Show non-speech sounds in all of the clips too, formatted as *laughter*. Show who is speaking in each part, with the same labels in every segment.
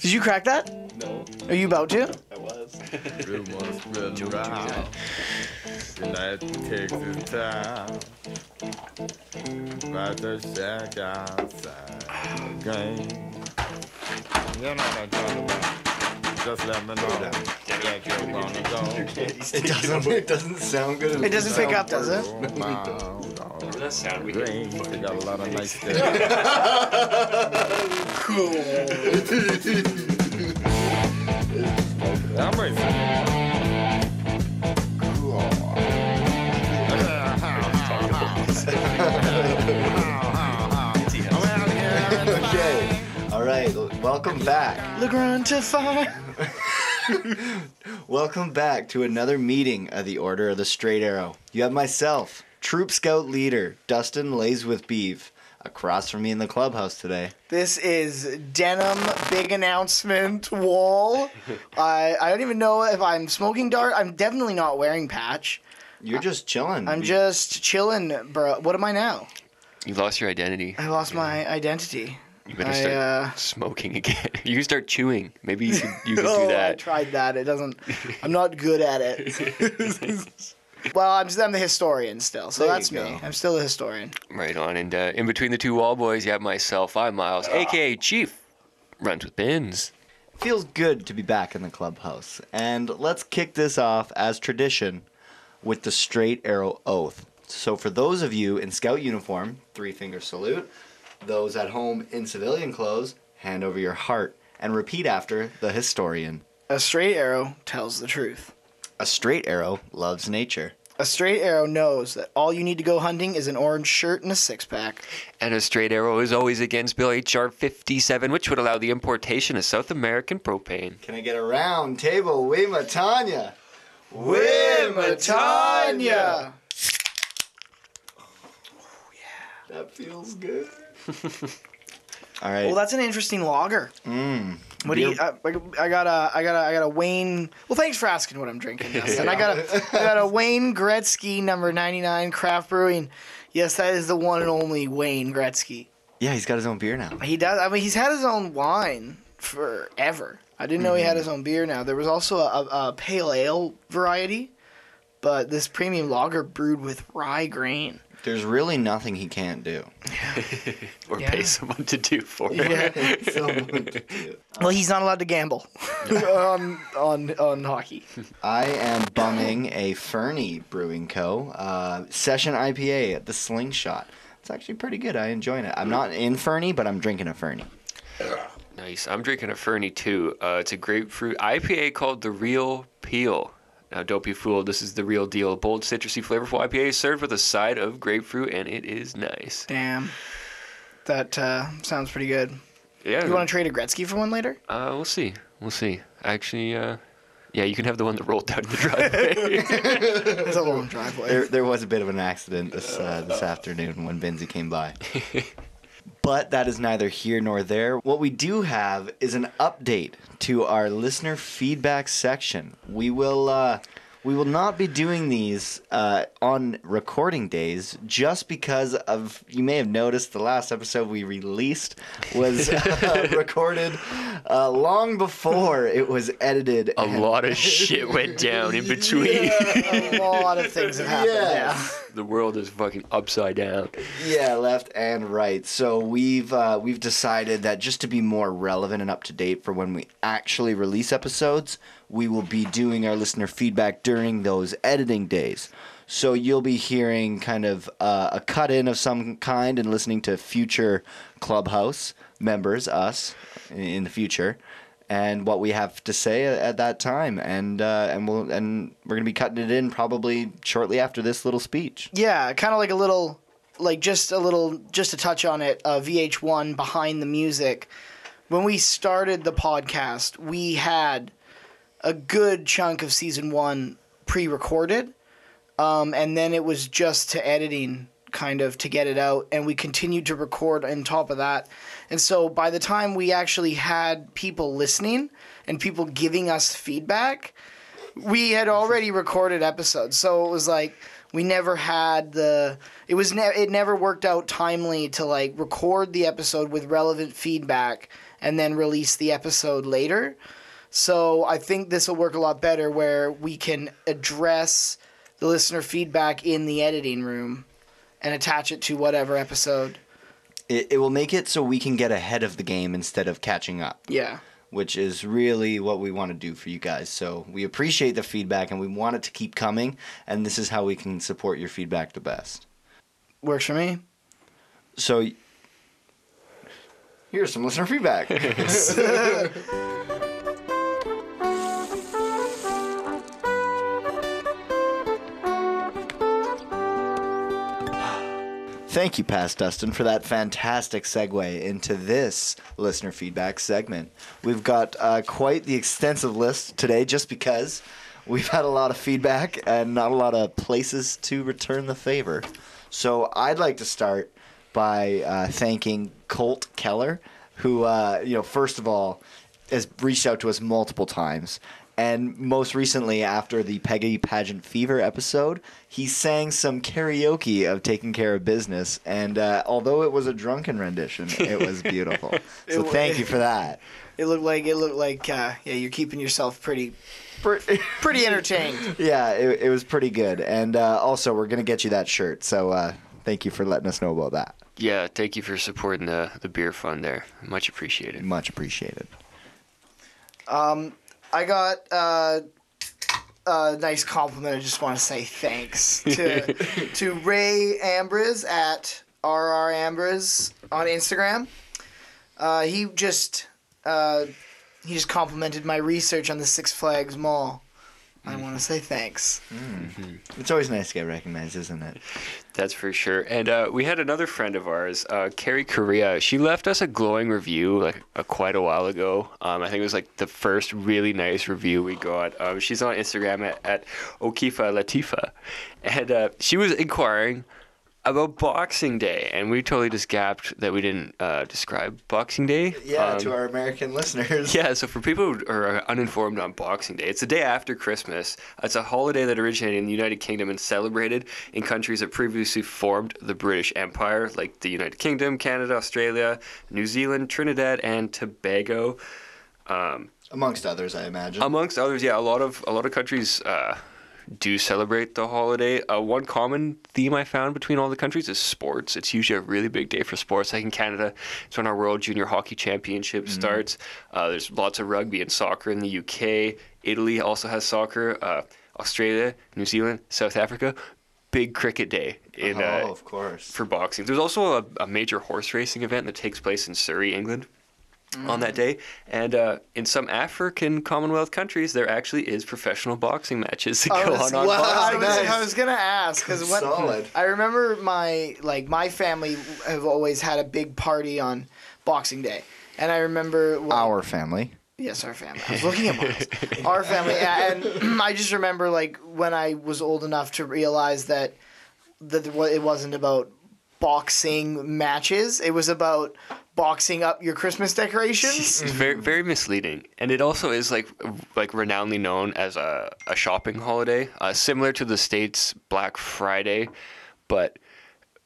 Speaker 1: Did you crack that?
Speaker 2: No,
Speaker 1: Are you about to?
Speaker 2: I was.
Speaker 3: Real motherfucker round. And I take the time. About to check outside again. You know what I'm talking about. Just let me know that you wanna go.
Speaker 2: it
Speaker 4: It doesn't. It doesn't sound good.
Speaker 1: It doesn't pick up, does it?
Speaker 3: Remember
Speaker 2: that sound we
Speaker 3: They
Speaker 2: hit?
Speaker 3: got a lot of nice things. *laughs* I'm racist. I'm out here.
Speaker 4: okay. All right. Welcome back.
Speaker 1: Look around to find.
Speaker 4: Welcome back to another meeting of the Order of the Straight Arrow. You have myself, Troop Scout Leader Dustin Lays with Beef, across from me in the clubhouse today.
Speaker 1: This is denim big
Speaker 5: *laughs*
Speaker 1: announcement wall. I I don't even know if I'm smoking dart. I'm definitely not wearing patch.
Speaker 4: You're just chilling.
Speaker 5: Mm-hmm.
Speaker 1: I'm
Speaker 4: We-
Speaker 1: just chilling, bro. What am I now?
Speaker 5: You lost your identity.
Speaker 1: I lost my identity.
Speaker 5: You better
Speaker 1: I
Speaker 5: start
Speaker 1: uh,
Speaker 5: smoking again. *laughs* You can start chewing. Maybe you could, you could
Speaker 1: *laughs* oh,
Speaker 5: do
Speaker 1: I
Speaker 5: that.
Speaker 1: tried that. It doesn't.
Speaker 5: *laughs*
Speaker 1: I'm not good at it. *laughs* well, I'm I'm the historian still, so
Speaker 4: There you
Speaker 1: that's me.
Speaker 4: go.
Speaker 1: I'm still the historian.
Speaker 5: Right on. And uh, in between the two wall boys, you have myself, I'm Miles,
Speaker 1: Ah.
Speaker 5: aka Chief. Runs with bins.
Speaker 4: Feels good to be back in the clubhouse. And let's kick this off as tradition with the straight arrow oath. So, for those of you in scout uniform, three finger salute. Those at home in civilian clothes, hand over your heart and repeat after the historian.
Speaker 1: A straight arrow tells the truth.
Speaker 4: A straight arrow loves nature.
Speaker 1: A straight arrow knows that all you need to go hunting is an orange shirt and a six pack.
Speaker 5: And a straight arrow is always against Bill H.R. 57, which would allow the importation of South American propane.
Speaker 4: Can I get a round table? We Matanya. We
Speaker 1: Matanya!
Speaker 4: That feels good. *laughs* All right.
Speaker 1: Well, that's an interesting logger.
Speaker 4: Mm.
Speaker 1: What do you? I, I got a, I got a, I got a Wayne. Well, thanks for asking what I'm drinking. Dustin. I got a, I got a Wayne Gretzky number 99 craft brewing. Yes, that is the one and only Wayne Gretzky.
Speaker 4: Yeah, he's got his own beer now.
Speaker 1: He does. I mean, he's had his own wine forever. I didn't know he had his own beer. Now there was also a, a, a pale ale variety, but this premium lager brewed with rye grain.
Speaker 4: There's really nothing he can't do.
Speaker 5: Or
Speaker 1: Yeah.
Speaker 5: pay someone to do for it.
Speaker 1: Well, he's not allowed to gamble *laughs* on Um, on on hockey.
Speaker 4: I am bumming a Fernie Brewing Co. Uh, session IPA at the Slingshot. It's actually pretty good. I enjoying it. I'm not in Fernie, but I'm drinking a Fernie.
Speaker 5: Nice. I'm drinking a Fernie too. Uh, it's a grapefruit IPA called the Real Peel. Now, don't be fooled. This is the real deal. Bold, citrusy, flavorful IPA served with a side of grapefruit, and it is nice.
Speaker 1: Damn, that uh, sounds pretty good.
Speaker 5: Yeah.
Speaker 1: You want to trade a Gretzky for one later?
Speaker 5: uh, we'll see. We'll see. Actually, uh, yeah, you can have the one that rolled down the driveway.
Speaker 1: It's a long driveway.
Speaker 4: There, there was a bit of an accident this uh, this afternoon when Benzie came by. But that is neither here nor there. What we do have is an update to our listener feedback section. We will uh, we will not be doing these uh, on recording days just because of you may have noticed the last episode we released was *laughs* uh, recorded uh, long before it was edited.
Speaker 5: a
Speaker 4: and-
Speaker 5: lot of shit went down in between.
Speaker 1: a lot of things have happened.
Speaker 4: *laughs* Yeah.
Speaker 1: Yeah.
Speaker 5: *laughs* The world is fucking upside down.
Speaker 4: Yeah, left and right. So we've uh, we've decided that just to be more relevant and up to date for when we actually release episodes, we will be doing our listener feedback during those editing days. So you'll be hearing kind of uh, a cut in of some kind and listening to future Clubhouse members, us in- in the future. And what we have to say a- at that time, and uh, and we'll and we're gonna be cutting it in probably shortly after this little speech.
Speaker 1: Yeah, kind of like a little, like just a little, just to touch on it, uh, VH1 behind the music. When we started the podcast, we had a good chunk of season one pre recorded, um, and then it was just to editing kind of to get it out, and we continued to record on top of that. And so by the time we actually had people listening and people giving us feedback, we had already recorded episodes. So it was like we never had the it was ne- it never worked out timely to like record the episode with relevant feedback and then release the episode later. So I think this will work a lot better where we can address the listener feedback in the editing room and attach it to whatever episode.
Speaker 4: It, it will make it so we can get ahead of the game instead of catching up.
Speaker 1: Yeah.
Speaker 4: which is really what we want to do for you guys. So we appreciate the feedback and we want it to keep coming. And this is how we can support your feedback the best.
Speaker 1: Works for me.
Speaker 4: So here's some listener feedback. *laughs* Thank you, Past Dustin, for that fantastic segue into this listener feedback segment. We've got uh, quite the extensive list today just because we've had a lot of feedback and not a lot of places to return the favor. So I'd like to start by uh, thanking Colt Keller, who, uh, you know, first of all, has reached out to us multiple times. And most recently, after the Peggy Pageant Fever episode, he sang some karaoke of Taking Care of Business. And uh, although it was a drunken rendition, it was beautiful. so
Speaker 1: wa-
Speaker 4: thank you for that.
Speaker 1: It looked like it looked like uh, yeah, you're keeping yourself pretty pretty entertained.
Speaker 4: yeah, it, it was pretty good. And uh, also, we're going to get you that shirt. So uh, thank you for letting us know about that.
Speaker 5: Yeah, thank you for supporting the, the beer fund there. Much appreciated.
Speaker 4: Much appreciated.
Speaker 1: I got uh, a nice compliment. I just want to say thanks to to Ray Ambrose at RR Ambrose on Instagram. Uh, he just uh, he just complimented my research on the Six Flags Mall. I want to say thanks.
Speaker 4: It's always nice to get recognized, isn't it?
Speaker 5: That's for sure. And uh, we had another friend of ours, uh, Carrie Correa. She left us a glowing review like uh, quite a while ago. Um, I think it was like the first really nice review we got. Um, she's on Instagram at, at Okifa Latifa, and uh, she was inquiring about Boxing Day, and we totally just gapped that we didn't uh, describe Boxing Day.
Speaker 4: Yeah,
Speaker 5: Um,
Speaker 4: to our American
Speaker 5: *laughs*
Speaker 4: listeners.
Speaker 5: Yeah, so for people who are uninformed on Boxing Day, it's the day after Christmas. It's a holiday that originated in the United Kingdom and celebrated in countries that previously formed the British Empire, like the United Kingdom, Canada, Australia, New Zealand, Trinidad, and Tobago,
Speaker 4: Amongst others, I imagine.
Speaker 5: amongst others. Yeah, a lot of a lot of countries. Uh, do celebrate the holiday. Uh, one common theme I found between all the countries is sports. It's usually a really big day for sports. Like in Canada, it's when our World Junior Hockey Championship starts. Uh, there's lots of rugby and soccer in the UK. Italy also has soccer. Uh, Australia, New Zealand, South Africa. Big cricket day in uh,
Speaker 4: oh, of course.
Speaker 5: for boxing. There's also a, a major horse racing event that takes place in Surrey, England, on that day. And uh, in some African Commonwealth countries, there actually is professional boxing matches that go on on
Speaker 1: well, Oh, I,
Speaker 5: Boxing
Speaker 1: was,
Speaker 5: Day.
Speaker 1: I was gonna ask because what
Speaker 4: Solid.
Speaker 1: I remember my like my family have always had a big party on Boxing Day, and I remember
Speaker 5: Ah,
Speaker 1: well,
Speaker 4: our family.
Speaker 1: yes our family.
Speaker 5: *laughs*
Speaker 1: I was looking at mine. our family, yeah, and *clears throat* I just remember like when I was old enough to realize that that there wa- it wasn't about boxing matches; it was about boxing up your Christmas decorations.
Speaker 5: It's very, very misleading, and it also is like, like renownedly known as a, a shopping holiday, uh, similar to the states Black Friday, but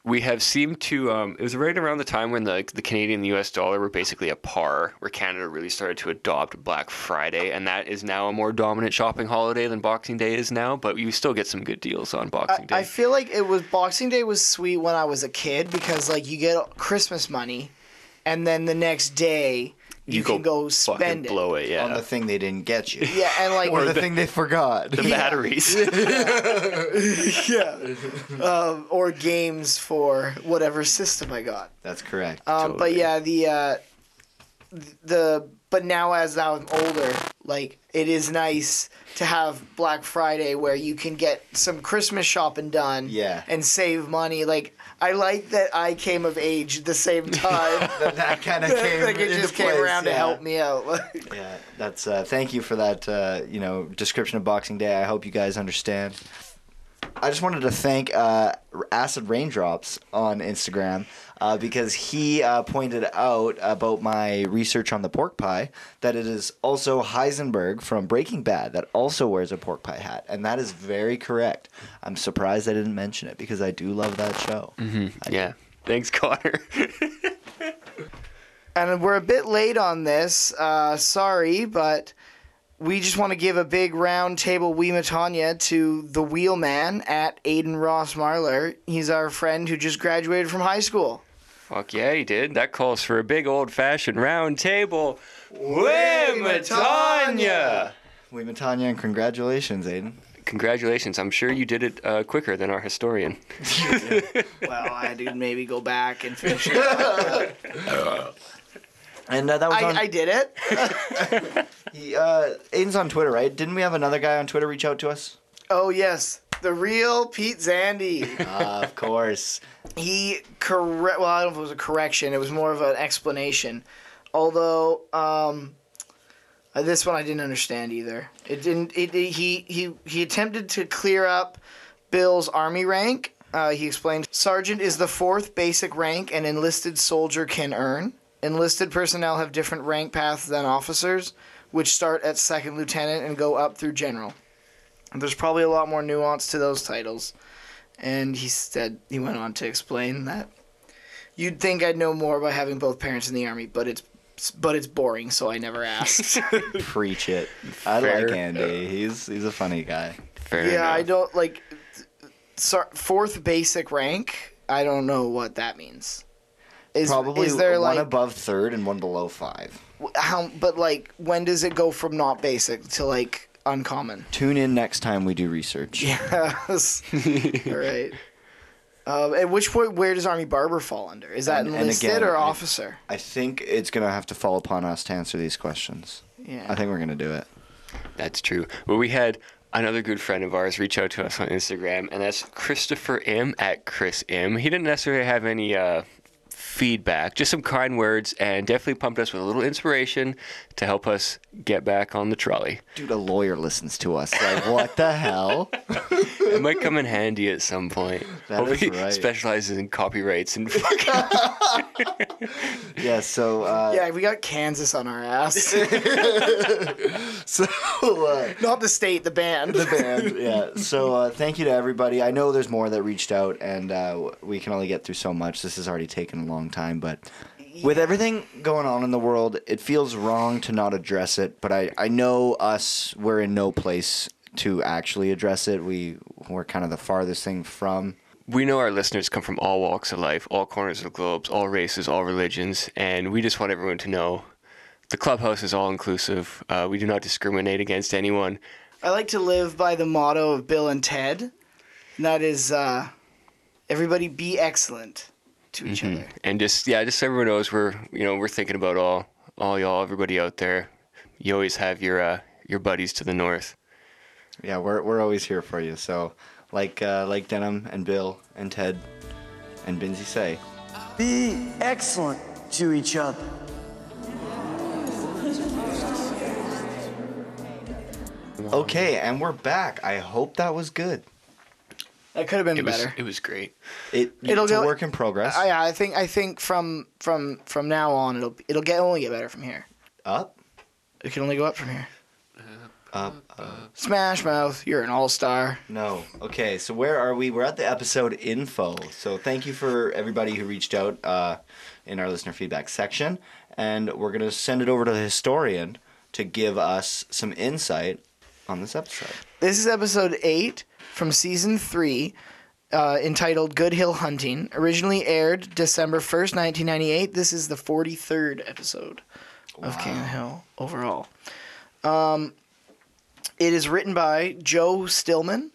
Speaker 5: we have seemed to. Um, it was right around the time when the the Canadian and the U.S. dollar were basically a par, where Canada really started to adopt Black Friday, and that is now a more dominant shopping holiday than Boxing Day is now. But you still get some good deals on *laughs* Boxing Day.
Speaker 1: I feel like it was Boxing Day was sweet when I was a kid because like you get Christmas money, and then the next day you, can go,
Speaker 5: fucking
Speaker 1: spend it.
Speaker 5: blow it, yeah.
Speaker 4: On the thing they didn't
Speaker 1: *laughs*
Speaker 4: get you.
Speaker 1: Yeah, and like
Speaker 4: Or the thing they
Speaker 5: *laughs*
Speaker 4: forgot.
Speaker 5: the
Speaker 1: *laughs*
Speaker 5: batteries. *laughs*
Speaker 1: um, or games for whatever system I got.
Speaker 4: That's correct.
Speaker 1: Um, But
Speaker 5: Totally.
Speaker 1: yeah, the uh, th- the but now as now I'm older, like it is nice to have Black Friday where you can get some Christmas shopping done.
Speaker 4: Yeah.
Speaker 1: And save money. Like I like that I came of age the
Speaker 4: *laughs*
Speaker 1: same time.
Speaker 4: that
Speaker 1: *laughs*
Speaker 4: kind of came.
Speaker 1: like it
Speaker 4: into
Speaker 1: just came
Speaker 4: place,
Speaker 1: around to
Speaker 4: yeah.
Speaker 1: help me out. *laughs*
Speaker 4: Yeah, that's. Uh, thank you for that. Uh, you know, description of Boxing Day. I hope you guys understand. I just wanted to thank uh, Acid Raindrops on Instagram uh, because he uh, pointed out about my research on the pork pie that it is also Heisenberg from Breaking Bad that also wears a pork pie hat, and that is very correct. I'm surprised I didn't mention it because I do love that show.
Speaker 5: Yeah. Thanks, Connor. *laughs*
Speaker 1: and we're a bit late on this. Uh, sorry, but we just want to give a big round table we Matanya to the wheelman at Aiden Ross Marler. He's our friend who just graduated from high school.
Speaker 5: Fuck yeah, he did. That calls for a big old fashioned round table. Wimitanya!
Speaker 4: We met Tanya, and congratulations, Aiden.
Speaker 5: Congratulations. I'm sure you did it uh, quicker than our historian.
Speaker 1: Well, I did maybe go back and *laughs* finish it.
Speaker 4: And uh, that was
Speaker 1: I,
Speaker 4: on.
Speaker 1: I did it.
Speaker 4: he, uh, Aiden's on Twitter, right? Didn't we have another guy on Twitter reach out to us?
Speaker 1: Oh yes, the real Pete Zandy.
Speaker 4: Uh, *laughs* of course.
Speaker 1: he correct well i don't know if it was a correction it was more of an explanation although um uh, this one i didn't understand either it didn't it, it- he he he attempted to clear up bill's army rank uh, he explained sergeant is the fourth basic rank an enlisted soldier can earn enlisted personnel have different rank paths than officers which start at second lieutenant and go up through general there's probably a lot more nuance to those titles and he said he went on to explain that you'd think I'd know more about having both parents in the army, but it's but it's boring, so I never
Speaker 4: *laughs*
Speaker 1: asked.
Speaker 4: Preach it. I
Speaker 5: Fair.
Speaker 4: like Andy. He's he's a funny guy.
Speaker 5: Fair
Speaker 1: *laughs* yeah, I
Speaker 5: enough.
Speaker 1: don't like sor- fourth basic rank. I don't know what that means. Is,
Speaker 4: Probably
Speaker 1: is there
Speaker 4: one
Speaker 1: like
Speaker 4: above third and one below five.
Speaker 1: w- how? But like, when does it go from not basic to like
Speaker 4: *laughs*
Speaker 1: uncommon?
Speaker 4: Tune in next time we do research.
Speaker 1: Yes. *laughs* All right. Um, at which point, where does Army Barber fall under? Is that
Speaker 4: And- and
Speaker 1: enlisted
Speaker 4: again,
Speaker 1: or
Speaker 4: I-
Speaker 1: officer?
Speaker 4: I think it's gonna have to fall upon us to answer these questions.
Speaker 1: Yeah.
Speaker 4: I think we're gonna do it.
Speaker 5: That's true. Well, we had another good friend of ours reach out to us on Instagram, and that's Christopher M at Chris M. He didn't necessarily have any uh, feedback, just some kind words, and definitely pumped us with a little inspiration to help us get back on the trolley.
Speaker 4: Dude, a lawyer listens to us. Like, what the *laughs* hell?
Speaker 5: It might come
Speaker 4: *laughs*
Speaker 5: in handy at some point.
Speaker 4: That
Speaker 5: Hope
Speaker 4: is
Speaker 5: he
Speaker 4: right.
Speaker 5: specializes in copyrights and *laughs* fucking.
Speaker 4: Yeah. So, uh,
Speaker 1: Yeah, we got Kansas on our ass. *laughs*
Speaker 4: *laughs* so uh,
Speaker 1: Not the state, the band.
Speaker 4: the band. *laughs* Yeah. So uh, thank you to everybody. I know there's more that reached out, and uh, w- we can only get through so much. This has already taken a long time, but with everything going on in the world, it feels wrong to not address it. But I, I know us, we're in no place to actually address it. We we're kind of the farthest thing from.
Speaker 5: we know our listeners come from all walks of life, all corners of the globes, all races, all religions, and we just want everyone to know the clubhouse is all inclusive. Uh, we do not discriminate against anyone.
Speaker 1: I like to live by the motto of Bill and Ted, and that is uh, everybody be excellent to each other.
Speaker 5: And just yeah, just so everyone knows we're you know we're thinking about all all y'all, everybody out there. You always have your uh, your buddies to the north.
Speaker 4: Yeah, we're we're always here for you. So like uh, like Denham and Bill and Ted and Binzi say.
Speaker 2: Be excellent to each other.
Speaker 4: Okay, and we're back. I hope that was good.
Speaker 1: That could have been
Speaker 5: It was
Speaker 1: better.
Speaker 5: it was great.
Speaker 4: It,
Speaker 1: It'll
Speaker 4: it's a
Speaker 1: go-
Speaker 4: work in progress.
Speaker 1: I, I think I think from from from now on it'll it'll get only get better from here.
Speaker 4: Up.
Speaker 1: It can only go up from here.
Speaker 5: Uh,
Speaker 4: Up,
Speaker 1: Smash Mouth, you're an all star.
Speaker 4: No. Okay, so where are we? We're at the episode info. So thank you for everybody who reached out uh, in our listener feedback section. And we're going to send it over to the historian to give us some insight on this episode.
Speaker 1: This is episode 8 from season 3, uh, entitled Good Hill Hunting. Originally aired December 1st, 1998. This is the 43rd episode of King of the Hill overall. Um, it is written by Joe Stillman,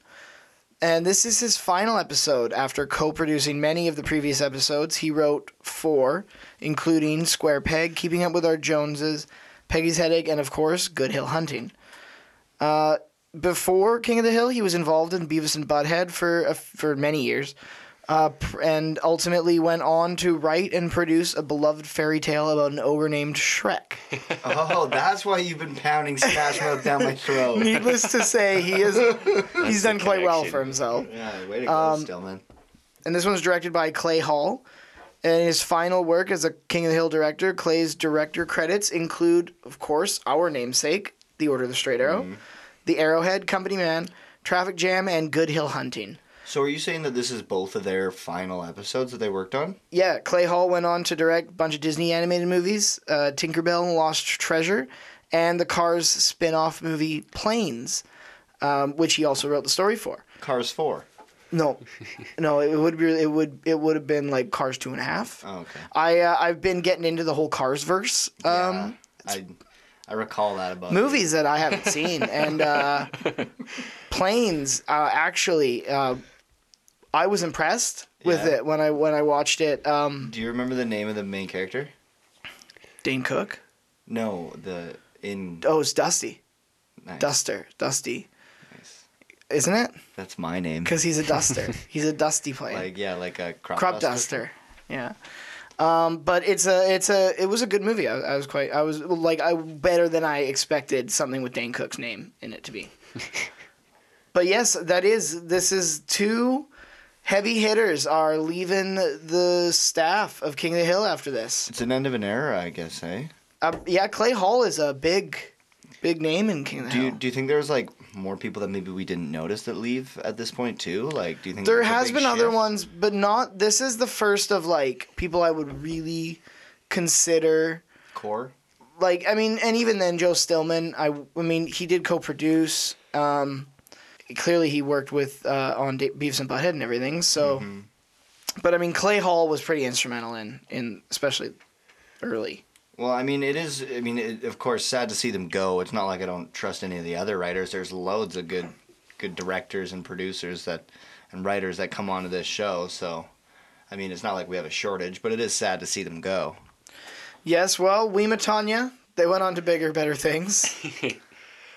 Speaker 1: and this is his final episode after co producing many of the previous episodes. He wrote four, including Square Peg, Keeping Up with Our Joneses, Peggy's Headache, and of course, Good Hill Hunting before King of the Hill, he was involved in Beavis and Butthead for a, for many years. uh, pr- and ultimately went on to write and produce a beloved fairy tale about an ogre named Shrek.
Speaker 4: Oh, that's why you've been pounding Smash Mouth down my *laughs*
Speaker 1: *laughs*
Speaker 4: throat.
Speaker 1: Needless to say, he *laughs* is he's done
Speaker 5: the
Speaker 1: quite well
Speaker 5: connection.
Speaker 1: for himself.
Speaker 4: Yeah, way to go, Stillman.
Speaker 1: and this one's directed by Clay Hall. And his final work as a King of the Hill director, Clay's director credits include, of course, our namesake, The Order of the Straight Arrow, The Arrowhead, Company Man, Traffic Jam, and Good Hill Hunting.
Speaker 4: So, are you saying that this is both of their final episodes that they worked on?
Speaker 1: Yeah, Clay Hall went on to direct a bunch of Disney animated movies, uh, Tinkerbell and Lost Treasure, and the Cars spin off movie Planes, um, which he also wrote the story for.
Speaker 4: Cars 4. *laughs*
Speaker 1: No, no, it would be it would it would have been like Cars two and a half.
Speaker 4: Oh, okay.
Speaker 1: I uh, I've been getting into the whole Cars verse um,
Speaker 4: Yeah, I, I recall that about you.
Speaker 1: movies that I
Speaker 4: *laughs*
Speaker 1: haven't seen, and uh, Planes uh, actually uh, I was impressed with
Speaker 4: Yeah.
Speaker 1: it when I when I watched it. Um,
Speaker 4: Do you remember the name of the main character?
Speaker 1: Dane Cook.
Speaker 4: No, the in.
Speaker 1: Oh, it's Dusty
Speaker 4: nice.
Speaker 1: Duster Dusty, isn't it?
Speaker 4: That's my name.
Speaker 1: Because he's a
Speaker 4: *laughs*
Speaker 1: duster. he's a dusty plane.
Speaker 4: Like yeah, like a crop,
Speaker 1: crop duster. Yeah. Um, but it's a it's a it was a good movie. I, I was quite I was like I better than I expected something with Dane Cook's name in it to
Speaker 4: *laughs*
Speaker 1: be. but yes, that is this is two heavy hitters are leaving the staff of King of the Hill after this.
Speaker 4: It's an end of an era, I guess, eh?
Speaker 1: Uh, yeah, Clay Hall is a big big name in King of the
Speaker 4: Do you
Speaker 1: Hill.
Speaker 4: do you think there's like more people that maybe we didn't notice that leave at this point too? Like, do you think
Speaker 1: There
Speaker 4: there's a
Speaker 1: has
Speaker 4: big
Speaker 1: been other
Speaker 4: shift?
Speaker 1: ones, but not this is the first of like people I would really consider
Speaker 4: core?
Speaker 1: like I mean, and even then, Joe Stillman. I I mean, he did co-produce. Um, clearly, he worked with uh, on da- Beavis and Butthead and everything. So,
Speaker 4: Mm-hmm.
Speaker 1: but I mean, Clay Hall was pretty instrumental in in especially early.
Speaker 4: Well, I mean, it is. I mean, it, of course, sad to see them go. It's not like I don't trust any of the other writers. There's loads of good, good directors and producers that, and writers that come onto this show. So, I mean, it's not like we have a shortage, but it is sad to see them go.
Speaker 1: Yes, well, we Matanya. They went on to bigger, better things.
Speaker 4: *laughs*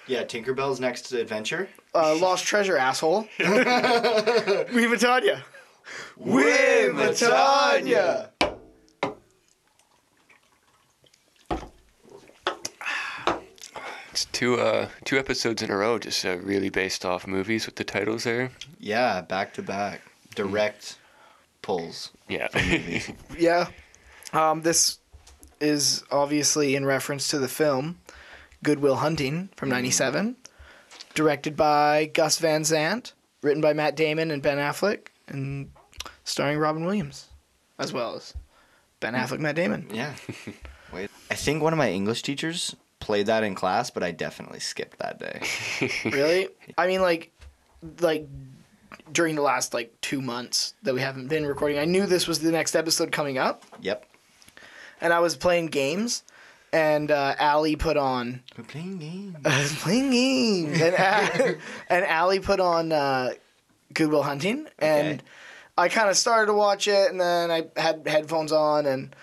Speaker 4: Yeah, Tinkerbell's next adventure.
Speaker 1: Uh, Lost Treasure,
Speaker 4: *laughs*
Speaker 1: asshole. *laughs* we Matanya.
Speaker 4: Matanya.
Speaker 5: It's two uh two episodes in a row, just uh, really based off movies with the titles there.
Speaker 4: Yeah, back to back, direct pulls.
Speaker 5: *laughs* Yeah.
Speaker 1: Yeah. Um, this is obviously in reference to the film Goodwill Hunting from 97, directed by Gus Van Sant, written by Matt Damon and Ben Affleck, and starring Robin Williams, as well as Ben Affleck, Matt
Speaker 4: *laughs*
Speaker 1: Damon.
Speaker 4: Yeah. Wait. I think one of my English teachers played that in class, but I definitely skipped that day.
Speaker 1: Really? I mean, like, like during the last like two months that we haven't been recording, I knew this was the next episode coming up,
Speaker 4: Yep.
Speaker 1: and I was playing games, and uh, Allie put on
Speaker 4: We're playing games.
Speaker 1: *laughs* Swinging. And,
Speaker 4: *laughs*
Speaker 1: A- and Allie put on uh, Goodwill Hunting, and
Speaker 4: Okay.
Speaker 1: I kind of started to watch it, and then I had headphones on, and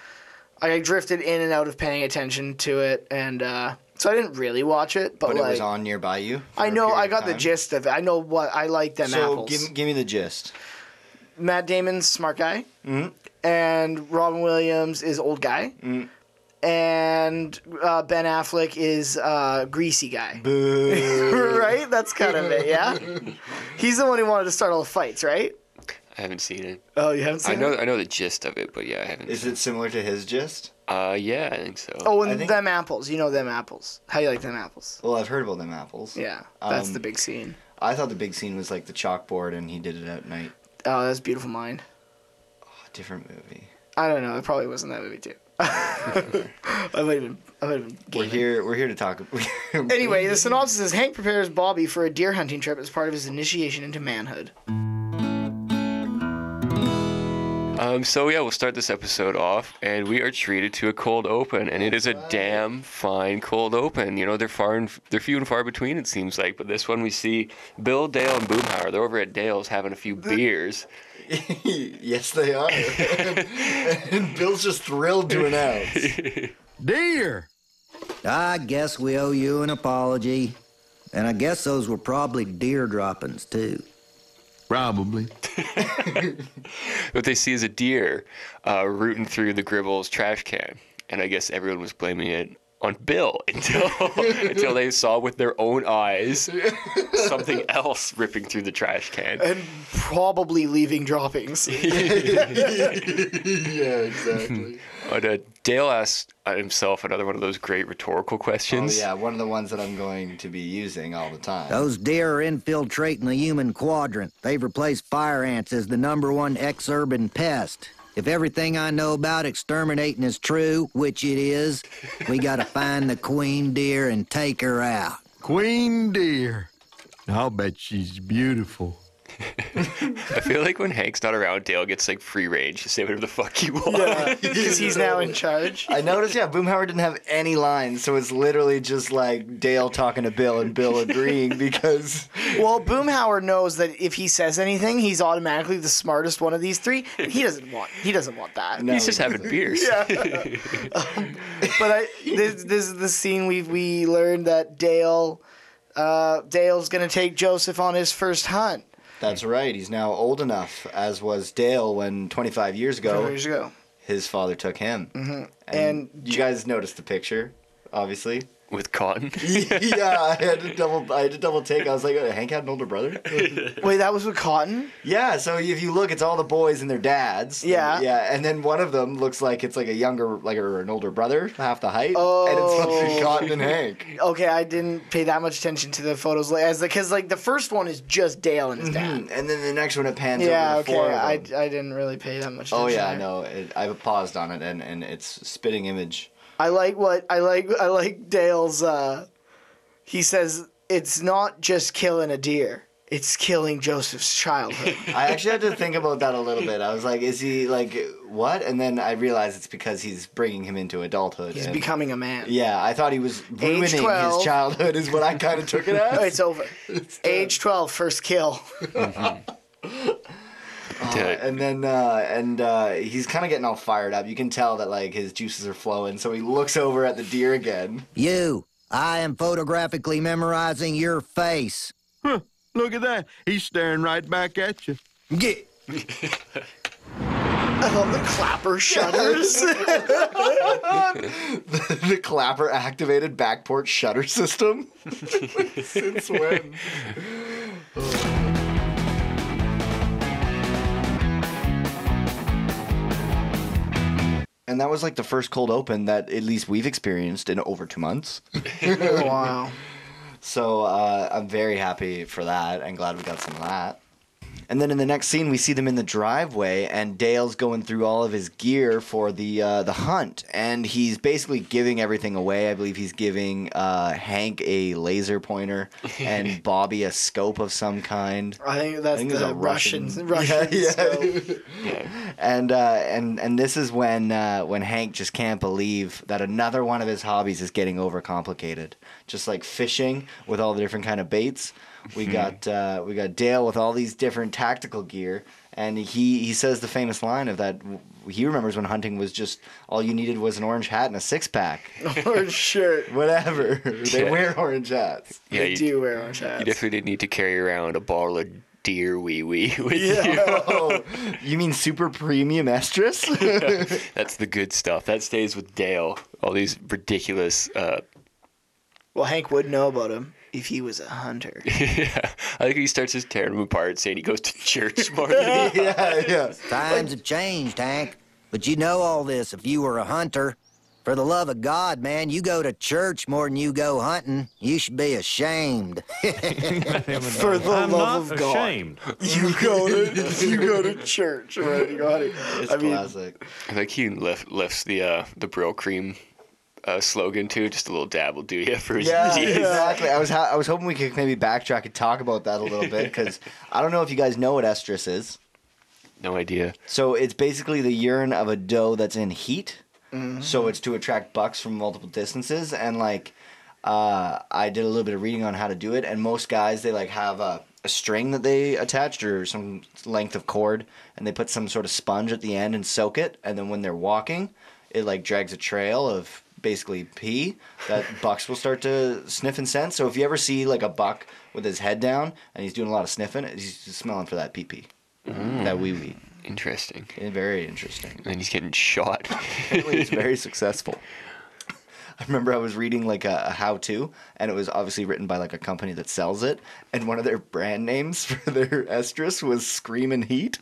Speaker 1: I drifted in and out of paying attention to it, and uh, so I didn't really watch it, but,
Speaker 4: But
Speaker 1: like
Speaker 4: it was on nearby you. for
Speaker 1: I
Speaker 4: a
Speaker 1: know
Speaker 4: period
Speaker 1: I
Speaker 4: of
Speaker 1: got the
Speaker 4: time.
Speaker 1: gist of it. I know what I like them
Speaker 4: So
Speaker 1: apples.
Speaker 4: give, give me
Speaker 1: *laughs*
Speaker 4: the gist.
Speaker 1: Matt Damon's smart guy,
Speaker 4: Mm-hmm.
Speaker 1: and Robin Williams is old guy.
Speaker 4: Mm-hmm.
Speaker 1: And uh, Ben Affleck is uh, greasy guy. right? That's kind of it, yeah? He's the one who wanted to start all the fights, right?
Speaker 5: I haven't seen it.
Speaker 1: Oh, you haven't
Speaker 5: I
Speaker 1: seen
Speaker 5: know
Speaker 1: it?
Speaker 5: I know the gist of it, but yeah, I haven't.
Speaker 4: Is it similar to his gist?
Speaker 5: Uh yeah, I think so.
Speaker 1: Oh,
Speaker 4: I
Speaker 1: and
Speaker 4: think-
Speaker 1: them apples. You know them apples. How you like them apples?
Speaker 4: Well, I've heard about them apples.
Speaker 1: Yeah, that's
Speaker 4: Um,
Speaker 1: the big scene.
Speaker 4: I thought the big scene was like the chalkboard and he did it at night.
Speaker 1: Oh, that's Beautiful Mind.
Speaker 4: Oh, different movie.
Speaker 1: I don't know. It probably wasn't that movie, too. *laughs* I might have been, I might have been
Speaker 4: We're
Speaker 1: gaming.
Speaker 4: here. We're here to talk. *laughs*
Speaker 1: Anyway, the synopsis is Hank prepares Bobby for a deer hunting trip as part of his initiation into manhood.
Speaker 5: Um, so yeah, we'll start this episode off, and we are treated to a cold open, and it is a damn fine cold open. You know, they're far and they're few and far between, it seems like. But this one, we see Bill, Dale, and Boomhauer. They're over at Dale's having a few beers.
Speaker 4: *laughs* yes, they *laughs* are. and Bill's just thrilled to announce.
Speaker 6: I guess we owe you an apology. And I guess those were probably deer droppings, too.
Speaker 3: Probably.
Speaker 5: What they see is a deer uh, rooting through the Gribbles trash can, and I guess everyone was blaming it on Bill *laughs*
Speaker 4: *laughs*
Speaker 5: until until they saw with their own eyes something else ripping through the trash can.
Speaker 1: and probably leaving *laughs* droppings.
Speaker 4: *laughs* yeah, exactly.
Speaker 5: But uh, Dale asked uh, himself another one of those great rhetorical
Speaker 4: oh
Speaker 5: questions.
Speaker 4: yeah, one of the ones that I'm going to be using all the time.
Speaker 6: Those deer are infiltrating the human quadrant. They've replaced fire ants as the number one exurban pest. If everything I know about exterminating is true, which it is, we gotta find the queen deer and take her out.
Speaker 3: Queen dear. I'll bet she's beautiful.
Speaker 5: I feel like when Hank's not around, Dale gets like free range to say whatever the fuck he wants.
Speaker 1: Because he's now in charge.
Speaker 4: I noticed, yeah, Boomhauer didn't have any lines, so it's literally just like Dale talking to Bill and Bill agreeing *laughs* because
Speaker 1: Well, Boomhauer knows that if he says anything, he's automatically the smartest one of these three. He doesn't want. He doesn't want that.
Speaker 5: *laughs*
Speaker 4: No.
Speaker 5: He's just having beers.
Speaker 1: But I, this, this is the scene we we learned that Dale, uh, Dale's gonna take Joseph on his first hunt.
Speaker 4: that's right. He's now old enough, as was Dale when 25 years ago
Speaker 1: Years ago.
Speaker 4: his father took him. Mm-hmm. And,
Speaker 1: And
Speaker 4: you guys noticed the picture, *laughs* obviously.
Speaker 5: With cotton.
Speaker 4: yeah, I had to double. I had to double take. I was like, "Oh, Hank had an older brother.
Speaker 1: Wait, that was with Cotton.
Speaker 4: yeah. So if you look, it's all the boys and their dads.
Speaker 1: Yeah.
Speaker 4: yeah. And then one of them looks like it's like a younger, like or an older brother, half the height. and
Speaker 1: Oh.
Speaker 4: it's fucking Cotton and Hank.
Speaker 1: Okay, I didn't pay that much attention to the photos as because like the first one is just Dale and *laughs* his dad.
Speaker 4: Mhm. And then the next one it pans
Speaker 1: Yeah,
Speaker 4: over to
Speaker 1: okay.
Speaker 4: four of
Speaker 1: I, I
Speaker 4: them.
Speaker 1: didn't really pay that much attention.
Speaker 4: Oh yeah,
Speaker 1: there.
Speaker 4: no. It, I paused on it, and and it's spitting image.
Speaker 1: I like what I like. I like Dale's. uh He says it's not just killing a deer; it's killing Joseph's
Speaker 4: *laughs*
Speaker 1: childhood.
Speaker 4: I actually had to think about that a little bit. I was like, is he like what? And then I realized it's because he's bringing him into adulthood.
Speaker 1: He's
Speaker 4: and-
Speaker 1: becoming a man.
Speaker 4: Yeah, I thought he was ruining his
Speaker 1: 12.
Speaker 4: childhood, is what I kind of
Speaker 1: *laughs*
Speaker 4: took it
Speaker 1: Oh,
Speaker 4: as. *laughs*
Speaker 1: It's over. Age 12, first kill. *laughs*
Speaker 5: To-
Speaker 4: And then, uh, and uh, he's kind of getting all fired up. You can tell that like his juices are flowing. So he looks over at the deer again. *laughs*
Speaker 6: You, I am photographically memorizing your face.
Speaker 3: Look at that. He's staring right back at you.
Speaker 6: Get.
Speaker 1: I love the clapper shutters.
Speaker 4: the clapper activated back porch shutter system. *laughs* Since when? And that was like the first cold open that at least we've experienced in over two months.
Speaker 1: wow.
Speaker 4: So uh, I'm very happy for that and glad we got some of that. And then in the next scene, we see them in the driveway, and Dale's going through all of his gear for the uh, the hunt, and he's basically giving everything away. I believe he's giving uh, Hank a laser pointer and Bobby a scope of some kind.
Speaker 1: I think
Speaker 4: I
Speaker 1: that's
Speaker 4: think it was
Speaker 1: the
Speaker 4: a
Speaker 1: Russians.
Speaker 4: Russian.
Speaker 1: Russians.
Speaker 4: *laughs* Yeah, yeah.
Speaker 1: so-
Speaker 4: and uh, and and this is when uh, when Hank just can't believe that another one of his hobbies is getting overcomplicated. Just like fishing with all the different kind of baits, we got uh, we got Dale with all these different tactical gear, and he he says the famous line of that he remembers when hunting was just all you needed was an orange hat and a six pack, *laughs*
Speaker 1: Orange shirt.
Speaker 4: whatever. they wear orange hats.
Speaker 5: yeah,
Speaker 1: they
Speaker 5: you,
Speaker 1: do wear orange
Speaker 5: you
Speaker 1: hats.
Speaker 5: definitely did need to carry around a bottle of deer wee wee *laughs* with you.
Speaker 4: Oh, you mean super premium estrus? *laughs*
Speaker 5: That's the good stuff. That stays with Dale. All these ridiculous. Uh, *laughs*
Speaker 1: Well, Hank would know about him if he was a
Speaker 4: *laughs*
Speaker 1: hunter.
Speaker 5: yeah. I think he starts just tearing them apart, saying he goes to church more
Speaker 4: *laughs*
Speaker 5: than he
Speaker 4: yeah, yeah.
Speaker 6: Times have changed, Hank. But you know all this if you were a hunter. For the love of God, man, you go to church more than you go hunting. You should be ashamed.
Speaker 1: For the
Speaker 7: I'm
Speaker 1: love
Speaker 7: not
Speaker 1: of God.
Speaker 7: ashamed.
Speaker 1: You go to you go
Speaker 4: *laughs*
Speaker 1: to church, right? You got it.
Speaker 4: It's
Speaker 1: I mean,
Speaker 4: classic.
Speaker 5: I think he lift, lifts the uh, the Brill Cream uh, slogan too. Just a little dab will do you for his
Speaker 4: Yeah,
Speaker 5: deed.
Speaker 4: exactly. I was ha- I was hoping we could maybe backtrack and talk about that a little bit because I don't know if you guys know what estrus is.
Speaker 5: *laughs* No idea.
Speaker 4: So it's basically the urine of a doe that's in heat. So it's to attract bucks from multiple distances and like uh, I did a little bit of reading on how to do it and most guys they like have a, a string that they attached or some length of cord and they put some sort of sponge at the end and soak it and then when they're walking it like drags a trail of basically pee, that bucks will start to sniff and scent. So if you ever see like a buck with his head down and he's doing a lot of sniffing, he's just smelling for that pee pee, that wee wee.
Speaker 5: Interesting.
Speaker 4: Eh, Very interesting.
Speaker 5: And he's getting shot.
Speaker 4: *laughs*
Speaker 5: *laughs*
Speaker 4: Apparently, it's very successful. *laughs* I remember I was reading like a, a how to, and it was obviously written by like a company that sells it, and one of their brand names *laughs* for their estrus was Screamin' *laughs* Heat.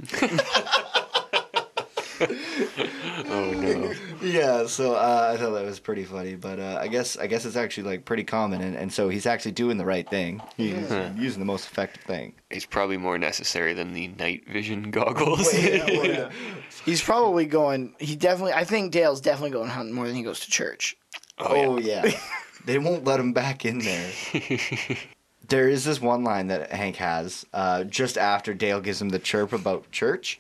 Speaker 5: oh no.
Speaker 4: Yeah, so uh, I thought that was pretty funny, but uh, I guess I guess it's actually like pretty common, and, and so he's actually doing the right thing. He's using the most effective thing.
Speaker 5: It's probably more necessary than the night vision *laughs* goggles. *laughs*
Speaker 1: He's probably going. He definitely. I think Dale's definitely going hunting more than he goes to church.
Speaker 4: Oh, yeah, *laughs* they won't let him back
Speaker 1: *laughs*
Speaker 4: in there. there is this one line that Hank has uh, just after Dale gives him the chirp about church,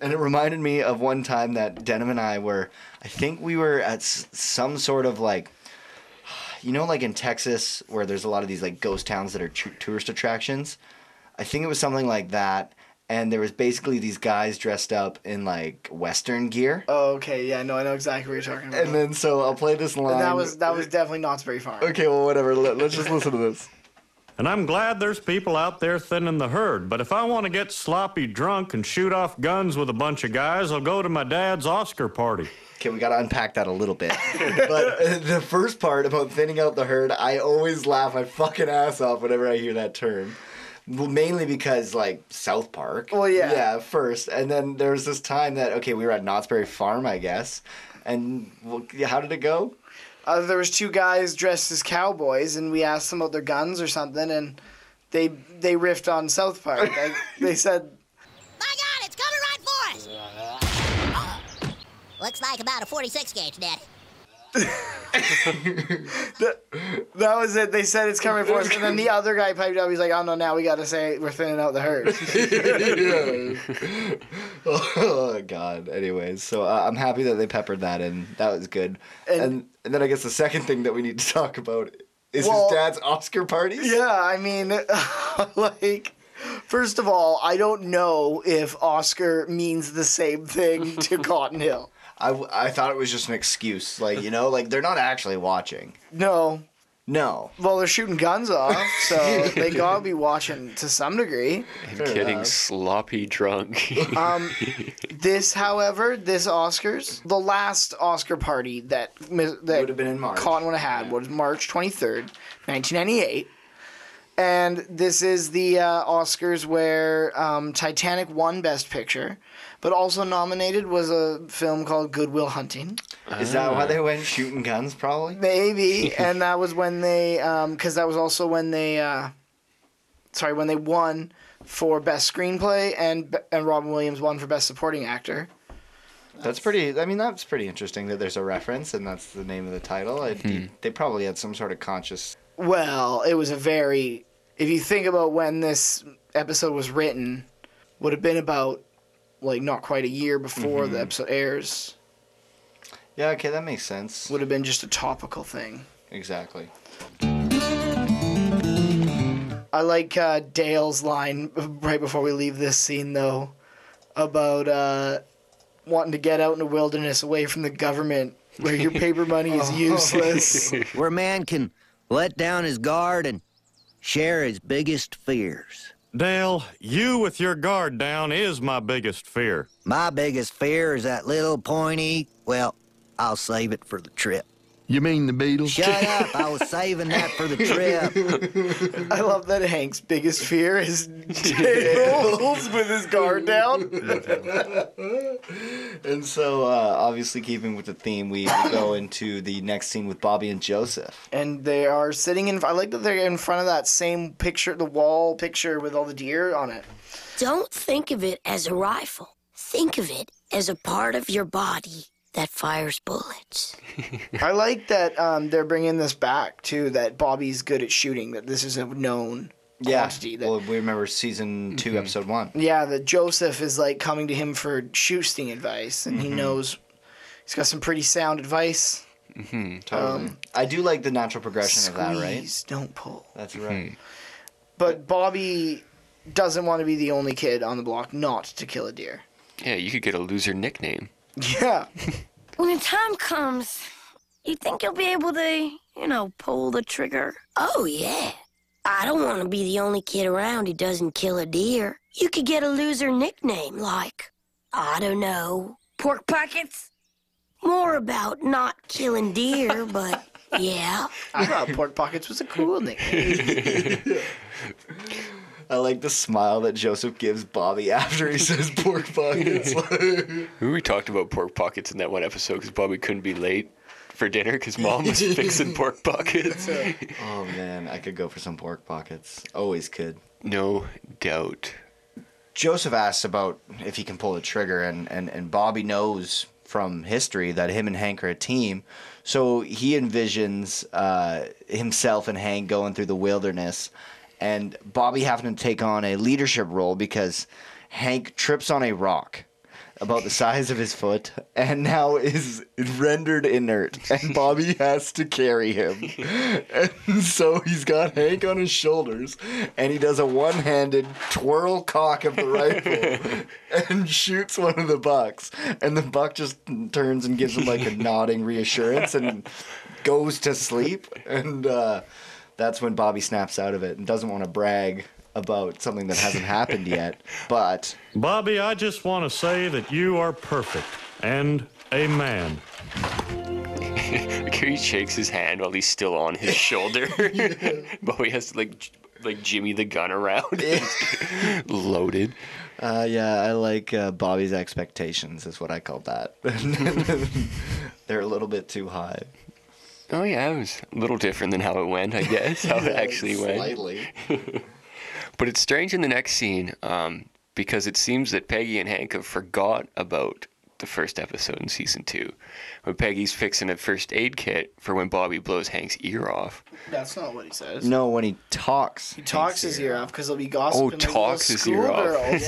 Speaker 4: and it reminded me of one time that Denham and I were. I think we were at s- some sort of like you know, like in Texas, where there's a lot of these like ghost towns that are tr- tourist attractions. I think it was something like that, and there was basically these guys dressed up in like Western gear.
Speaker 1: Oh, okay. Yeah, no, I know exactly what you're talking about.
Speaker 4: And then, so I'll play this line.
Speaker 1: And that was that was definitely Knott's Berry Farm.
Speaker 4: okay. Well, whatever. Let, let's just listen to this.
Speaker 7: And I'm glad there's people out there thinning the herd, but if I want to get sloppy drunk and shoot off guns with a bunch of guys, I'll go to my dad's Oscar party.
Speaker 4: Okay, we got to unpack that a little bit. *laughs* but uh, the first part about thinning out the herd, I always laugh my fucking ass off whenever I hear that term. Well, mainly because like South Park.
Speaker 1: Well, yeah.
Speaker 4: Yeah, first, and then there was this time that okay, we were at Knott's Berry Farm, I guess, and well, yeah, how did it go? *laughs*
Speaker 1: Uh, there was two guys dressed as cowboys, and we asked them about their guns or something, and they they riffed on South Park. *laughs* Like, they said,
Speaker 8: My God, it's coming right for us! *laughs* Looks like about a 46 gauge, Dad.
Speaker 1: That was it. They said it's coming for us, and then the other guy piped up. He's like, "Oh no, now we got to say we're thinning out the *laughs* herd."
Speaker 4: oh God. Anyways, so uh, I'm happy that they peppered that in. That was good. And,
Speaker 1: And-
Speaker 4: and then I guess the second thing that we need to talk about is
Speaker 1: Well-
Speaker 4: his dad's Oscar parties.
Speaker 1: yeah, I mean, *laughs* like, first of all, I don't know if Oscar means the same thing to *laughs* Cotton Hill.
Speaker 4: I, w- I thought it was just an excuse. Like, you know, like they're not actually watching.
Speaker 1: No,
Speaker 4: No.
Speaker 1: well, they're shooting guns off,
Speaker 4: *laughs*
Speaker 1: so they gotta be watching to some degree.
Speaker 5: I'm getting sloppy drunk. *laughs*
Speaker 1: This, however, this Oscars, the last Oscar party that mi- that
Speaker 4: Would have been in March.
Speaker 1: Cotton would have had was March twenty third, nineteen ninety eight, and this is the uh, Oscars where um, Titanic won Best Picture, but also nominated was a film called Goodwill Hunting,
Speaker 4: Is that why they went shooting guns, probably?
Speaker 1: maybe, and that was when they, because that was also when they, uh, sorry, when they won for Best Screenplay and and Robin Williams won for Best Supporting Actor.
Speaker 4: That's pretty, I mean, that's pretty interesting that there's a reference and that's the name of the title. I, They probably had some sort of conscious.
Speaker 1: Well, it was a very. If you think about when this episode was written, would have been about like not quite a year before the episode airs.
Speaker 4: Yeah, okay, that makes sense.
Speaker 1: Would have been just a topical thing.
Speaker 4: Exactly.
Speaker 1: I like uh, Dale's line *laughs* right before we leave this scene though, about uh, wanting to get out in the wilderness away from the government where your paper money
Speaker 4: *laughs* Oh.
Speaker 1: is useless.
Speaker 6: where man can let down his guard and share his biggest fears.
Speaker 7: Dale, you with your guard down is my biggest fear.
Speaker 6: My biggest fear is that little pointy. Well, I'll save it for the trip.
Speaker 9: You mean the Beatles?
Speaker 6: Shut up. I was saving that for the trip.
Speaker 1: I love that Hank's biggest fear is
Speaker 4: *laughs*
Speaker 1: Dale's with his guard down.
Speaker 4: And so, uh, obviously, keeping with the theme, we, we go into the next scene with Bobby and Joseph.
Speaker 1: and they are sitting in. I like that they're in front of that same picture, the wall picture with all the deer on it.
Speaker 8: Don't think of it as a rifle. Think of it as a part of your body that fires bullets.
Speaker 1: I like that um, they're bringing this back too. That Bobby's good at shooting. That this is a known
Speaker 4: Yeah.
Speaker 1: quantity. That
Speaker 4: Well, we remember season 2 episode one.
Speaker 1: yeah, that Joseph is like coming to him for shooting advice, and
Speaker 5: Mm-hmm.
Speaker 1: he knows he's got some pretty sound advice.
Speaker 4: Totally. I do like the natural progression
Speaker 1: Squeeze,
Speaker 4: of that, right?
Speaker 1: don't pull.
Speaker 4: That's right.
Speaker 1: But Bobby doesn't want to be the only kid on the block not to kill a deer. *laughs*
Speaker 5: yeah, you could get a loser nickname.
Speaker 1: Yeah.
Speaker 8: When the time comes, You think you'll be able to, you know, pull the trigger? Oh, yeah. I don't want to be the only kid around who doesn't kill a deer. You could get a loser nickname like, I don't know, Pork Pockets? More about not killing *laughs* deer, but yeah.
Speaker 1: I thought Pork Pockets was a cool nickname.
Speaker 4: I like the smile that Joseph gives Bobby *laughs* after he says pork pockets.
Speaker 5: We talked about pork pockets in that one episode because Bobby couldn't be late for dinner because mom was fixing pork pockets.
Speaker 4: oh man, I could go for some pork pockets. Always could.
Speaker 5: *laughs* No doubt.
Speaker 4: Joseph asks about if he can pull the trigger, and, and, and Bobby knows from history that him and Hank are a team. So he envisions uh, himself and Hank going through the wilderness, and Bobby having to take on a leadership role because Hank trips on a rock about the size of his foot and now is rendered inert and Bobby *laughs* has to carry him. And so he's got Hank on his shoulders and he does a one-handed twirl cock of the rifle and shoots one of the bucks and the buck just turns and gives him like a nodding reassurance and goes to sleep and uh, that's when Bobby snaps out of it and doesn't want to brag about something that hasn't happened yet but
Speaker 7: Bobby, I just want to say that you are perfect and a man.
Speaker 5: He shakes his hand while he's still on his shoulder. *laughs* Bobby has to like j- like Jimmy the gun around. *laughs* Loaded.
Speaker 4: Uh, yeah, I like uh, Bobby's expectations is what I call that. *laughs* They're a little bit too high.
Speaker 5: Oh yeah, it was a little different than how it went, I guess. How it actually went.
Speaker 4: Slightly.
Speaker 5: But it's strange in the next scene um, because it seems that Peggy and Hank have forgot about the first episode in season two, when Peggy's fixing a first aid kit for when Bobby blows Hank's ear off.
Speaker 1: That's not what he says.
Speaker 4: No, when he talks.
Speaker 1: He talks his ear off because he'll be
Speaker 5: Oh,
Speaker 1: gossiping. like
Speaker 5: talks his
Speaker 1: little
Speaker 5: ear off.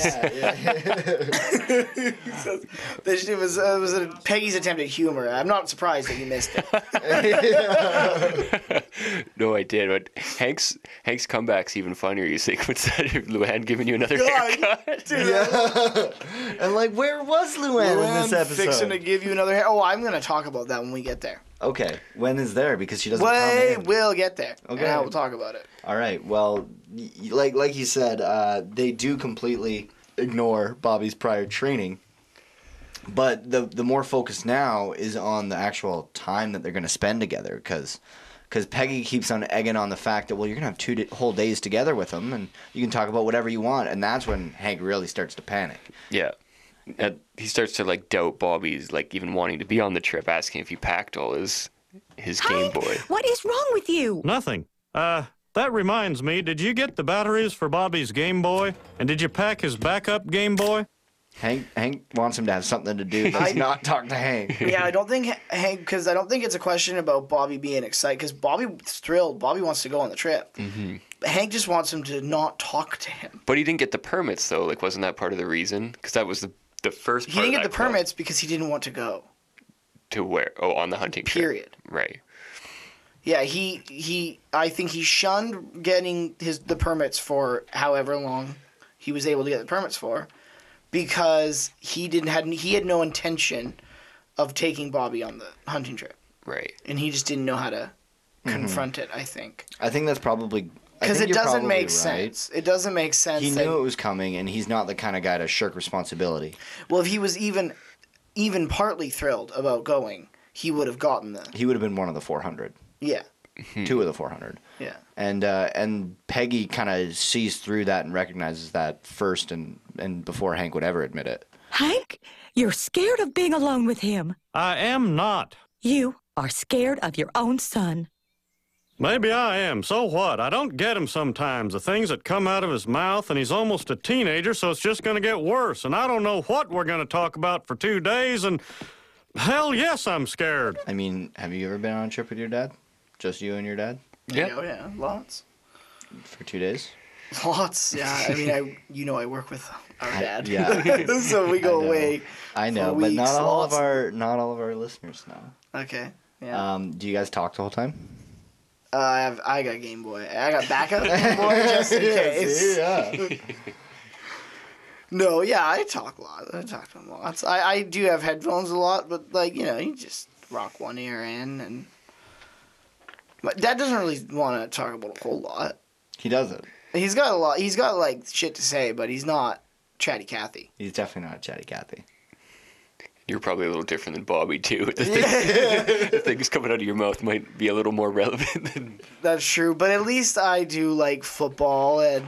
Speaker 5: *laughs*
Speaker 1: schoolgirls. *laughs* This- it was it was a, Peggy's attempt at humor. I'm not surprised that you missed it.
Speaker 5: No, I did. But Hank's Hank's comeback's even funnier. You *laughs* think what's that? Luann giving you another haircut?
Speaker 4: And like, where was Luann in this
Speaker 1: I'm fixing to
Speaker 4: episode?
Speaker 1: give you another. Hair. Oh, I'm gonna talk about that when we get there.
Speaker 4: Okay, when is there? Because she doesn't
Speaker 1: Way
Speaker 4: come in.
Speaker 1: we'll get there. Okay,
Speaker 4: Okay.
Speaker 1: and I will talk about it.
Speaker 4: All right. Well, y- y- like like you said, uh, they do completely ignore Bobby's prior training. But the the more focus now is on the actual time that they're going to spend together because Peggy keeps on egging on the fact that well you're going to have two d whole days together with him and you can talk about whatever you want and that's when Hank really starts to panic.
Speaker 5: *laughs* Yeah. And he starts to like doubt Bobby's like even wanting to be on the trip, asking if he packed all his his Game Boy.
Speaker 9: What is wrong with you?
Speaker 7: Nothing. Uh, that reminds me, did you get the batteries for Bobby's Game Boy? And did you pack his backup Game Boy?
Speaker 4: Hank Hank wants him to have something to do.
Speaker 1: I- *laughs*
Speaker 4: Let's not talk to Hank.
Speaker 1: Yeah, I don't think Ha- Hank because I don't think it's a question about Bobby being excited because Bobby's thrilled. Bobby wants to go on the trip. Mm-hmm. Hank just wants him to not talk to him.
Speaker 5: But he didn't get the permits though. Like wasn't that part of the reason? Because that was the the first.
Speaker 1: He
Speaker 5: part
Speaker 1: didn't
Speaker 5: of
Speaker 1: get the
Speaker 5: that quest.
Speaker 1: permits because he didn't want to go.
Speaker 5: to where? Oh, on the hunting trip.
Speaker 1: Period.
Speaker 5: Right.
Speaker 1: Yeah, he he. I think he shunned getting his the permits for however long he was able to get the permits for, because he didn't had he had no intention of taking Bobby on the hunting trip,
Speaker 5: Right.
Speaker 1: and he just didn't know how to confront it. I think
Speaker 4: I think that's probably Mm-hmm.
Speaker 1: *laughs*
Speaker 4: I
Speaker 1: because
Speaker 4: think
Speaker 1: it
Speaker 4: you're
Speaker 1: doesn't
Speaker 4: probably
Speaker 1: make
Speaker 4: right.
Speaker 1: sense. It doesn't make sense.
Speaker 4: He
Speaker 1: that-
Speaker 4: knew it was coming and he's not the kind of guy to shirk responsibility.
Speaker 1: well, if he was even even partly thrilled about going, he would have gotten the
Speaker 4: He would have been one of the 400.
Speaker 1: yeah
Speaker 4: two of the 400
Speaker 1: yeah.
Speaker 4: and uh, and peggy kind of sees through that and recognizes that first and and before hank would ever admit it
Speaker 9: Hank, you're scared of being alone with him.
Speaker 7: I am not.
Speaker 9: You are scared of your own son.
Speaker 7: Maybe I am. So what? I don't get him sometimes. The things that come out of his mouth, and he's almost a teenager, so it's just going to get worse. And I don't know what we're going to talk about for two days, and hell yes, I'm scared.
Speaker 4: i mean have you ever been on a trip with your dad just you and your dad
Speaker 5: Yeah.
Speaker 1: Oh yeah, lots.
Speaker 4: for two days *laughs*
Speaker 1: Lots, yeah. I mean, I you know I work with our dad,
Speaker 4: yeah.
Speaker 1: *laughs* so
Speaker 4: *laughs*
Speaker 1: we go
Speaker 4: know.
Speaker 1: away.
Speaker 4: i know
Speaker 1: For
Speaker 4: but not
Speaker 1: weeks,
Speaker 4: all of
Speaker 1: lots.
Speaker 4: our not all of our listeners know
Speaker 1: Okay, yeah.
Speaker 4: um, do you guys talk the whole time
Speaker 1: Uh, I have I got Game Boy. I got backup Game Boy
Speaker 4: *laughs*
Speaker 1: just in case.
Speaker 4: yeah
Speaker 1: No, yeah, I talk a lot. I talk to him lots. I I do have headphones a lot, but like you know, you just rock one ear in, and but that doesn't really want to talk about a whole lot.
Speaker 4: He doesn't.
Speaker 1: He's got a lot. He's got like shit to say, but he's not Chatty Cathy.
Speaker 4: He's definitely not a chatty Cathy.
Speaker 5: You're probably a little different than Bobby too. *laughs* The, thing, the things coming out of your mouth might be a little more relevant than
Speaker 1: That's true, but at least I do like football and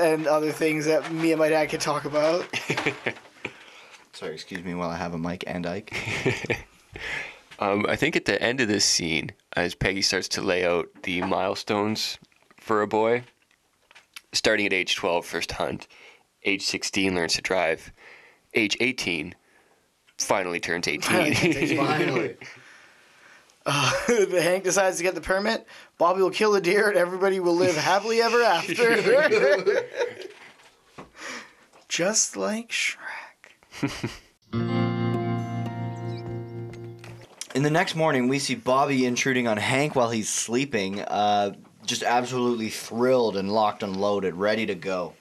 Speaker 1: and other things that me and my dad can talk about. *laughs*
Speaker 4: Sorry, excuse me while I have a mic and Ike.
Speaker 5: Um, I think at the end of this scene, as Peggy starts to lay out the milestones for a boy, starting at age 12, first hunt, age 16, learns to drive, age 18, finally turns *laughs* 18.
Speaker 1: Finally. Hank decides to get the permit. Bobby will kill a deer, and everybody will live happily ever after. *laughs* Just like Shrek.
Speaker 4: In the next morning, we see Bobby intruding on Hank while he's sleeping, uh, just absolutely thrilled and locked and loaded, ready to go.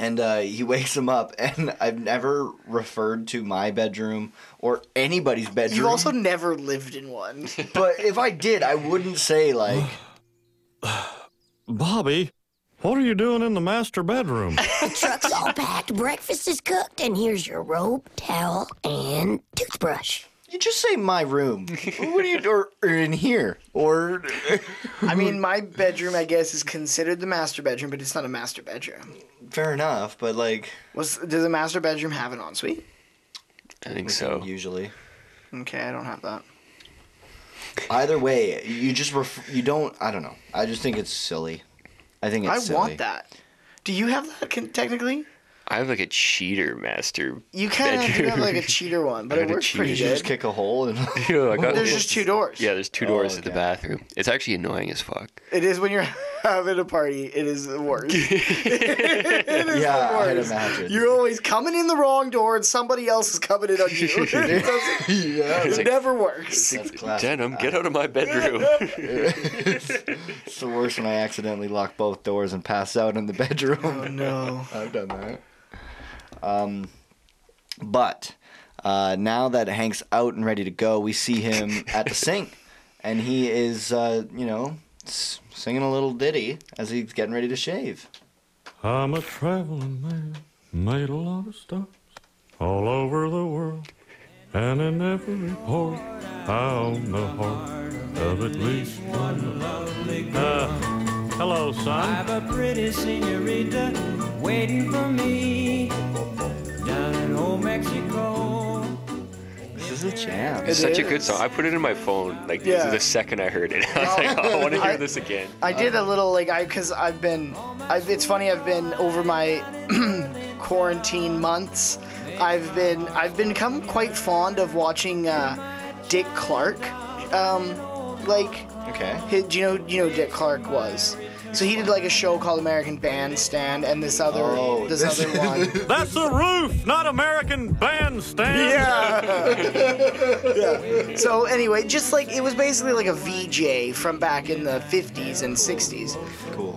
Speaker 4: And uh, he *laughs* wakes him up, and I've never referred to my bedroom or anybody's bedroom.
Speaker 1: You've also never lived in one.
Speaker 4: *laughs* but if I did, I wouldn't
Speaker 1: *sighs*
Speaker 4: say like
Speaker 7: Bobby, what are you doing in the master bedroom? *laughs*
Speaker 8: Truck's all packed, breakfast is cooked, and here's your robe, towel, and toothbrush.
Speaker 4: you just say my room. what do you or, or in here or
Speaker 1: I mean, my bedroom, I guess, is considered the master bedroom, but it's not a master bedroom.
Speaker 4: fair enough, but like
Speaker 1: Was does a master bedroom have an ensuite?
Speaker 5: I think so.
Speaker 4: usually.
Speaker 1: Okay, I don't have that.
Speaker 4: Either way, you just ref- you don't. I don't know. I just think it's silly. I think it's
Speaker 1: I
Speaker 4: silly.
Speaker 1: want that. Do you have that con- technically?
Speaker 5: I have like a cheater master. *laughs*
Speaker 1: You kind of do have
Speaker 4: *laughs*
Speaker 1: like a cheater one, but
Speaker 5: I
Speaker 1: it
Speaker 5: got a
Speaker 1: works pretty
Speaker 5: cheater.
Speaker 4: You just
Speaker 1: good.
Speaker 4: kick a
Speaker 1: *laughs*
Speaker 4: *laughs* hole and
Speaker 5: You know, I got-
Speaker 1: There's just two doors.
Speaker 5: Yeah, there's two doors to the
Speaker 4: okay.
Speaker 5: bathroom. It's actually annoying as fuck.
Speaker 1: It is when you're *laughs* having a party. It is the
Speaker 4: *laughs*
Speaker 1: worst.
Speaker 4: yeah, I'd
Speaker 1: worst.
Speaker 4: imagine.
Speaker 1: You're always coming in the wrong door, and somebody else is coming in on you. *laughs* it doesn't-
Speaker 4: *laughs* yeah,
Speaker 1: it never works.
Speaker 4: that's classic.
Speaker 5: Denim, get out of my
Speaker 1: *laughs*
Speaker 5: bedroom.
Speaker 4: It's the worst when I accidentally lock both doors and pass out in the *laughs* bedroom.
Speaker 1: Oh, No.
Speaker 4: I've done that. Um, but uh, now that Hank's out and ready to go, we see him at the sink, and he is, uh, you know, s- singing a little ditty as he's getting ready to shave.
Speaker 7: I'm a traveling man, made a lot of stops all over the world, and in every port I own the heart of at least one lovely girl. hello, son.
Speaker 10: I've a pretty senorita waiting for me down in old Mexico.
Speaker 4: This is a jam.
Speaker 1: *laughs*
Speaker 5: It's such a good song. I put it in my phone. Like
Speaker 1: Yeah.
Speaker 5: the second I heard it, *laughs* I was like, oh, I want to hear this again.
Speaker 1: I did a little like I because I've been. I've, it's funny. I've been over my *clears throat* quarantine months. I've been. I've become quite fond of watching uh, Dick Clark. Um, like
Speaker 4: Okay.
Speaker 1: He- do you know you know who Dick Clark was? So he did like a show called American Bandstand and this other
Speaker 4: Oh,
Speaker 1: this,
Speaker 4: this-
Speaker 1: other
Speaker 4: *laughs*
Speaker 1: one.
Speaker 7: That's the roof, not American bandstand.
Speaker 1: so anyway, just like it was basically like a VJ from back in the 50s and 60s.
Speaker 4: Cool.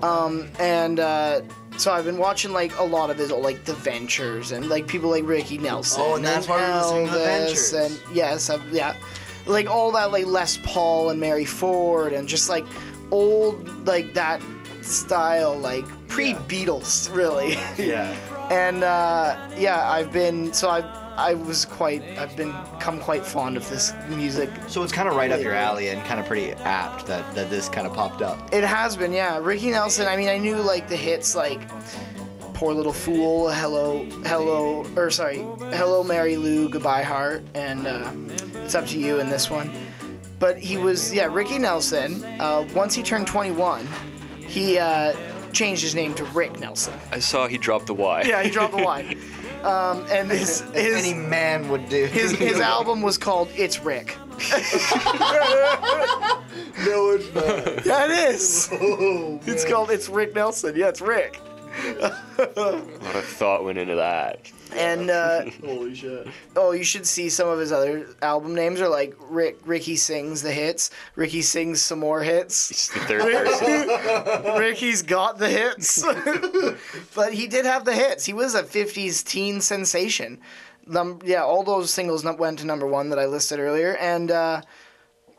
Speaker 1: And uh so I've been watching like a lot of his old like The Ventures and like people like Ricky Nelson.
Speaker 4: Oh, and that's why we were listening to The
Speaker 1: Elvis
Speaker 4: Ventures.
Speaker 1: And yes, I've, yeah, like all that like Les Paul and Mary Ford and just like old like that style like pre Beatles really. *laughs*
Speaker 4: yeah.
Speaker 1: and uh, yeah, I've been so I I was quite I've been come quite fond of this music.
Speaker 4: So it's kind of right up your alley and kind of pretty apt that, that this kind of popped up.
Speaker 1: It has been, yeah. Ricky Nelson. I mean, I knew like the hits like "Poor Little Fool," "Hello, Hello," or sorry, "Hello Mary Lou," "Goodbye Heart," and uh, "It's Up to You" in this one. But he was, yeah, Ricky Nelson. Uh, once he turned 21, he uh, changed his name to Rick Nelson.
Speaker 5: I saw he dropped the Y.
Speaker 1: *laughs* Yeah, he dropped the line. Um, and his *laughs* his
Speaker 4: Any man would do. *laughs*
Speaker 1: His, his album was called It's Rick.
Speaker 4: No, it's not.
Speaker 11: *laughs* Oh,
Speaker 1: Yeah, it is. it's called It's Rick Nelson. Yeah, it's Rick.
Speaker 5: A lot of thought went into that.
Speaker 1: And uh,
Speaker 11: *laughs* Holy shit.
Speaker 1: oh, you should see some of his other album names are like Rick. Ricky sings the hits. Ricky sings some more hits.
Speaker 5: It's the third
Speaker 1: *laughs*
Speaker 5: person.
Speaker 1: Ricky's got the hits. *laughs* but he did have the hits. He was a 50s teen sensation. Num- yeah, all those singles num- went to number one that I listed earlier. And, uh,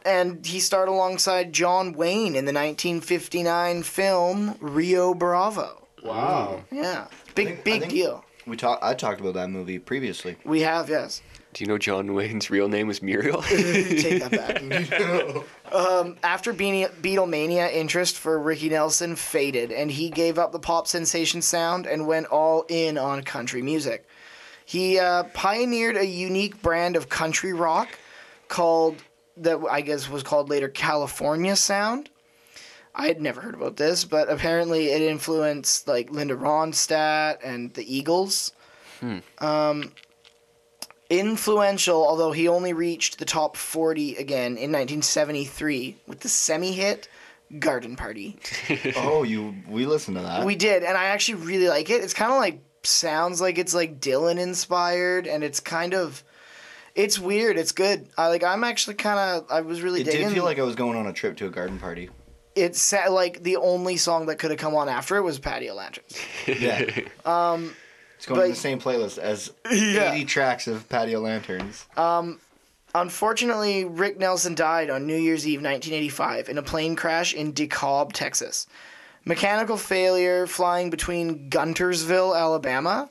Speaker 1: and he starred alongside John Wayne in the 1959 film Rio Bravo.
Speaker 11: Wow.
Speaker 1: Yeah. Big,
Speaker 4: think- I
Speaker 1: big
Speaker 4: think-
Speaker 1: deal.
Speaker 4: We talk, I talked about that
Speaker 1: *laughs*
Speaker 4: movie previously.
Speaker 1: We have, yes.
Speaker 5: Do you know John Wayne's real name was
Speaker 1: *laughs*
Speaker 5: Muriel?
Speaker 1: Take that back. um, after Beanie- Beatlemania, interest for Ricky Nelson faded, and he gave up the pop sensation sound and went all in on country music. He uh, pioneered a unique brand of country rock called that I guess was called later California sound. I had never heard about this, but apparently it influenced like Linda Ronstadt and the Eagles influential, although he only reached the top 40 again in 1973 with the semi hit Garden Party.
Speaker 4: Oh, you we listened to that.
Speaker 1: We did, and I actually really like it. It's kind of like sounds like it's like Dylan inspired, and it's kind of. It's weird. It's good. I like. I'm actually kind of. I was really
Speaker 4: it
Speaker 1: digging.
Speaker 4: did feel like I was going on a trip to a garden party.
Speaker 1: it's sa- like the only song that could have come on after it was Patio Lanterns.
Speaker 4: Yeah. um, it's going
Speaker 1: but-
Speaker 4: in the same playlist as 80 tracks of Patio Lanterns.
Speaker 1: Unfortunately, Rick Nelson died on New Year's Eve 1985 in a plane crash in DeKalb, Texas. Mechanical failure flying between Guntersville, Alabama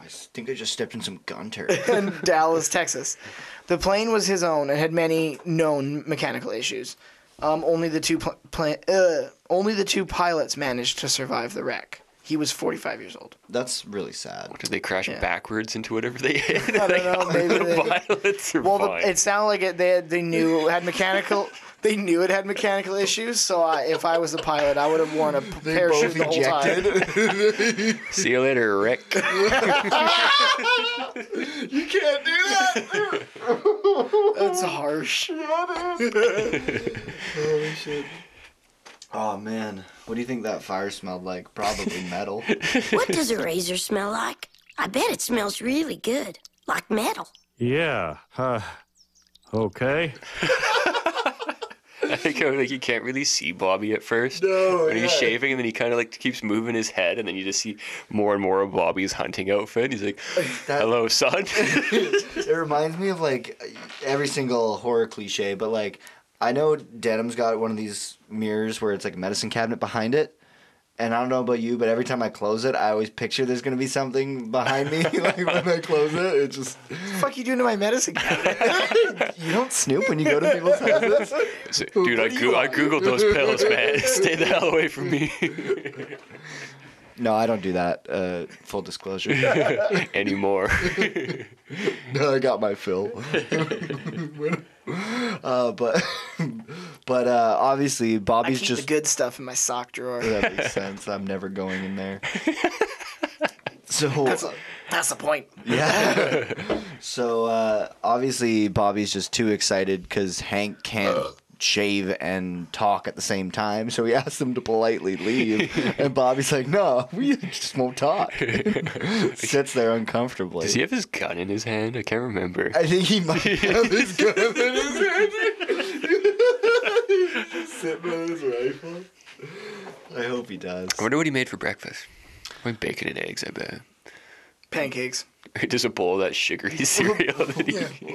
Speaker 4: I think I just stepped in some gunter. *laughs*
Speaker 1: and Dallas, Texas. The plane was his own and had many known mechanical issues. Um, only the two pl- pla- uh, only the two pilots managed to survive the wreck. He was 45 years old.
Speaker 4: That's really sad.
Speaker 5: Did they crash backwards into whatever they hit? *laughs* I
Speaker 1: don't know, maybe
Speaker 5: the pilots are
Speaker 1: Well,
Speaker 5: fine.
Speaker 1: the, it sounded like it. They had, they knew it had
Speaker 4: *laughs*
Speaker 1: mechanical. they knew it had mechanical issues. So I, if I was the pilot, I would have worn a p- parachute the whole time.
Speaker 5: See you later,
Speaker 1: *laughs*
Speaker 5: Rick. *laughs*
Speaker 1: That's
Speaker 4: *laughs*
Speaker 1: harsh.
Speaker 4: Oh man, what do you think that fire smelled like? *laughs* Probably metal.
Speaker 8: What does a razor smell like? I bet it smells really good, like metal.
Speaker 7: Yeah. Uh, okay.
Speaker 5: I think I was like you can't really see Bobby at first. No. When he's shaving and then he kinda like keeps moving his head and then you just see more and more of Bobby's hunting outfit. He's
Speaker 1: *laughs*
Speaker 5: like, Hello, son.
Speaker 4: it reminds me of like every single horror cliche, but like I know Denim's got one of these mirrors where it's like a medicine cabinet behind it. And I don't know about you, but every time I close it, I always picture there's gonna be something behind me. *laughs* like when I close it, it just *laughs*
Speaker 1: What the fuck you doing to my medicine cabinet?
Speaker 4: you don't snoop when you go to people's houses.
Speaker 5: He's like, Dude, I, go- I googled those pills, man. Stay the hell away from me. *laughs*
Speaker 4: No, I don't do that. Uh, full
Speaker 5: *laughs*
Speaker 4: disclosure.
Speaker 5: Anymore.
Speaker 4: No, I got my
Speaker 5: *laughs*
Speaker 4: fill. *laughs* uh, but *laughs* but uh, obviously
Speaker 1: I
Speaker 4: Bobby's
Speaker 1: keep
Speaker 4: just
Speaker 1: the good stuff in my sock drawer.
Speaker 4: *laughs*
Speaker 1: *laughs*
Speaker 4: that makes sense. I'm never going in there. So
Speaker 1: That's, a, that's the point.
Speaker 4: *laughs* yeah. so uh, obviously Bobby's just too excited because Hank can't shave and talk at the same time. So he asks him to politely leave,
Speaker 5: *laughs*
Speaker 4: and Bobby's like, "No, we just won't talk." Sits there uncomfortably.
Speaker 5: Does he have his gun in his hand? I can't remember.
Speaker 4: I think he might have his gun in his hand. He's just sitting on his rifle. I hope he does.
Speaker 5: I wonder what he made for breakfast. Probably bacon and eggs, I bet. *laughs*
Speaker 1: Pancakes.
Speaker 5: Just a bowl of that sugary cereal. that he-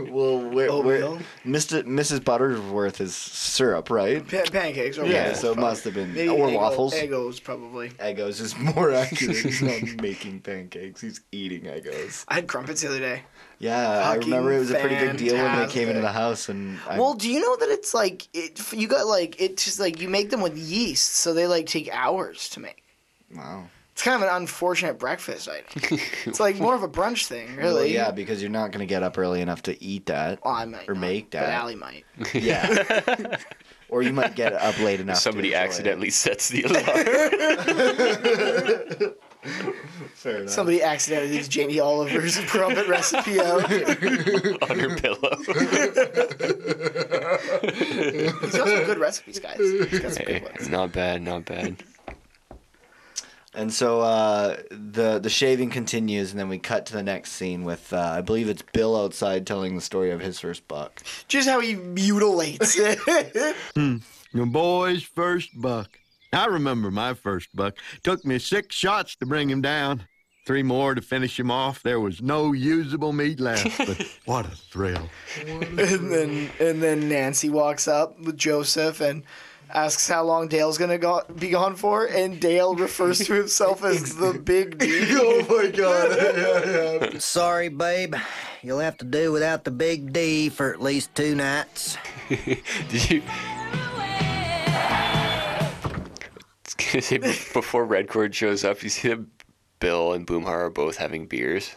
Speaker 4: *laughs* well, where, where,
Speaker 1: Oatmeal?
Speaker 4: Mr. Mrs. Butterworth is syrup, right?
Speaker 1: Pa- pancakes. Or
Speaker 4: Yeah,
Speaker 1: waffles,
Speaker 4: so it
Speaker 1: probably.
Speaker 4: must have been
Speaker 1: Maybe
Speaker 4: or
Speaker 1: Eggo-
Speaker 4: waffles.
Speaker 1: Eggos probably.
Speaker 4: Eggos is
Speaker 1: *laughs*
Speaker 4: more accurate. He's not making pancakes. He's eating Eggos.
Speaker 1: I had crumpets the other day.
Speaker 4: Yeah, I remember it was a pretty big deal when they came
Speaker 1: fantastic.
Speaker 4: into the house, and I,
Speaker 1: Well, do you know that it's like it, you got like it's just like you make them with yeast, so they like take hours to make.
Speaker 4: wow.
Speaker 1: It's kind of an unfortunate breakfast
Speaker 4: *laughs*
Speaker 1: item. it's like more of a brunch thing, really.
Speaker 4: Well, yeah, because you're not gonna get up early enough to eat that.
Speaker 1: Well, I might
Speaker 4: Or
Speaker 1: not,
Speaker 4: make
Speaker 1: But
Speaker 4: that.
Speaker 1: Allie might.
Speaker 4: Yeah. *laughs* or you might get up late enough.
Speaker 5: *laughs*
Speaker 4: to
Speaker 5: Somebody
Speaker 4: enjoy it.
Speaker 5: accidentally sets the alarm. *laughs*
Speaker 4: Fair enough.
Speaker 1: Somebody accidentally leaves Jamie Oliver's
Speaker 4: *laughs*
Speaker 1: crumpet recipe out. He's
Speaker 5: on her pillow.
Speaker 1: got some good recipes, guys. He's got some
Speaker 5: Hey, *laughs*
Speaker 1: good ones.
Speaker 5: not bad, not bad.
Speaker 4: And so uh, the the shaving continues, and then we cut to the next scene with uh, I believe it's Bill outside telling the story of his first buck.
Speaker 1: Just how he mutilates it. *laughs*
Speaker 11: Your boy's first buck. I remember my first buck. Took me six shots to bring him down. Three more to finish him off. There was no usable meat left, but what a thrill.
Speaker 1: and then and then Nancy walks up with Joseph and asks how long Dale's gonna go- be gone for, and Dale refers to himself as the
Speaker 4: *laughs*
Speaker 1: Big D. oh my god!
Speaker 6: Sorry, babe. You'll have to do without the big D for at least two nights.
Speaker 5: Did you? It's gonna say be- *laughs* before Redcord shows up, you see that Bill and Boomhar are both having beers.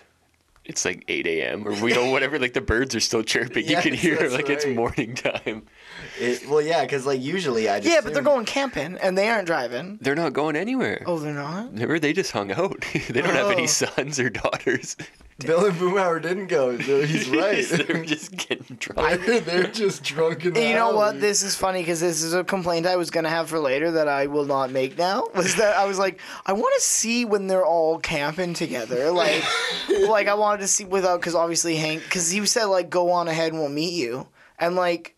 Speaker 5: It's like 8 a.m. or we
Speaker 4: *laughs*
Speaker 5: don't whatever. Like the birds are still chirping. you can
Speaker 4: Yes,
Speaker 5: hear
Speaker 4: that's
Speaker 5: like it's
Speaker 4: right.
Speaker 5: morning time.
Speaker 4: It, well, yeah, because like usually I just
Speaker 1: *laughs* yeah, but they're going camping and they aren't driving.
Speaker 5: They're not going anywhere.
Speaker 1: Oh, they're not.
Speaker 5: They were- They just hung out. *laughs* they don't have
Speaker 1: Oh.
Speaker 5: any sons or daughters. *laughs*
Speaker 4: Bill and Boomhauer didn't go. so He's right.
Speaker 5: They're just getting drunk.
Speaker 4: *laughs* they're just drunk in the
Speaker 1: And you know what?
Speaker 4: alley.
Speaker 1: This is funny because this is a complaint I was gonna have for later that I will not make now. *laughs* Was that I was like, I want to see when they're all camping
Speaker 4: *laughs*
Speaker 1: together. Like, like I wanted to see without because obviously Hank because he said like go on ahead and we'll meet you and like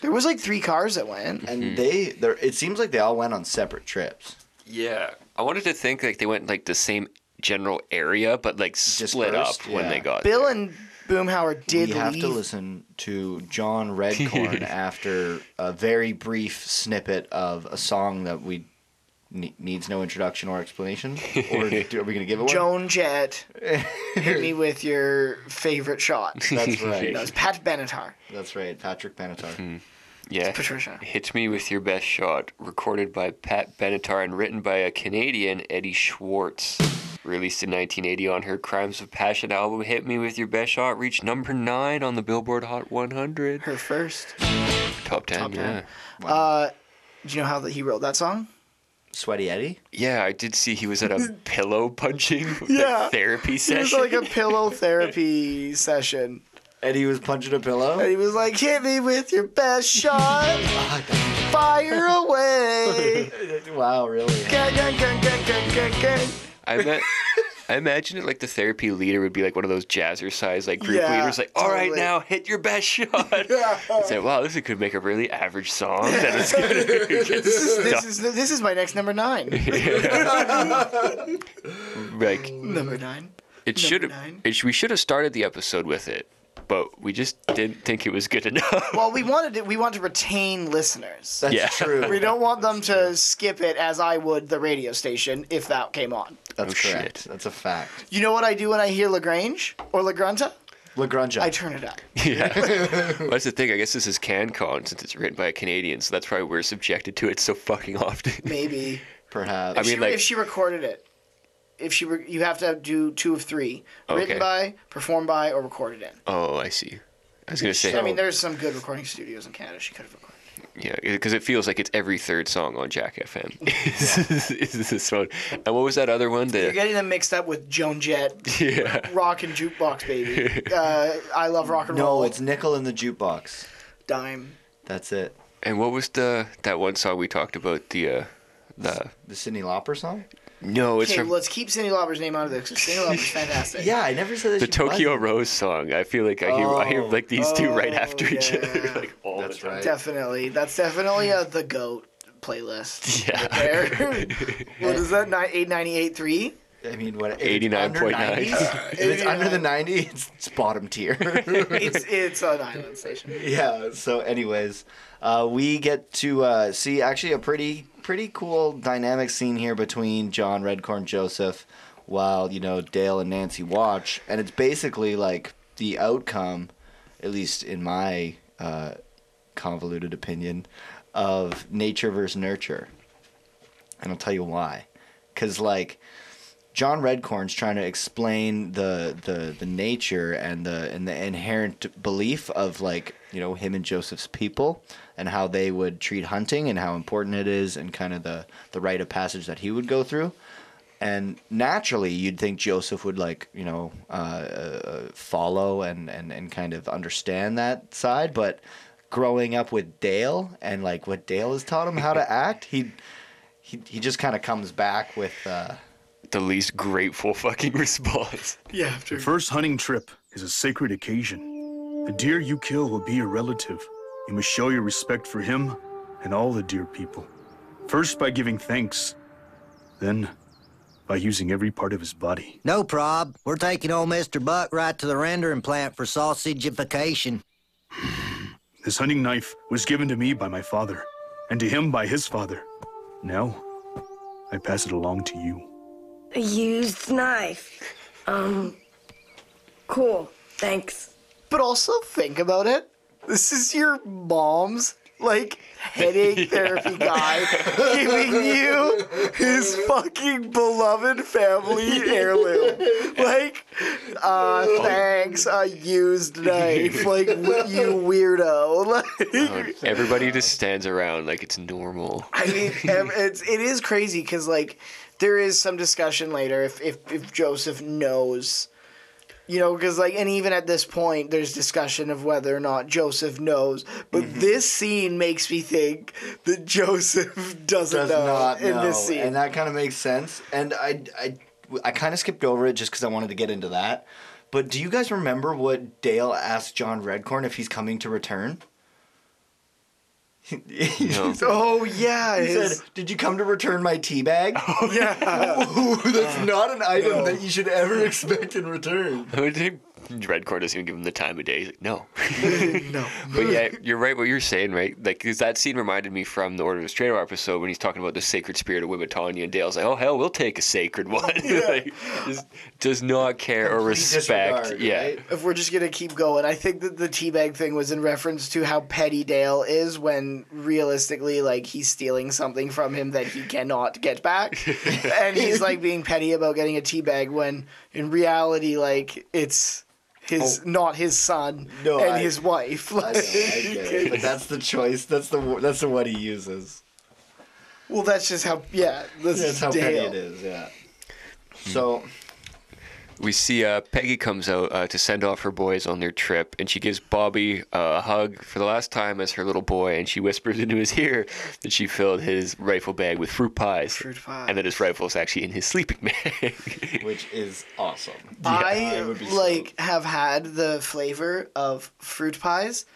Speaker 1: there was like three cars that went.
Speaker 4: And they, they're, it seems like they all went on separate trips.
Speaker 5: Yeah, I wanted to think like they went like the same general area, but like split
Speaker 4: Dispersed,
Speaker 5: up when
Speaker 4: yeah.
Speaker 5: they got
Speaker 1: Bill and Boomhauer did
Speaker 4: we have
Speaker 1: leave.
Speaker 4: to listen to John Redcorn after a very brief snippet of a song that we ne- needs no introduction or explanation. Or do, are we going to give it one?
Speaker 1: Joan
Speaker 4: *laughs*
Speaker 1: Jett, hit me with your favorite shot.
Speaker 4: That's
Speaker 1: *laughs*
Speaker 4: right.
Speaker 1: No, it's Pat Benatar.
Speaker 4: That's right. Patrick Benatar.
Speaker 5: yeah.
Speaker 1: Patricia.
Speaker 5: Hit me with your best shot, recorded by Pat Benatar and written by a Canadian Eddie Schwartz. Released in 1980 on her Crimes of Passion album, Hit Me With Your Best Shot reached number 9 on the Billboard Hot 100.
Speaker 1: Her first.
Speaker 5: Top 10,
Speaker 1: Top 10.
Speaker 5: yeah.
Speaker 1: Uh, do you know how that he wrote that song?
Speaker 4: Sweaty Eddie.
Speaker 5: Yeah, I did see he was at
Speaker 1: *laughs*
Speaker 5: a pillow punching like, *laughs*
Speaker 1: Yeah.
Speaker 5: therapy
Speaker 1: It was
Speaker 5: session.
Speaker 1: like a pillow therapy session.
Speaker 4: Eddie was punching a
Speaker 1: And
Speaker 4: pillow.
Speaker 1: he was like, hit me with your best shot. Fire away.
Speaker 4: Wow, really?
Speaker 1: Gun, gun, gun, gun, gun, gun, gun.
Speaker 5: *laughs* I met. I imagine it like the therapy leader would be like one of those jazzercise like group
Speaker 1: Yeah,
Speaker 5: leaders, like, all right
Speaker 1: totally.
Speaker 5: now hit your
Speaker 1: *laughs*
Speaker 5: best shot." It's like, wow, this could make a really average song. That is
Speaker 1: *laughs*
Speaker 5: gonna get
Speaker 1: This is, this is my next number nine.
Speaker 5: like
Speaker 1: number nine.
Speaker 5: it should have.
Speaker 1: nine.
Speaker 5: It sh- we should have started the episode with it, but we just didn't think it was good *laughs* enough.
Speaker 1: Well, we wanted to, we want to retain listeners.
Speaker 4: That's
Speaker 5: Yeah.
Speaker 4: true.
Speaker 1: We don't want them to skip it as I would the radio station if that came on.
Speaker 4: That's
Speaker 5: Oh,
Speaker 4: correct.
Speaker 5: shit.
Speaker 4: That's a fact.
Speaker 1: You know what I do when I hear Lagrange or Lagrunta?
Speaker 4: Lagrange.
Speaker 1: I turn it up. *laughs*
Speaker 5: Well, that's the thing. I guess this is CanCon since it's written by a Canadian, so that's why we're subjected to it so fucking often. *laughs*
Speaker 1: Maybe.
Speaker 4: perhaps.
Speaker 5: I mean,
Speaker 1: She-
Speaker 5: like,
Speaker 1: if she recorded it, if she re- you have to do two of three:
Speaker 5: Okay.
Speaker 1: written by, performed by, or recorded in.
Speaker 5: oh, I see. I was gonna say,
Speaker 1: I mean, there's some good recording studios in Canada. She could have recorded.
Speaker 5: Yeah, because it feels like it's every third song on Jack *laughs* FM. is this one? And what was that other one?
Speaker 1: You're
Speaker 5: The
Speaker 1: getting them mixed up with Joan
Speaker 5: *laughs*
Speaker 1: Jett,
Speaker 5: yeah,
Speaker 1: Rock and
Speaker 5: *laughs*
Speaker 1: Jukebox Baby, uh, I Love Rock and
Speaker 4: no,
Speaker 1: Roll,
Speaker 4: it's Nickel in the Jukebox.
Speaker 1: Dime.
Speaker 4: That's it.
Speaker 5: and what was the that one song we talked about? The uh, the
Speaker 4: The Sidney Lauper song?
Speaker 5: no, it's
Speaker 1: Okay,
Speaker 5: from
Speaker 1: let's keep Cindy Lauper's name out of this. 'cause Cyndi
Speaker 5: *laughs*
Speaker 1: Lauper's fantastic.
Speaker 4: Yeah, I never said that
Speaker 5: the
Speaker 4: she
Speaker 5: Tokyo
Speaker 4: wasn't.
Speaker 5: Rose song. I feel like I hear I hear
Speaker 4: Oh,
Speaker 5: like these two right
Speaker 1: oh,
Speaker 5: after each other, *laughs*
Speaker 1: yeah.
Speaker 5: like all
Speaker 4: That's
Speaker 5: the time.
Speaker 4: right.
Speaker 1: Definitely, that's definitely a the goat
Speaker 5: *laughs*
Speaker 1: playlist.
Speaker 5: Yeah,
Speaker 1: There. what is that? Nine eight ninety eight
Speaker 5: *laughs*
Speaker 1: three.
Speaker 4: I mean, what? if it's
Speaker 5: 89.9.
Speaker 4: under 90s, If it's under the 90, it's, it's bottom tier. *laughs*
Speaker 1: It's it's an island station.
Speaker 4: yeah. So, anyways, uh, we get to uh, see actually a pretty pretty cool dynamic scene here between John Redcorn Joseph, while you know Dale and Nancy watch, and it's basically like the outcome, at least in my uh, convoluted opinion, of nature versus nurture, and I'll tell you why, because like. John Redcorn's trying to explain the, the the nature and the and the inherent belief of like you know him and Joseph's people and how they would treat hunting and how important it is and kind of the the rite of passage that he would go through. And naturally, you'd think Joseph would like you know uh, uh, follow and, and and kind of understand that side, but growing up with Dale and like what Dale has taught him how to act, he he he just kind of comes back with. Uh,
Speaker 5: the least grateful fucking *laughs* response.
Speaker 1: Yeah,
Speaker 12: after. The first hunting trip is a sacred occasion. The deer you kill will be your relative. You must show your respect for him and all the deer people. First by giving thanks, then by using every part of his body.
Speaker 6: No prob. We're taking old Mr. Buck right to the rendering plant for sausagification.
Speaker 12: This hunting knife was given to me by my father, and to him by his father. Now, I pass it along to you.
Speaker 8: A used knife. Um, cool. Thanks.
Speaker 1: But also think about it. This is your mom's like headache therapy guy giving you his fucking beloved family heirloom. Like, uh, thanks, a used knife. Like, w- you weirdo. *laughs* Like,
Speaker 5: Everybody just stands around like it's normal.
Speaker 1: I
Speaker 4: *laughs*
Speaker 1: mean, em- it's it is crazy because like there is some discussion later if if, if Joseph knows, you know, because like and even at this point there's discussion of whether or not Joseph knows. But
Speaker 4: Mm-hmm.
Speaker 1: this scene makes me think that *laughs* Joseph doesn't
Speaker 4: does
Speaker 1: know
Speaker 4: not
Speaker 1: in
Speaker 4: know,
Speaker 1: this scene.
Speaker 4: and that kind of makes sense. And I, I, I kind of skipped over it just because I wanted to get into that. But do you guys remember what Dale asked John Redcorn if he's coming to return? *laughs*
Speaker 1: Oh yeah,
Speaker 4: He
Speaker 1: his-
Speaker 4: said, "Did you come to return my
Speaker 1: *laughs*
Speaker 4: tea bag?" Oh
Speaker 1: yeah,
Speaker 4: *laughs* that's not an item that you should ever expect
Speaker 1: *laughs*
Speaker 4: in return.
Speaker 5: I *laughs* would think Redcorn doesn't even give him the time of day. He's like, no.
Speaker 1: no.
Speaker 5: *laughs* But yeah, you're right what you're saying, right? Like, 'cause that scene reminded me from the Order of the Strato episode when he's talking about the sacred spirit of Wimitania, and Dale's like, oh, hell, we'll take a sacred *laughs* one. like, just does not care or respect. yeah.
Speaker 1: If we're just gonna keep going, I think that the teabag thing was in reference to how petty Dale is when realistically, like, he's stealing something from him that he cannot get
Speaker 4: *laughs*
Speaker 1: back, and he's like being petty about getting a teabag when in reality, like, it's his not his son
Speaker 4: Oh. No,
Speaker 1: and
Speaker 4: I-
Speaker 1: his wife.
Speaker 4: I know, I get it, but that's the choice. That's the wo- that's the one he uses.
Speaker 1: *laughs* well, that's just how yeah, that's,
Speaker 4: That's how petty
Speaker 1: Dale. Hmm.
Speaker 4: it is. Yeah. So
Speaker 5: We see uh, Peggy comes out uh, to send off her boys on their trip, and she gives Bobby uh, a hug for the last time as her little boy, and she whispers *laughs* into his ear that she filled his rifle bag with fruit pies, fruit
Speaker 1: pies.
Speaker 5: and that his rifle is actually in his sleeping bag, *laughs*
Speaker 4: which is awesome.
Speaker 1: I like have had the flavor of fruit pies.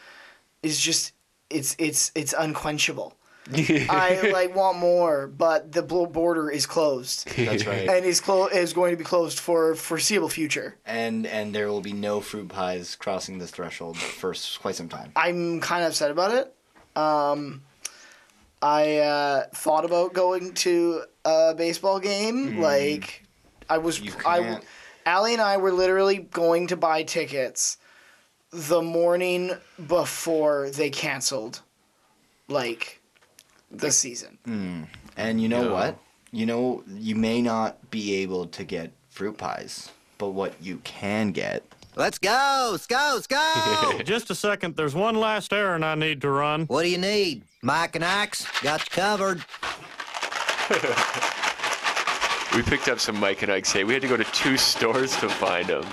Speaker 1: Is just it's it's it's unquenchable. I like want more, but the bl- border is closed. *laughs*
Speaker 4: That's right.
Speaker 1: And is clo- is going to be closed for foreseeable future.
Speaker 4: and and there will be no fruit pies crossing this threshold for s- quite some time.
Speaker 1: I'm kind of upset about it. Um, I uh, thought about going to a baseball game.
Speaker 4: Mm.
Speaker 1: Like, I was, I,
Speaker 4: can't.
Speaker 1: Allie and I were literally going to buy tickets the morning before they canceled, like, the season.
Speaker 4: Mm. And you know
Speaker 1: No.
Speaker 4: what? You know you may not be able to get fruit pies, but what you can get.
Speaker 6: Let's go, let's go,
Speaker 7: *laughs*
Speaker 6: let's go.
Speaker 7: Just a second. There's one last errand I need to run.
Speaker 6: What do you need? Mike and Ike's got you covered.
Speaker 5: we picked up some Mike and Ike's. Hey, we had to go to two stores to find them.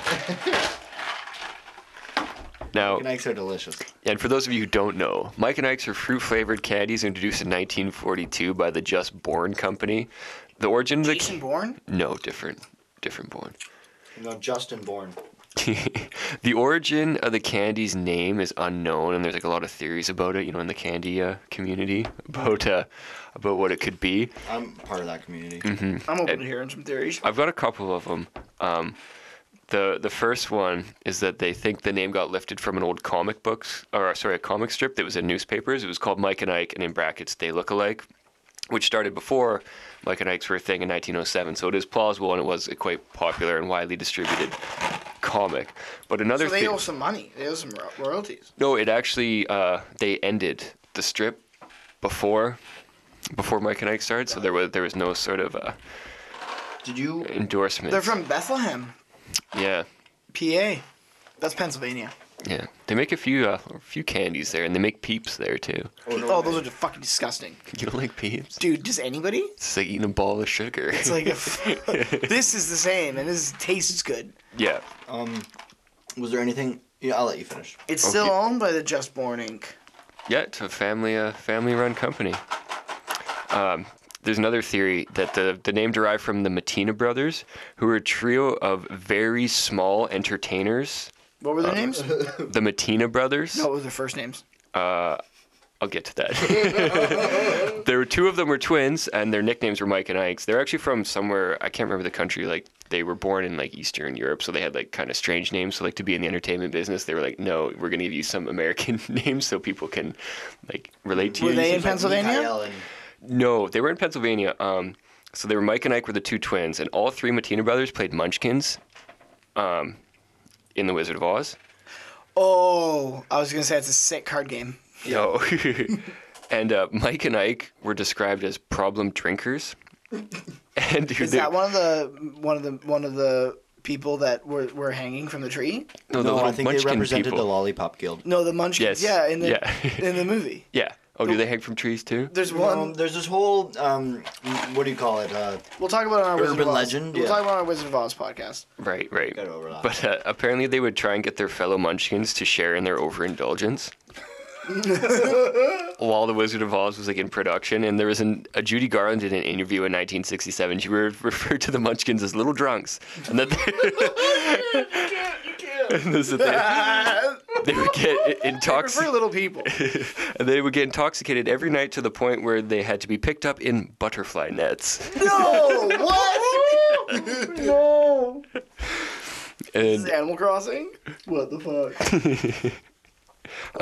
Speaker 5: Now,
Speaker 4: Mike and Ike's are delicious.
Speaker 5: And for those of you who don't know, Mike and Ike's are fruit flavored candies introduced in 1942 by the Just Born Company. The origin of the
Speaker 1: Jason Bourne?
Speaker 5: no different, different Born.
Speaker 4: No, Justin Bourne.
Speaker 5: *laughs* the origin of the candy's name is unknown, and there's like a lot of theories about it. You know, in the candy uh, community *laughs* about uh, about what it could be.
Speaker 4: I'm part of that community.
Speaker 5: Mhm.
Speaker 1: I'm open
Speaker 5: And-
Speaker 1: to hearing some theories.
Speaker 5: I've got a couple of them. Um, the the first one is that they think the name got lifted from an old comic books or uh, sorry a comic strip that was in newspapers. It was called Mike and Ike, and in brackets they look alike, which started before Mike and Ike's were a thing in 1907. So it is plausible, and it was a quite popular and widely distributed comic. But another
Speaker 1: so they
Speaker 5: thing,
Speaker 1: owe some money. They owe some ro- royalties.
Speaker 5: no, it actually uh, they ended the strip before before Mike and Ike started, so there was there was no sort of uh,
Speaker 4: did you
Speaker 5: endorsement.
Speaker 1: They're from Bethlehem,
Speaker 5: yeah.
Speaker 1: PA. That's Pennsylvania.
Speaker 5: Yeah, they make a few uh, a few candies there, and they make peeps there too.
Speaker 1: Oh, those are just fucking disgusting.
Speaker 5: You don't like peeps?
Speaker 1: Dude, does anybody?
Speaker 5: It's like eating a ball of sugar.
Speaker 1: It's like a f- this is the same, and this tastes good.
Speaker 5: *laughs* yeah.
Speaker 4: Um, was there anything? Yeah, I'll let you finish.
Speaker 1: It's
Speaker 5: Okay.
Speaker 1: still owned by the Just Born Inc.
Speaker 5: Yeah, it's a family uh, family run company. Um, there's another theory that the, the name derived from the Matina brothers, who were a trio of very small entertainers.
Speaker 1: What were their
Speaker 5: Uh, *laughs*
Speaker 1: names?
Speaker 5: The Matina brothers.
Speaker 1: no, what were their first names?
Speaker 5: Uh, I'll get to that. *laughs* there were two of them were twins, and their nicknames were Mike and Ike's. They're actually from somewhere I can't remember the country. Like they were born in like Eastern Europe, so they had like kind of strange names. So like to be in the entertainment business, they were like, no, we're gonna give you some American *laughs* names so people can like relate to
Speaker 1: Were
Speaker 5: you.
Speaker 1: they in Pennsylvania?
Speaker 5: No, they were in Pennsylvania. Um, so they were Mike and Ike were the two twins, and all three Matina brothers played Munchkins, um, in The Wizard of Oz.
Speaker 1: Oh, I was gonna say it's a sick card game.
Speaker 5: Yo. *laughs* and uh, Mike and Ike were described as problem drinkers. And dude,
Speaker 1: Is
Speaker 5: they-
Speaker 1: that one of the one of the one of the people that were, were hanging from the tree?
Speaker 5: No, the little
Speaker 4: I think
Speaker 5: munchkin
Speaker 4: they represented
Speaker 5: people.
Speaker 4: the Lollipop Guild.
Speaker 1: No, the Munchkins.
Speaker 5: Yes.
Speaker 1: Yeah, in the
Speaker 5: Yeah.
Speaker 1: *laughs* in the movie.
Speaker 5: yeah. Oh, do they hang from trees too?
Speaker 1: There's one.
Speaker 4: Um, there's this whole um, what do you call it? Uh,
Speaker 1: We'll talk about it on our Wizard of
Speaker 4: Urban
Speaker 1: Oz.
Speaker 4: legend,
Speaker 1: We'll
Speaker 4: yeah.
Speaker 1: talk about it on our Wizard of Oz podcast.
Speaker 5: Right, right. But uh, apparently, they would try and get their fellow Munchkins to share in their
Speaker 1: *laughs*
Speaker 5: overindulgence. while The Wizard of Oz was like in production, and there was an, a Judy Garland did an interview in 1967. She re- referred to the Munchkins as little drunks, and
Speaker 1: *laughs*
Speaker 5: that *laughs* And this is the they, they would get
Speaker 1: For
Speaker 5: intoxicated.
Speaker 1: little
Speaker 5: *laughs*
Speaker 1: people.
Speaker 5: and they would get intoxicated every night to the point where they had to be picked up in butterfly nets.
Speaker 1: No, Oh,
Speaker 5: *laughs*
Speaker 1: what? no. This is
Speaker 5: And
Speaker 1: Animal Crossing. What the
Speaker 5: *laughs* Oh,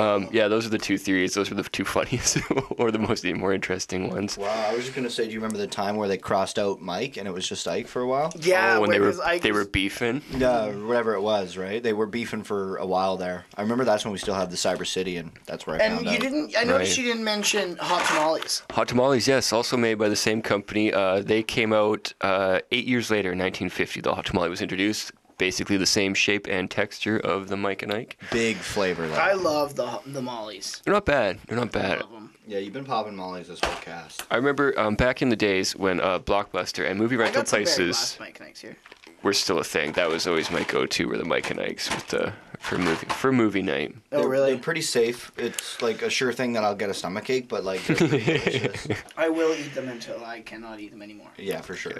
Speaker 1: fuck?
Speaker 5: um, yeah, those are the two theories. Those were the two *laughs* funniest or the most more interesting ones.
Speaker 4: wow, I was just gonna say, do you remember the time where they crossed out Mike and it was just Ike for a while?
Speaker 1: Yeah,
Speaker 5: oh, when they were
Speaker 1: because Ike
Speaker 5: they
Speaker 1: was-
Speaker 5: were beefing.
Speaker 4: Yeah, or whatever it was, right? They were beefing for a while there. I remember that's when we still had the Cyber City, and that's where I
Speaker 1: And
Speaker 4: found
Speaker 1: you
Speaker 4: out.
Speaker 1: didn't. I noticed
Speaker 5: Right.
Speaker 1: you didn't mention hot tamales.
Speaker 5: Hot tamales, yes, also made by the same company. Uh, they came out uh, eight years later, in 1950. The hot tamale was introduced. Basically, the same shape and texture of the Mike and Ike.
Speaker 4: Big flavor though.
Speaker 1: I love the the mollies.
Speaker 5: They're not bad. They're not bad.
Speaker 4: yeah, you've been popping Molly's this whole cast.
Speaker 5: I remember um, back in the days when uh, Blockbuster and movie
Speaker 1: I
Speaker 5: rental
Speaker 1: got some very
Speaker 5: places
Speaker 1: last mic connects here.
Speaker 5: were still a thing. That was always my go-to were the Mike and Ikes with the for movie for movie night.
Speaker 1: Oh, really?
Speaker 4: They're pretty safe. It's like a sure thing that I'll get a stomach ache, but like,
Speaker 1: *laughs*
Speaker 4: they're pretty delicious.
Speaker 1: I will eat them until I cannot eat them anymore.
Speaker 4: yeah, for sure.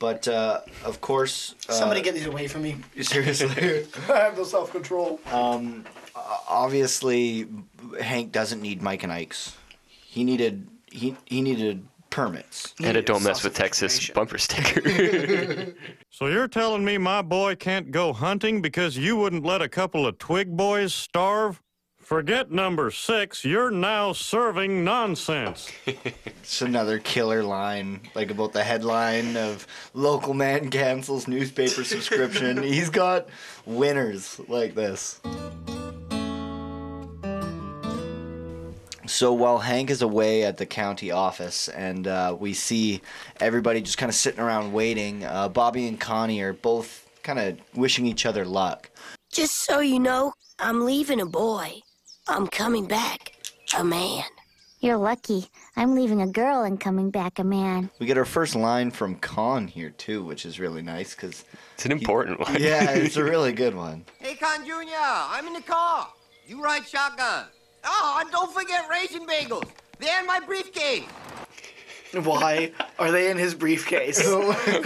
Speaker 4: But uh, of course, uh,
Speaker 1: Somebody get these away from me.
Speaker 4: *laughs* seriously.
Speaker 1: I have no self control.
Speaker 4: Um, o- obviously, Hank doesn't need Mike and Ike's. He needed he he needed permits.
Speaker 5: And a don't mess with Texas bumper *laughs* sticker.
Speaker 7: So you're telling me my boy can't go hunting because you wouldn't let a couple of twig boys starve? Forget number six. You're now serving nonsense.
Speaker 4: It's another killer line, like about the headline of local man cancels
Speaker 5: *laughs*
Speaker 4: newspaper subscription. He's got winners like this. So while Hank is away at the county office and uh, we see everybody just kind of sitting around waiting, uh, Bobby and Connie are both kind of wishing each other luck.
Speaker 8: Just so you know, I'm leaving a boy. I'm coming back, a man.
Speaker 13: You're lucky. I'm leaving a girl and coming back a man.
Speaker 4: We get our first line from Con here too, which is really
Speaker 5: *laughs*
Speaker 4: nice because
Speaker 5: it's an important one.
Speaker 4: yeah, it's a really good one.
Speaker 14: Hey, Con Jr., I'm in the car. You ride shotgun. Oh, and don't forget raisin bagels. They're in my briefcase.
Speaker 1: Why are they in his briefcase?
Speaker 4: Why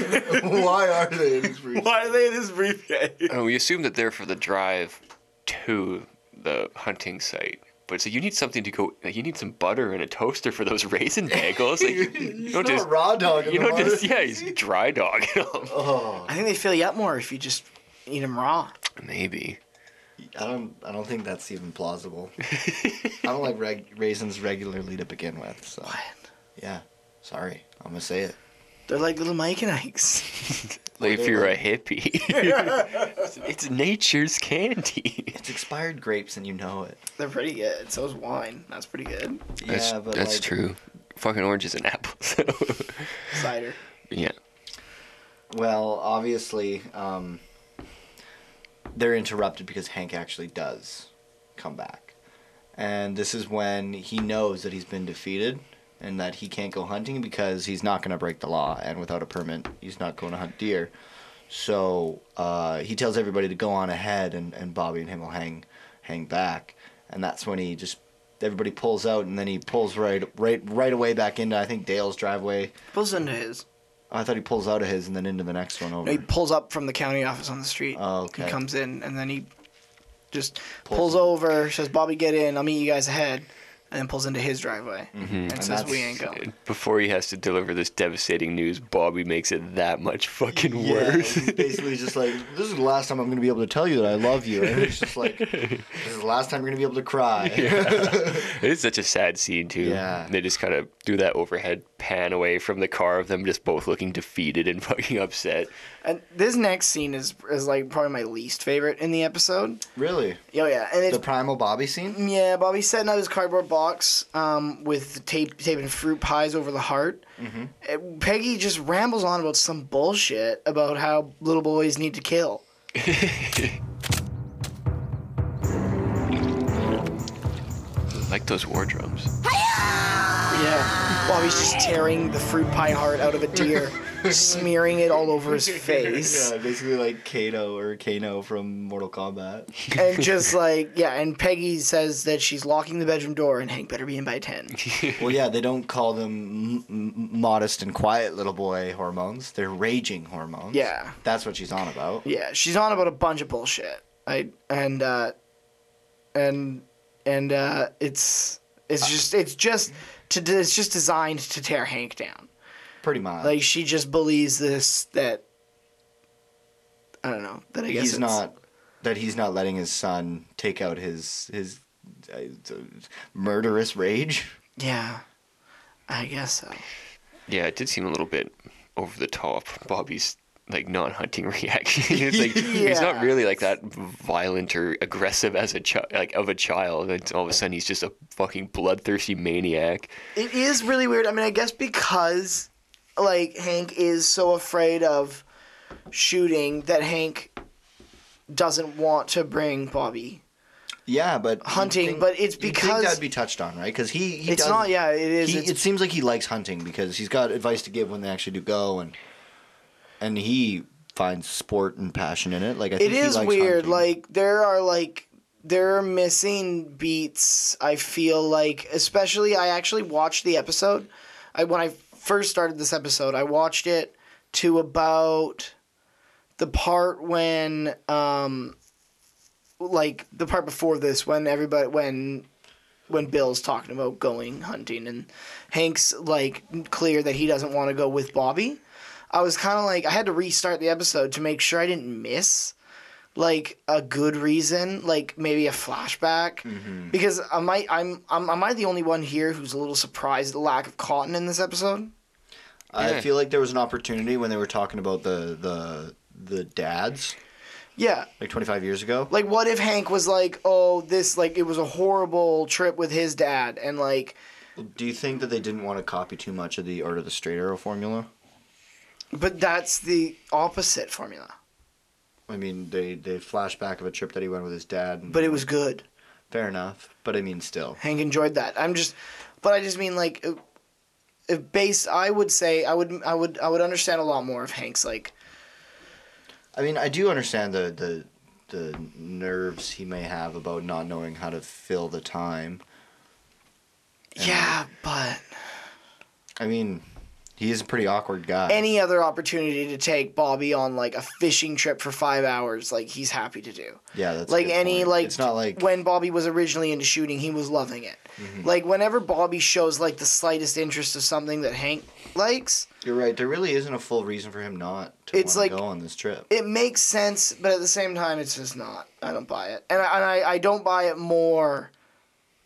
Speaker 4: are they in his briefcase?
Speaker 1: Why are they in his briefcase?
Speaker 5: Uh, we assume that they're for the drive to the hunting site. But so you need something to go. Like, you need some butter and a toaster for those raisin bagels.
Speaker 4: *laughs*
Speaker 5: Like, you, you don't
Speaker 4: not
Speaker 5: just
Speaker 4: raw dogging
Speaker 5: You don't
Speaker 4: them,
Speaker 5: just
Speaker 4: are
Speaker 5: yeah, he's dry *laughs* dogging them.
Speaker 4: Oh.
Speaker 1: I think they fill you up more if you just eat them raw.
Speaker 5: Maybe.
Speaker 4: I don't. I don't think that's
Speaker 5: *laughs*
Speaker 4: even plausible. I don't like reg- raisins regularly to begin with. So. Yeah. Sorry, I'm gonna say it.
Speaker 1: They're like little Mike and Ike's. *laughs*
Speaker 5: Like if you're a hippie, *laughs*
Speaker 4: *laughs*
Speaker 5: it's nature's candy.
Speaker 4: It's expired grapes, and you know it.
Speaker 1: They're pretty good. So is wine. That's pretty good.
Speaker 5: that's
Speaker 4: Yeah, but,
Speaker 5: that's
Speaker 4: like-
Speaker 5: true. Fucking oranges and apples. *laughs*
Speaker 1: Cider.
Speaker 5: yeah.
Speaker 4: Well, obviously, um, they're interrupted because Hank actually does come back, and this is when he knows that he's been defeated and that he can't go hunting because he's not going to break the law, and without a permit, he's not going to hunt deer. So uh, he tells everybody to go on ahead, and, and Bobby and him will hang hang back, and that's when he just everybody pulls out, and then he pulls right right right away back into I think Dale's driveway.
Speaker 1: Pulls into his.
Speaker 4: Oh, I thought he pulls out of his and then into the next one over.
Speaker 1: No, he pulls up from the county office on the street.
Speaker 4: Oh, okay.
Speaker 1: He comes in and then he just pulls, over, says, Bobby, get in. I'll meet you guys ahead. And then pulls into his driveway
Speaker 4: Mm-hmm.
Speaker 1: and, says, we ain't going.
Speaker 5: Before he has to deliver this devastating news, Bobby makes it that much fucking
Speaker 4: Yeah,
Speaker 5: worse. *laughs*
Speaker 4: he's basically just like, this is the last time I'm going to be able to tell you that I love you. And it's just like, this is the last time you're going to be able to *laughs* cry.
Speaker 5: Yeah. it is such a sad scene too. Yeah. They just kind of do that overhead pan away from the car of them just both looking defeated and *laughs* fucking upset.
Speaker 1: And this next scene is, is like probably my least favorite in the episode.
Speaker 4: Really?
Speaker 1: Oh yeah, and it's Mm,
Speaker 4: the primal Bobby scene.
Speaker 1: Yeah, Bobby's setting up his cardboard box um, with tape taping fruit pies over the heart.
Speaker 4: Mm-hmm.
Speaker 1: And Peggy just rambles on about some bullshit about how little boys need to kill.
Speaker 5: Like those war drums.
Speaker 1: Yeah, Bobby's just tearing the fruit pie heart out of a
Speaker 4: *laughs*
Speaker 1: deer, smearing it all over his face.
Speaker 4: Yeah, basically like Kato or Kano from Mortal Kombat.
Speaker 1: and just like yeah, and Peggy says that she's locking the bedroom door, and Hank better be in by
Speaker 4: *laughs*
Speaker 1: ten.
Speaker 4: well, yeah, they don't call them m- m- modest and quiet little boy hormones. They're raging hormones.
Speaker 1: Yeah.
Speaker 4: That's what she's on about.
Speaker 1: Yeah, she's on about a bunch of bullshit. I and uh, and and uh, it's it's just it's just to de- it's just designed to tear Hank down.
Speaker 4: Pretty much.
Speaker 1: Like she just believes this that I don't know that I guess
Speaker 4: he's
Speaker 1: it's-
Speaker 4: not that he's not letting his son take out his his uh, murderous rage.
Speaker 1: Yeah, I guess so.
Speaker 5: Yeah, it did seem a little bit over the top. Bobby's like non-hunting *laughs* reaction. it's like he's not
Speaker 1: Yeah.
Speaker 5: really like that violent or aggressive as a child, like of a child. And all of a sudden, he's just a fucking bloodthirsty maniac.
Speaker 1: It is really weird. I mean, I guess because like Hank is so afraid of shooting that Hank doesn't want to bring Bobby
Speaker 4: Yeah, but you'd
Speaker 1: hunting,
Speaker 4: think-
Speaker 1: but it's
Speaker 4: you'd think
Speaker 1: because
Speaker 4: that'd be touched on, right? Because he, he
Speaker 1: It's
Speaker 4: does-
Speaker 1: not- yeah, it is,
Speaker 4: he-
Speaker 1: it's-
Speaker 4: it seems like he likes hunting because he's got advice to give when they actually do go, and and he finds sport and passion in it. Like I think
Speaker 1: it
Speaker 4: he
Speaker 1: is
Speaker 4: likes
Speaker 1: weird. Like there are like there are missing beats. I feel like, especially I actually watched the episode. I when I first started this episode, I watched it to about the part when um like the part before this when everybody when when Bill's talking about going hunting and Hank's like clear that he doesn't want to go with Bobby. I was kind of like I had to restart the episode to make sure I didn't miss like a good reason, like maybe a flashback because I might I'm, I'm am I the only one here who's a little surprised at the lack of cotton in this episode?
Speaker 4: I
Speaker 1: Yeah.
Speaker 4: feel like there was an opportunity when they were talking about the the the dads
Speaker 1: Yeah.
Speaker 4: like 25 years ago.
Speaker 1: Like what if Hank was like, "Oh, this like it was a horrible trip with his dad and like
Speaker 4: Do you think that they didn't want to copy too much of the Art of the Straight Arrow formula?
Speaker 1: but that's the opposite formula."
Speaker 4: I mean, they they flashback of a trip that he went with his dad. And,
Speaker 1: But it was good.
Speaker 4: Fair enough, but I mean, still.
Speaker 1: Hank enjoyed that. I'm just, but I just mean like, if- if based, I would say I would I would I would understand a lot more of Hank's like.
Speaker 4: I mean, I do understand the the the nerves he may have about not knowing how to fill the time.
Speaker 1: Yeah, but
Speaker 4: I mean, he is a pretty awkward guy.
Speaker 1: any other opportunity to take Bobby on like a fishing trip for five hours, like he's happy to do.
Speaker 4: yeah, that's a
Speaker 1: like
Speaker 4: good
Speaker 1: any
Speaker 4: point.
Speaker 1: like
Speaker 4: It's not like
Speaker 1: when Bobby was originally into shooting, he was loving it.
Speaker 4: Mhm.
Speaker 1: Like whenever Bobby shows like the slightest interest of something that Hank likes,
Speaker 4: you're right. There really isn't a full reason for him not to
Speaker 1: It's
Speaker 4: it's
Speaker 1: like-
Speaker 4: go on this trip.
Speaker 1: it makes sense, but at the same time, it's just not. I don't buy it, and I, and I, I don't buy it more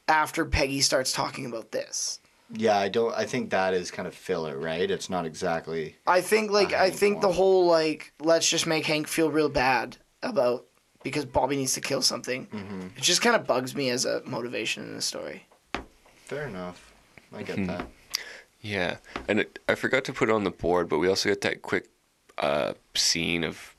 Speaker 1: after Peggy starts talking about this.
Speaker 4: Yeah, I don't. I think that is kind of filler, right? It's not exactly.
Speaker 1: I think like I, think the whole like let's just make Hank feel real bad about because Bobby needs to kill something.
Speaker 4: Mhm.
Speaker 1: It just kind of bugs me as a motivation in the story.
Speaker 4: Fair enough. I get
Speaker 5: Hmm.
Speaker 4: that.
Speaker 5: Yeah, and it, I forgot to put it on the board, but we also get that quick uh, scene of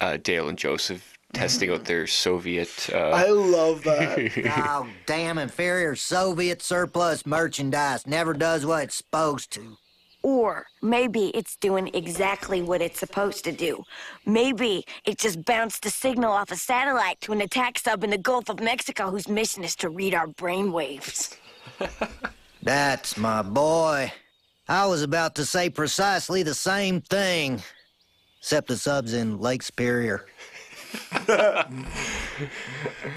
Speaker 5: uh, Dale and Joseph testing out their Soviet. Uh,
Speaker 1: love
Speaker 6: oh, damn inferior Soviet surplus merchandise never does what it's supposed to.
Speaker 15: Or maybe it's doing exactly what it's supposed to do. Maybe it just bounced a signal off a satellite to an attack sub in the Gulf of Mexico whose mission is to read our brainwaves.
Speaker 6: That's my boy. I was about to say precisely the same thing, except the sub's in Lake Superior.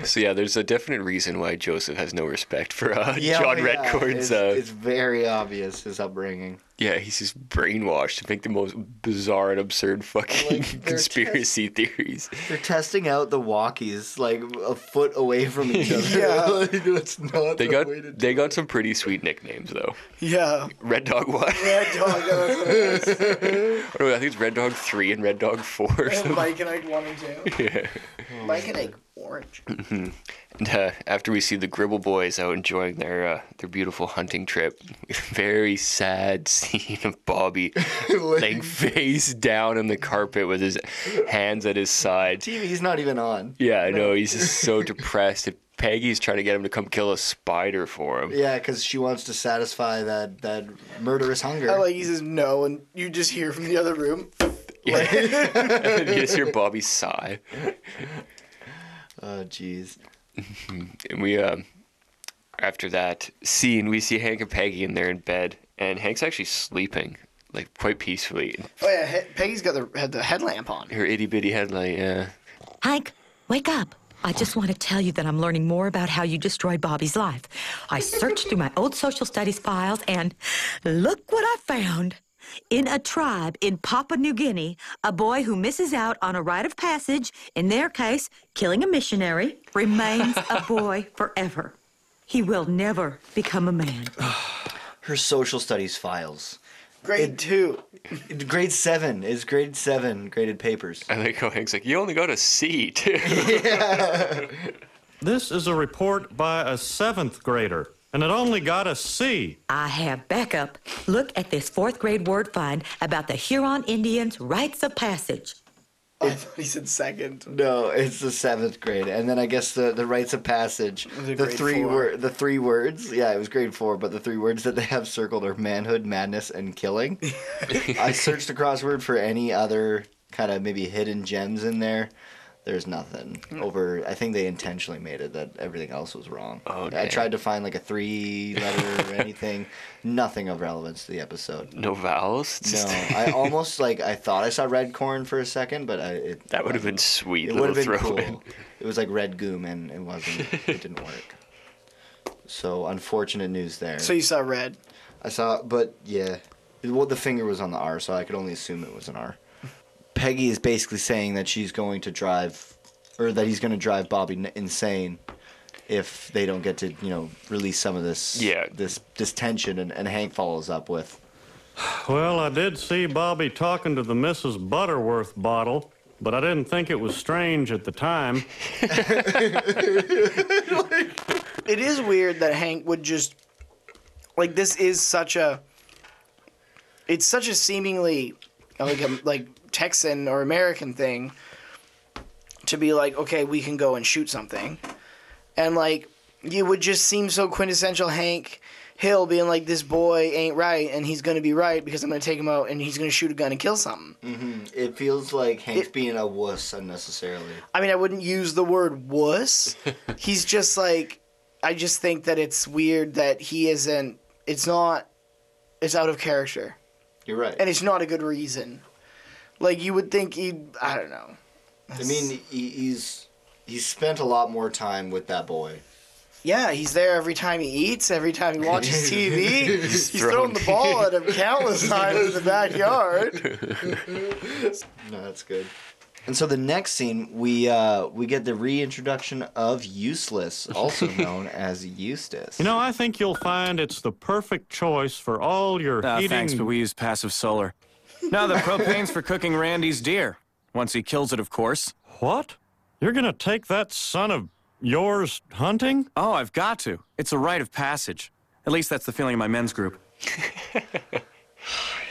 Speaker 5: So yeah, there's a definite reason why Joseph has no respect for uh,
Speaker 4: Yeah,
Speaker 5: John
Speaker 4: oh, yeah.
Speaker 5: Redcorn's.
Speaker 4: It's,
Speaker 5: uh,
Speaker 4: it's very obvious his upbringing.
Speaker 5: yeah, he's just brainwashed to make the most bizarre and absurd *laughs* fucking conspiracy theories.
Speaker 4: They're testing out the walkies like a foot away from
Speaker 1: *laughs*
Speaker 4: each other. *laughs* it's not
Speaker 5: They
Speaker 4: the
Speaker 5: got
Speaker 4: way to
Speaker 5: they got some pretty sweet nicknames though.
Speaker 1: Yeah.
Speaker 5: Red Dog What?
Speaker 1: *laughs* Red dog. that's what it is.
Speaker 5: Or no, *laughs* I think it's Red Dog Three and Red Dog Four. Or *laughs*
Speaker 1: And
Speaker 5: something.
Speaker 1: Mike and Ike one and two.
Speaker 5: yeah.
Speaker 1: *laughs* Mike and Ike *laughs* orange.
Speaker 5: Mhm. And, uh, after we see the Gribble boys out enjoying their uh, their beautiful hunting trip, *laughs* very sad scene of Bobby laying face down on the carpet with his hands at his side.
Speaker 4: TV's not even on.
Speaker 5: Yeah, I know he's just so depressed. And Peggy's trying to get him to come kill a spider for him.
Speaker 4: Yeah, because she wants to satisfy that that murderous hunger.
Speaker 1: I like he says no, and you just hear from the other room.
Speaker 5: and *laughs* you just hear Bobby sigh.
Speaker 4: Oh, jeez.
Speaker 5: and we, um, after that scene, we see Hank and Peggy in there in bed, and Hank's actually sleeping, like quite peacefully.
Speaker 1: Oh yeah, he- Peggy's got the had the headlamp on.
Speaker 5: Her itty bitty headlight, yeah.
Speaker 9: Hank, wake up. I just want to tell you that I'm learning more about how you destroyed Bobby's life. I searched through my old social studies files and look what I found. In a tribe in Papua New Guinea, a boy who misses out on a rite of passage, in their case, killing a missionary, remains a boy forever. He will never become a man.
Speaker 4: Her social studies files.
Speaker 1: Grade two.
Speaker 4: Grade seven is grade seven graded papers.
Speaker 5: I like how Hank's like, you only got a C,
Speaker 4: *laughs*
Speaker 5: too.
Speaker 7: This is a report by a seventh grader, and it only got a C.
Speaker 9: I have backup. Look at this fourth grade word find about the Huron Indians' rites of passage.
Speaker 1: I thought *laughs* he said second.
Speaker 4: No, it's the seventh grade, and then I guess the, the rites of passage. The
Speaker 1: grade
Speaker 4: three
Speaker 1: four.
Speaker 4: wor- the three words. Yeah, it was grade four, but the three words that they have circled are manhood, madness,
Speaker 1: *laughs*
Speaker 4: and killing. I searched the crossword for any other kind of maybe hidden gems in there. There's nothing
Speaker 1: Hmm.
Speaker 4: over. I think they intentionally made it that everything else was wrong. I
Speaker 5: damn.
Speaker 4: tried to find like a three letter or
Speaker 1: *laughs*
Speaker 4: anything. Nothing of relevance to the episode.
Speaker 5: No vowels?
Speaker 4: No, I almost like I thought I saw red corn for a second, but I, it,
Speaker 5: That would have been sweet.
Speaker 4: it
Speaker 5: little
Speaker 4: would have been
Speaker 5: throw-in.
Speaker 4: cool. *laughs* It was like red goom, and it wasn't. it didn't work. So unfortunate news there.
Speaker 1: So you saw red.
Speaker 4: I saw, but yeah, well, the finger was on the R, so I could only assume it was an R. Peggy is basically saying that she's going to drive, or that he's going to drive Bobby n- insane if they don't get to, you know, release some of this, yeah. this, this tension. And, and Hank follows up with,
Speaker 7: Well, I did see Bobby talking to the Mrs. Butterworth bottle, but I didn't think it was strange at the time.
Speaker 1: It is weird that Hank would just like this is such a it's such a seemingly like a like Texan or American thing to be like, okay, we can go and shoot something. And like it would just seem so quintessential Hank Hill being like this boy ain't right and he's gonna be right because I'm gonna take him out and he's gonna shoot a gun and kill something.
Speaker 4: mm-hmm, it feels like Hank's being a wuss unnecessarily.
Speaker 1: I mean I wouldn't use the word wuss. he's just like I just think that it's weird that he isn't it's not it's out of character.
Speaker 4: You're right.
Speaker 1: And it's not a good reason. Like you would think he'd I don't know.
Speaker 4: I mean, he, he's he's spent a lot more time with that boy.
Speaker 1: Yeah, he's there every time he eats, every time he watches TV. he's throwing the ball at him countless times in the backyard.
Speaker 4: No, that's good. And so the next scene, we uh, we get the reintroduction of Useless,
Speaker 5: *laughs*
Speaker 4: also known as Eustace.
Speaker 7: You know, I think you'll find it's the perfect choice for all your
Speaker 16: Ah,
Speaker 7: heating.
Speaker 16: thanks, but we use passive solar. Now the propane's for cooking Randy's deer. Once he kills it, of course.
Speaker 7: What? You're gonna take that son of yours hunting?
Speaker 16: Oh, I've got to. It's a rite of passage. At least that's the feeling in my men's group.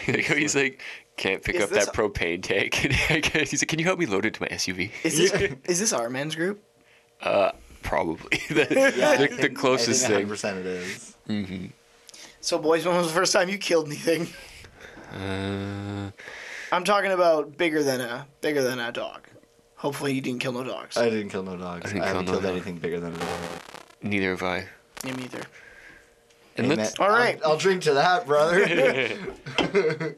Speaker 5: He's *laughs* like, can't pick
Speaker 1: Is
Speaker 5: up
Speaker 1: this-
Speaker 5: that propane tank. *laughs* He's like, can you help me load it to my SUV?
Speaker 1: Is this is this our man's group?
Speaker 5: Uh,
Speaker 4: *laughs*
Speaker 5: probably. *laughs* the,
Speaker 1: Yeah, I
Speaker 5: the,
Speaker 1: think-
Speaker 5: the closest
Speaker 1: I think
Speaker 5: thing.
Speaker 4: 100% it is.
Speaker 5: Mm-hmm.
Speaker 1: So boys, when was the first time you killed anything? *laughs*
Speaker 5: Uh,
Speaker 1: I'm talking about bigger than a bigger than a dog. Hopefully, you didn't kill no dogs.
Speaker 4: I didn't kill no dogs.
Speaker 5: I didn't
Speaker 4: I,
Speaker 5: kill
Speaker 4: haven't
Speaker 5: no
Speaker 4: killed
Speaker 5: dog.
Speaker 4: anything bigger than a dog.
Speaker 5: neither have I.
Speaker 1: Me neither.
Speaker 5: And
Speaker 4: Amen.
Speaker 5: let's-
Speaker 4: I'll- I'll, drink to
Speaker 5: *laughs*
Speaker 4: that, brother.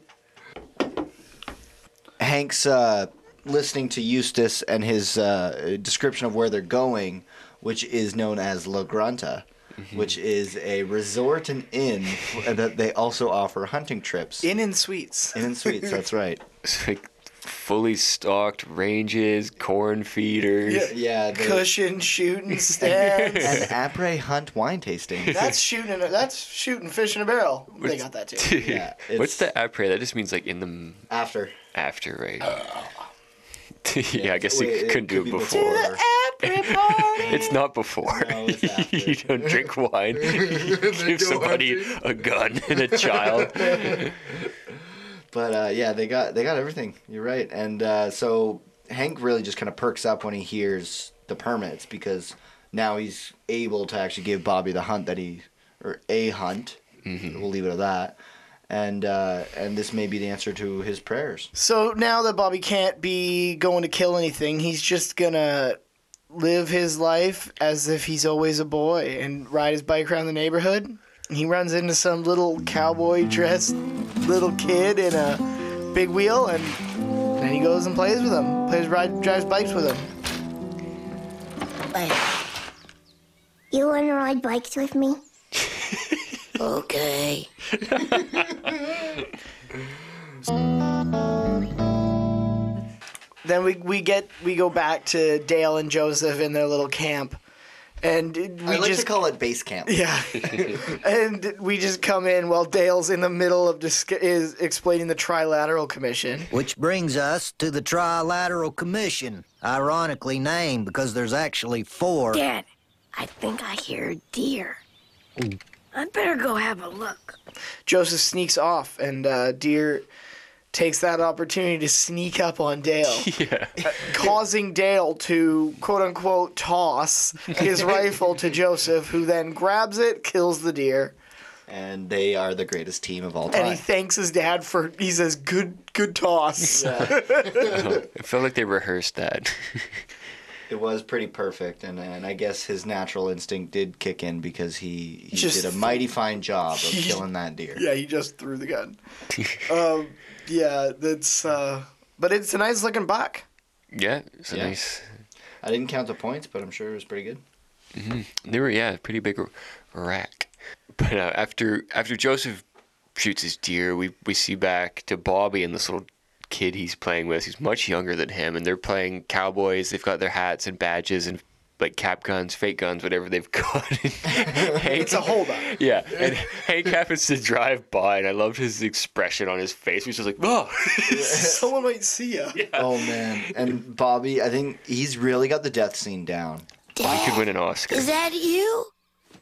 Speaker 4: Hank's uh, listening to Eustace and his uh, description of where they're going, which is known as La Granta,
Speaker 5: Mm-hmm.
Speaker 4: which is a resort and inn *laughs* that they also offer hunting trips.
Speaker 1: Inn and Suites.
Speaker 4: Inn and Suites, that's right.
Speaker 5: It's like fully stocked ranges, corn feeders. *laughs*
Speaker 4: yeah they-
Speaker 1: Cushion shooting stands.
Speaker 4: and après hunt
Speaker 5: *laughs*
Speaker 4: wine tasting.
Speaker 1: that's shooting. in a- That's shooting fish in a barrel. They got that too.
Speaker 5: yeah, What's the après? That just means like in the m-
Speaker 4: after.
Speaker 5: After, right? *laughs* yeah, I guess
Speaker 4: Uh, wait,
Speaker 5: you
Speaker 4: it
Speaker 5: couldn't do
Speaker 4: could
Speaker 5: it
Speaker 4: be
Speaker 5: before.
Speaker 4: before.
Speaker 5: it's not before. *laughs* you don't drink wine. *laughs* you give somebody a gun and a child.
Speaker 4: But uh, yeah, they got they got everything. You're right. And uh, so Hank really just kind of perks up when he hears the permits because now he's able to actually give Bobby the hunt that he or a hunt.
Speaker 1: Mm-hmm.
Speaker 4: We'll leave it at that. And uh, and this may be the answer to his prayers.
Speaker 1: So now that Bobby can't be going to kill anything, he's just gonna live his life as if he's always a boy and ride his bike around the neighborhood. He runs into some little cowboy dressed little kid in a big wheel, and then he goes and plays with him. Plays ride drives bikes with him.
Speaker 13: You want to ride bikes with me?
Speaker 8: Okay.
Speaker 1: Then we, we get we go back to Dale and Joseph in their little camp, and we
Speaker 4: I like
Speaker 1: just
Speaker 4: to *laughs* call it
Speaker 1: *laughs*
Speaker 4: base camp. *laughs*
Speaker 1: Yeah. and we just come in while Dale's in the middle of dis- is explaining the Trilateral Commission.
Speaker 6: Which brings us to the Trilateral Commission, ironically named because there's actually four.
Speaker 15: Dad, I think I hear a deer. I better go have a look.
Speaker 1: Joseph sneaks off, and uh, Deer takes that opportunity to sneak up on
Speaker 4: *laughs*
Speaker 1: Dale,
Speaker 5: yeah.
Speaker 1: *laughs* causing Dale to quote unquote toss
Speaker 4: *laughs*
Speaker 1: his rifle to Joseph, who then grabs it, kills the deer,
Speaker 4: And they are the greatest team of all
Speaker 1: and he
Speaker 4: time.
Speaker 1: thanks his dad for he says good good toss.
Speaker 5: Oh, it felt like they rehearsed that. *laughs*
Speaker 4: It was pretty perfect, and, and I guess his natural instinct did kick in because he, he
Speaker 1: Just-
Speaker 4: did a mighty fine
Speaker 1: *laughs*
Speaker 4: job of
Speaker 1: He-
Speaker 4: killing that deer.
Speaker 1: Yeah, he just threw the gun. um, yeah, that's. Uh, but it's a nice looking buck.
Speaker 5: yeah, it's a
Speaker 4: Yeah.
Speaker 5: nice.
Speaker 4: I didn't count the points, but I'm sure it was pretty good.
Speaker 5: hmm They were yeah, pretty big r- rack. But uh, after after Joseph shoots his deer, we we see back to Bobby and this little kid he's playing with. He's much younger than him, and they're playing cowboys. They've got their hats and badges and like cap guns, fake guns, whatever they've *laughs* got.
Speaker 1: It's a holdup.
Speaker 5: *laughs* yeah, and Hank happens to drive by, and I loved his expression on his face. He's just like, "Oh, *laughs*
Speaker 1: Someone might see ya.
Speaker 4: Oh man! And Bobby, I think he's really got the death scene down.
Speaker 5: I could win an Oscar.
Speaker 8: Is that you?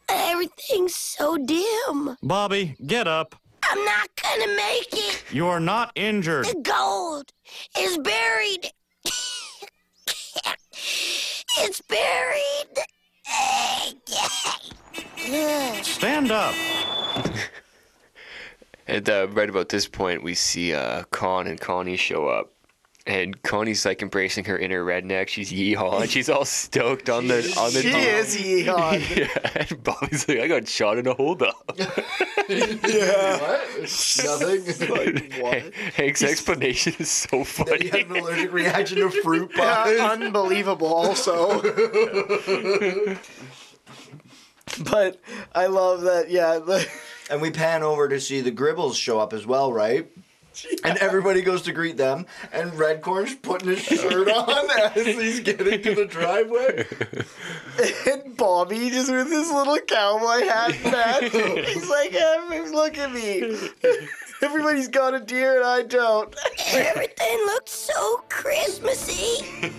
Speaker 8: Everything's so dim.
Speaker 7: Bobby, get up.
Speaker 8: I'm not gonna make it.
Speaker 7: You are not injured.
Speaker 8: The gold is buried. *laughs* it's buried.
Speaker 7: Stand up.
Speaker 5: And uh, right about this point, we see uh, Con and Connie show up. And Connie's like embracing her inner redneck. She's yeehaw, and she's all stoked on the on the.
Speaker 1: She
Speaker 5: deal.
Speaker 1: is uh, yeehaw.
Speaker 5: *laughs* Yeah, and Bobby's like, I got shot in a holdup. *laughs*
Speaker 1: yeah.
Speaker 4: Nothing.
Speaker 1: *laughs*
Speaker 5: what? Hank's explanation is so funny.
Speaker 4: *laughs* had an allergic reaction to fruit
Speaker 1: Yeah, unbelievable, also. *laughs* but I love that. Yeah. *laughs* The,
Speaker 4: and we pan over to see the Gribbles show up as well, right? And everybody goes to greet them, and Redcorn's putting his shirt on *laughs* as he's getting to the driveway.
Speaker 1: and Bobby just with his little cowboy hat and hat. He's like, "Em, look at me. *laughs* Everybody's got a deer and I don't.
Speaker 8: Everything looks so Christmassy.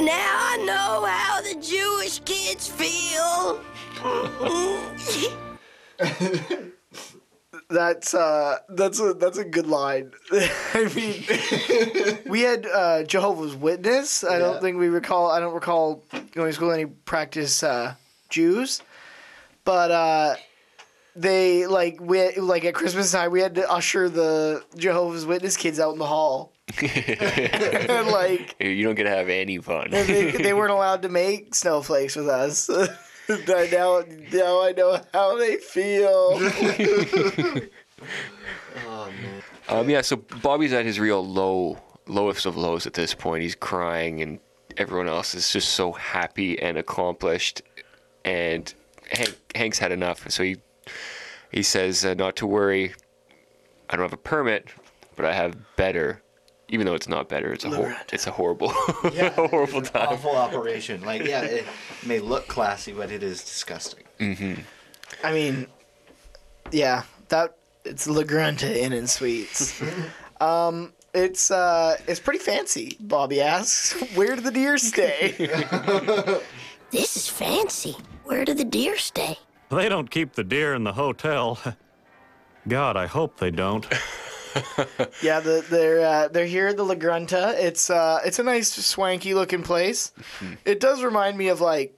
Speaker 8: now I know how the Jewish kids feel.
Speaker 1: That's uh, that's a that's a good line. *laughs* I mean, we had uh, Jehovah's Witness. I don't think we recall. I don't recall going to school any practice uh, Jews, but uh, they like we like at Christmas time we had to usher the Jehovah's Witness kids out in the hall.
Speaker 5: and
Speaker 1: like
Speaker 5: you don't get to have any fun.
Speaker 1: And they, they weren't allowed to make snowflakes with us. *laughs* I now now I know how they feel.
Speaker 5: Um, yeah, so Bobby's at his real low, lowest of lows at this point. He's crying, and everyone else is just so happy and accomplished. And Hank, Hank's had enough, so he he says, uh, "Not to worry, I don't have a permit, but I have better." Even though it's not better, it's a hor- it's a horrible, *laughs* horrible time.
Speaker 4: Awful operation. Like, yeah, it may look classy, but it is disgusting.
Speaker 5: Mm-hmm.
Speaker 1: I mean, yeah, that it's La Grunta Inn and Suites. um, it's uh, it's pretty fancy. Bobby asks, "Where do the deer stay?"
Speaker 8: This is fancy. Where do the deer stay?
Speaker 7: They don't keep the deer in the hotel. *laughs* God, I hope
Speaker 16: *laughs*
Speaker 7: they don't.
Speaker 1: yeah, the, they're uh, they're here at the La Grunta. It's uh, it's a nice, swanky looking place. It does remind me of like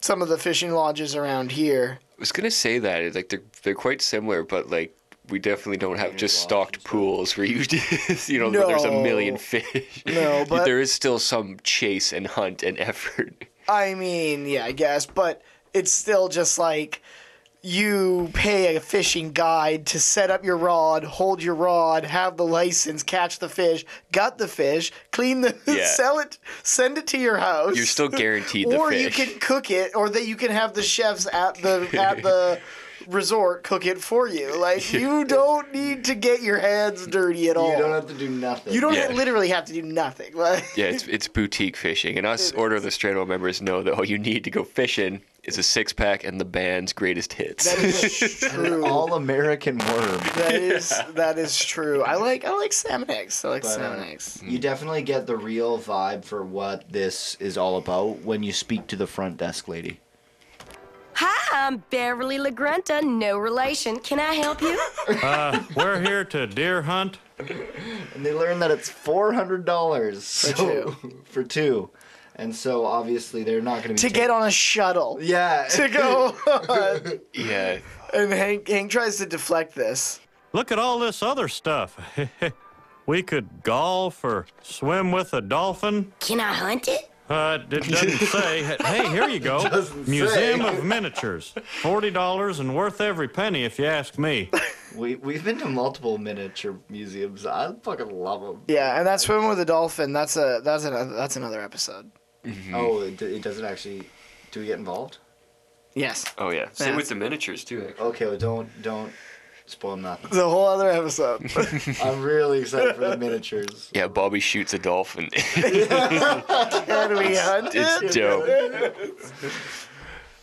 Speaker 1: some of the fishing lodges around here.
Speaker 5: I was gonna say that it's like they're they're quite similar, but like we definitely don't have just stocked pools where you *laughs* just you know where there's a million
Speaker 1: No.
Speaker 5: fish.
Speaker 1: No, but-
Speaker 5: there is still some chase and hunt and *laughs* effort.
Speaker 1: I mean, yeah, I guess, but it's still just like you pay a fishing guide to set up your rod, hold your rod, have the license, catch the fish, gut the fish, clean the, *laughs*
Speaker 5: Yeah.
Speaker 1: sell it, send it to your house.
Speaker 5: You're
Speaker 1: *laughs*
Speaker 5: still guaranteed the
Speaker 1: or
Speaker 5: fish.
Speaker 1: you can cook it, or that you can have the chefs at the
Speaker 5: *laughs*
Speaker 1: at the resort cook it for you. Like you don't need to get your hands dirty at all. You don't have
Speaker 4: to do nothing.
Speaker 1: You don't
Speaker 5: Yeah.
Speaker 1: literally have to do nothing. *laughs* Like,
Speaker 5: *laughs* Yeah, it's it's boutique fishing, and us Order of the Straddle members know that all you need to go fishing is a six pack and the band's greatest hits.
Speaker 1: That is
Speaker 4: An
Speaker 1: true.
Speaker 4: all American worm.
Speaker 1: That is that is true. I like I like salmon eggs. I like
Speaker 4: But,
Speaker 1: salmon
Speaker 4: uh,
Speaker 1: eggs.
Speaker 4: You definitely get the real vibe for what this is all about when you speak to the front desk lady.
Speaker 15: Hi, I'm Beverly LaGrunta, no relation. Can I help you?
Speaker 7: Uh, we're here to deer hunt.
Speaker 4: And they learn that it's four hundred dollars
Speaker 1: two.
Speaker 4: *laughs* for two, and so obviously they're not going to be
Speaker 1: To get on a shuttle.
Speaker 4: Yeah.
Speaker 1: *laughs* To go on.
Speaker 5: *laughs* Yeah.
Speaker 1: And Hank Hank tries to deflect this.
Speaker 7: Look at all this other stuff. *laughs* we could golf or swim with a dolphin.
Speaker 8: *laughs* Can I hunt it?
Speaker 7: Uh, it doesn't
Speaker 4: *laughs*
Speaker 7: say. Hey, here you go.
Speaker 4: Doesn't
Speaker 7: Museum
Speaker 4: say.
Speaker 7: of Miniatures. Forty dollars and worth every penny, if you ask me.
Speaker 4: *laughs* We we've been to multiple miniature museums. I fucking love them.
Speaker 1: Yeah, and that swimming with a dolphin. That's a that's another that's another episode.
Speaker 4: Oh, it, it doesn't actually. Do we get involved?
Speaker 1: Yes.
Speaker 5: Oh yeah. Same
Speaker 4: Yeah.
Speaker 5: with the miniatures too. Actually.
Speaker 4: Okay, well, don't don't spoil nothing.
Speaker 1: The whole other episode.
Speaker 4: I'm really excited
Speaker 1: *laughs*
Speaker 4: for the miniatures.
Speaker 5: Yeah, Bobby shoots a dolphin. *laughs*
Speaker 1: Can we hunt
Speaker 5: it's
Speaker 1: *laughs* it? *laughs*
Speaker 5: dope. *laughs*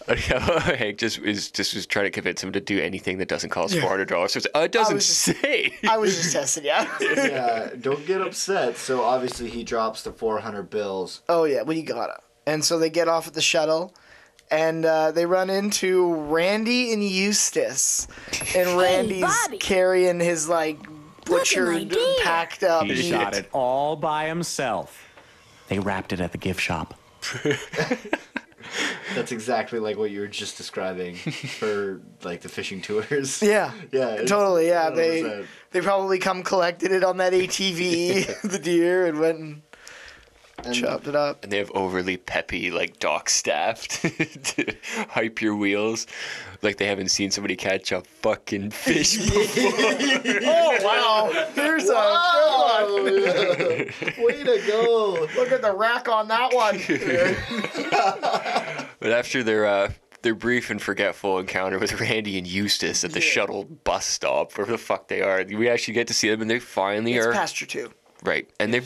Speaker 5: Hank just is just was trying to convince him to do anything that doesn't cost
Speaker 1: Yeah.
Speaker 5: four hundred dollars. Uh, it doesn't
Speaker 1: was just-
Speaker 5: say.
Speaker 1: I was just testing yeah.
Speaker 4: yeah, don't get upset. So obviously he drops the 400 bills.
Speaker 1: Oh yeah, well you gotta. And so they get off at the shuttle, and uh, they run into Randy and Eustace, and Randy's carrying his like butchered, packed up.
Speaker 16: He
Speaker 1: meat.
Speaker 16: shot it *laughs* all by himself. They wrapped it at the gift shop.
Speaker 4: That's exactly like what you were just describing for *laughs* like the fishing tours.
Speaker 1: Yeah,
Speaker 4: Yeah, it's-
Speaker 1: totally. Yeah, they
Speaker 4: 100%.
Speaker 1: they probably come collected it on that ATV, *laughs* the deer, and went and, chopped it up.
Speaker 5: and they have overly peppy like dock staff *laughs* to hype your wheels like they haven't seen somebody catch a *laughs* fucking fish
Speaker 1: oh wow! Here's *laughs* a good one.
Speaker 4: Way to go!
Speaker 1: Look at the rack on that one.
Speaker 5: *laughs* but after their uh their brief and forgetful encounter with Randy and Eustace at the shuttle bus stop, where the fuck they are, we actually get to see them, and they finally
Speaker 1: it's
Speaker 5: are
Speaker 1: pasture two.
Speaker 5: right, and they're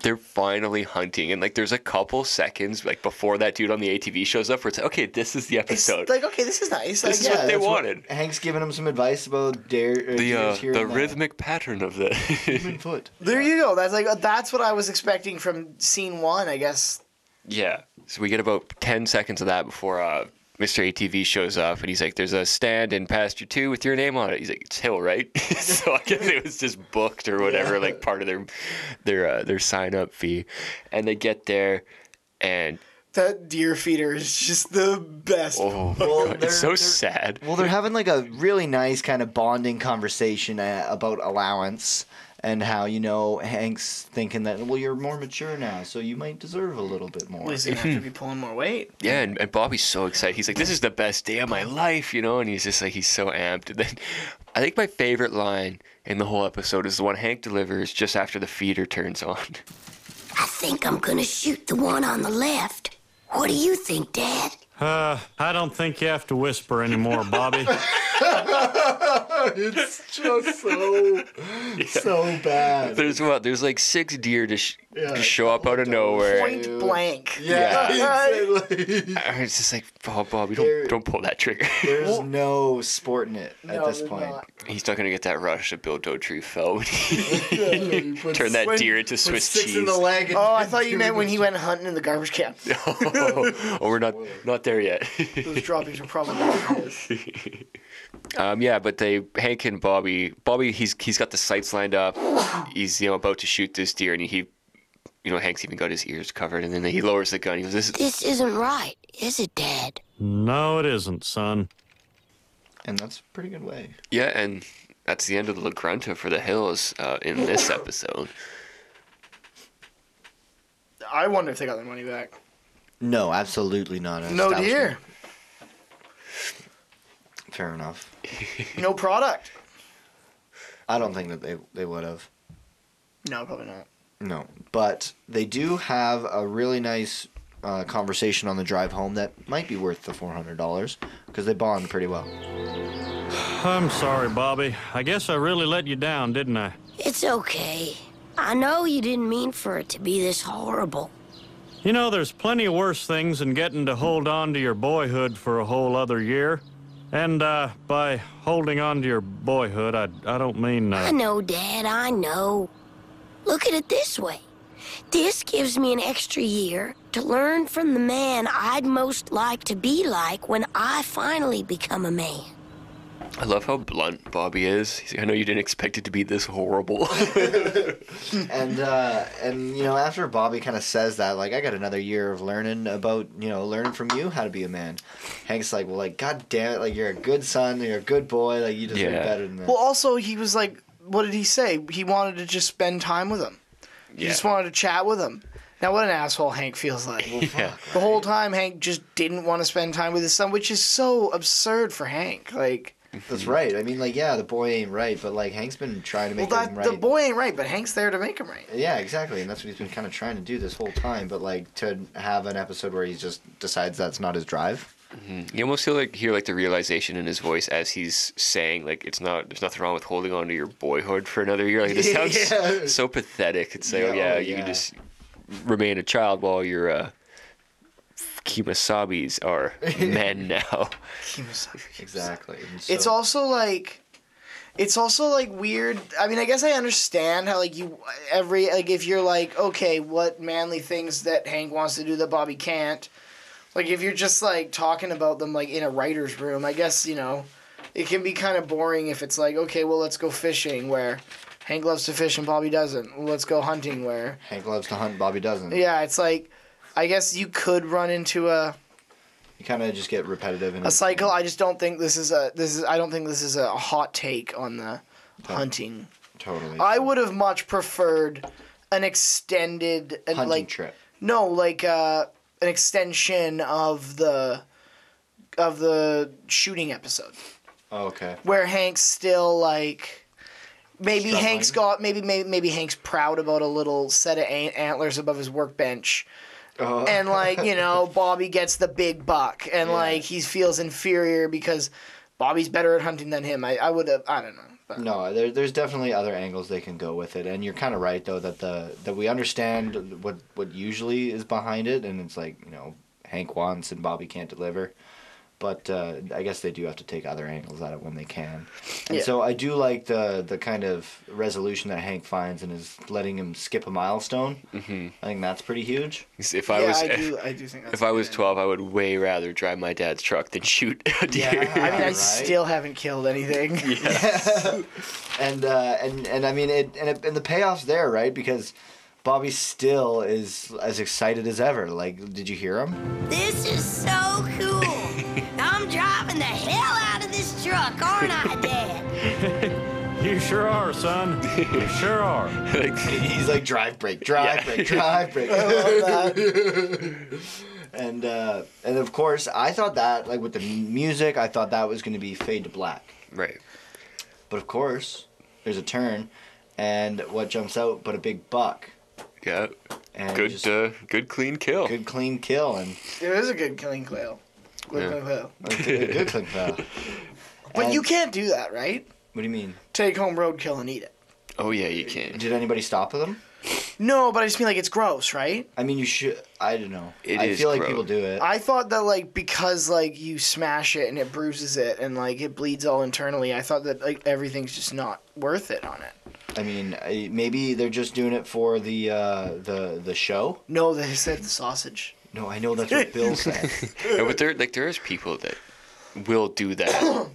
Speaker 5: they're finally hunting, and like there's a couple seconds like before that dude on the ATV shows up, where it's like, okay, this is the episode.
Speaker 1: Like okay, this is nice. Like,
Speaker 5: This is what
Speaker 1: yeah,
Speaker 5: they
Speaker 1: that's
Speaker 5: wanted.
Speaker 4: Hank's giving him some advice about dare. uh,
Speaker 5: the uh,
Speaker 4: deers here
Speaker 5: the
Speaker 4: and there.
Speaker 5: rhythmic pattern of the
Speaker 4: Human foot.
Speaker 1: There you go. That's like that's what I was expecting from scene one. I guess
Speaker 5: *laughs* Yeah. So we get about 10 seconds of that before uh, Mr. ATV shows up and he's like, there's a stand in pasture two with your name on it. He's like, it's Hill, right? *laughs* so I guess it was just booked or whatever,
Speaker 3: Yeah.
Speaker 5: like part of their their uh, their sign up fee. And they get there and
Speaker 1: That deer feeder is just the best.
Speaker 4: Well, God, it's
Speaker 5: so sad.
Speaker 4: Well, they're having like a really nice kind of bonding conversation uh, about allowance and how you know Hank's thinking that well you're more mature now, so you might deserve a little bit more.
Speaker 1: At least you have to be pulling more weight.
Speaker 5: Yeah, and, and Bobby's so excited. He's like, "This is the best day of my life," you know, and he's just like, he's so amped. And then, I think my favorite line in the whole episode is the one Hank delivers just after the feeder turns on. *laughs*
Speaker 8: I think I'm gonna shoot the one on the left. What do you think, Dad?
Speaker 7: Uh, I don't think you have to whisper
Speaker 4: *laughs*
Speaker 7: anymore, Bobby.
Speaker 4: it's just so so bad.
Speaker 5: There's what? There's like six deer to, sh- to show up out of nowhere.
Speaker 1: Point blank.
Speaker 5: Yeah.
Speaker 1: *laughs*
Speaker 4: exactly.
Speaker 5: I was just like, "Oh, Bobby, don't don't pull that trigger."
Speaker 4: There's no sporting it at this point.
Speaker 5: *laughs* He's not gonna get that rush that Bill Dotree fell when he
Speaker 4: *laughs* Put
Speaker 5: turned that
Speaker 4: six-
Speaker 5: deer into
Speaker 4: put
Speaker 5: Swiss
Speaker 4: six
Speaker 5: cheese.
Speaker 4: in the leg. And
Speaker 1: Oh, I thought you meant when he went hunting in the garbage can.
Speaker 5: oh, we're not not there yet. *laughs*
Speaker 1: Those droppings are probably.
Speaker 5: Um, yeah, but they Hank and Bobby. Bobby, he's he's got the sights lined up. He's you know about to shoot this deer, and he, you know, Hank's even got his ears covered, and then he lowers the gun. He goes, "This is
Speaker 8: This isn't right, is it, Dad?
Speaker 7: No, it isn't, son.
Speaker 4: And that's a pretty good way.
Speaker 5: yeah," and that's the end of the La Grunta for the hills uh, in this episode.
Speaker 1: I wonder if they got their money back.
Speaker 4: No, absolutely not. an
Speaker 1: No
Speaker 4: establishment.
Speaker 1: deer,
Speaker 4: Fair enough.
Speaker 1: no product.
Speaker 4: I don't think that they they would have.
Speaker 1: No, probably not.
Speaker 4: No, but they do have a really nice uh, conversation on the drive home that might be worth the four hundred dollars because they bond pretty well.
Speaker 7: I'm sorry, Bobby. I guess I really let you down, didn't I?
Speaker 8: It's okay. I know you didn't mean for it to be this horrible.
Speaker 7: You know, there's plenty worse things than getting to hold on to your boyhood for a whole other year. And uh, by holding on to your boyhood, I, I don't mean. Uh,
Speaker 8: I know, Dad, I know. Look at it this way this gives me an extra year to learn from the man I'd most like to be like when I finally become a man.
Speaker 5: I love how blunt Bobby is. He's like, I know you didn't expect it to be this horrible. *laughs*
Speaker 4: and uh, and you know after Bobby kind of says that like I got another year of learning about you know learning from you how to be a man. Hank's like well like God damn it like you're a good son you're a good boy like you deserve
Speaker 5: Yeah.
Speaker 4: better than that.
Speaker 1: Well, also he was like, what did he say? He wanted to just spend time with him. He
Speaker 4: Yeah.
Speaker 1: just wanted to chat with him. Now, what an asshole Hank feels like.
Speaker 5: yeah.
Speaker 1: The whole time, Hank just didn't want to spend time with his son, which is so absurd for Hank. Like,
Speaker 4: That's right. I mean like yeah the boy ain't right but like Hank's been trying to
Speaker 1: well,
Speaker 4: make
Speaker 1: that,
Speaker 4: him
Speaker 1: the
Speaker 4: right.
Speaker 1: boy ain't right, but Hank's there to make him right.
Speaker 4: yeah, exactly, and that's what he's been kind of trying to do this whole time. But like to have an episode where he just decides that's not his drive.
Speaker 5: you almost feel like hear like the realization in his voice as he's saying like it's not there's nothing wrong with holding on to your boyhood for another year. Like
Speaker 4: *laughs*
Speaker 5: this sounds
Speaker 4: Yeah.
Speaker 5: so pathetic. It's like,
Speaker 4: Yeah,
Speaker 5: oh, yeah,
Speaker 4: oh,
Speaker 5: you
Speaker 4: yeah.
Speaker 5: can just remain a child while your uh, Kimasabis
Speaker 4: *laughs*
Speaker 5: are men now.
Speaker 4: Exactly.
Speaker 1: It's also like it's also like weird. I mean, I guess I understand how like you every like if you're like okay, what manly things that Hank wants to do that Bobby can't. Like if you're just like talking about them like in a writer's room, I guess, you know, it can be kind of boring if it's like okay, well, let's go fishing where Hank loves to fish and Bobby doesn't. Well, let's go hunting where
Speaker 4: Hank loves to hunt, Bobby doesn't.
Speaker 1: Yeah, it's like I guess you could run into a
Speaker 4: You kind of just get repetitive and
Speaker 1: a cycle. I just don't think this is a this is I don't think this is a hot take on the hunting.
Speaker 4: totally
Speaker 1: I would have much preferred an extended and
Speaker 4: hunting
Speaker 1: like
Speaker 4: trip.
Speaker 1: no like uh, an extension of the of the shooting episode
Speaker 4: Oh, okay.
Speaker 1: where Hank's still like maybe
Speaker 4: Struggling.
Speaker 1: Hank's got maybe, maybe maybe Hank's proud about a little set of an- antlers above his workbench.
Speaker 5: Uh-huh.
Speaker 4: Oh.
Speaker 1: And like, you
Speaker 5: *laughs*
Speaker 1: know, Bobby gets the big buck and
Speaker 4: Yeah.
Speaker 1: like he feels inferior because Bobby's better at hunting than him. I, I would have I don't know.
Speaker 4: No, there, there's definitely other angles they can go with it, and you're kind of right though that the that we understand what what usually is behind it, and it's like you know Hank wants and Bobby can't deliver, but uh, I guess they do have to take other angles at it when they can, and
Speaker 1: Yeah.
Speaker 4: so I do like the the kind of resolution that Hank finds and is letting him skip a milestone. Mm-hmm. I think that's pretty huge.
Speaker 5: If I was *laughs*
Speaker 1: I do think
Speaker 5: if I was 12, I would way rather drive my dad's truck than shoot a deer. *laughs*
Speaker 4: *laughs*
Speaker 1: I mean, I still haven't killed anything.
Speaker 4: and uh, and and I mean it, and it, and the payoff's there, right? Because Bobby still is as excited as ever. Like, did you hear him?
Speaker 8: This is so cool. *laughs* I'm driving the hell out of this truck, aren't I, Dad? *laughs*
Speaker 7: You sure are, son. You sure are.
Speaker 4: He's like drive brake, drive
Speaker 7: Yeah.
Speaker 4: brake, drive brake.
Speaker 7: I
Speaker 4: and uh, and of course, I thought that like with the music, I thought that was going to be fade to black.
Speaker 5: Right.
Speaker 4: But of course, there's a turn, and what jumps out but a big buck.
Speaker 5: Yeah.
Speaker 4: And
Speaker 5: Good, uh, good clean kill.
Speaker 4: Good clean kill and
Speaker 1: *laughs* It is a good killing quail. Good
Speaker 4: Yeah.
Speaker 1: killing quail.
Speaker 4: a good, a good clean kill.
Speaker 1: But
Speaker 4: And-
Speaker 1: you can't do that, right?
Speaker 4: What do you mean?
Speaker 1: Take home roadkill and eat it.
Speaker 5: Oh yeah, you can.
Speaker 4: Did anybody stop them?
Speaker 1: No, but I just mean like it's gross, right?
Speaker 4: I mean, you should. I don't know.
Speaker 5: It
Speaker 4: I
Speaker 5: is
Speaker 4: feel like
Speaker 5: gross.
Speaker 4: people do it.
Speaker 1: I thought that like because like you smash it and it bruises it and like it bleeds all internally. I thought that like everything's just not worth it on it.
Speaker 4: I mean, I- maybe they're just doing it for the uh, the the show.
Speaker 1: No, they said the sausage.
Speaker 4: No, I know
Speaker 1: *laughs*
Speaker 4: that's what Bill said.
Speaker 5: No, but there, like, there is people that will do *coughs* that.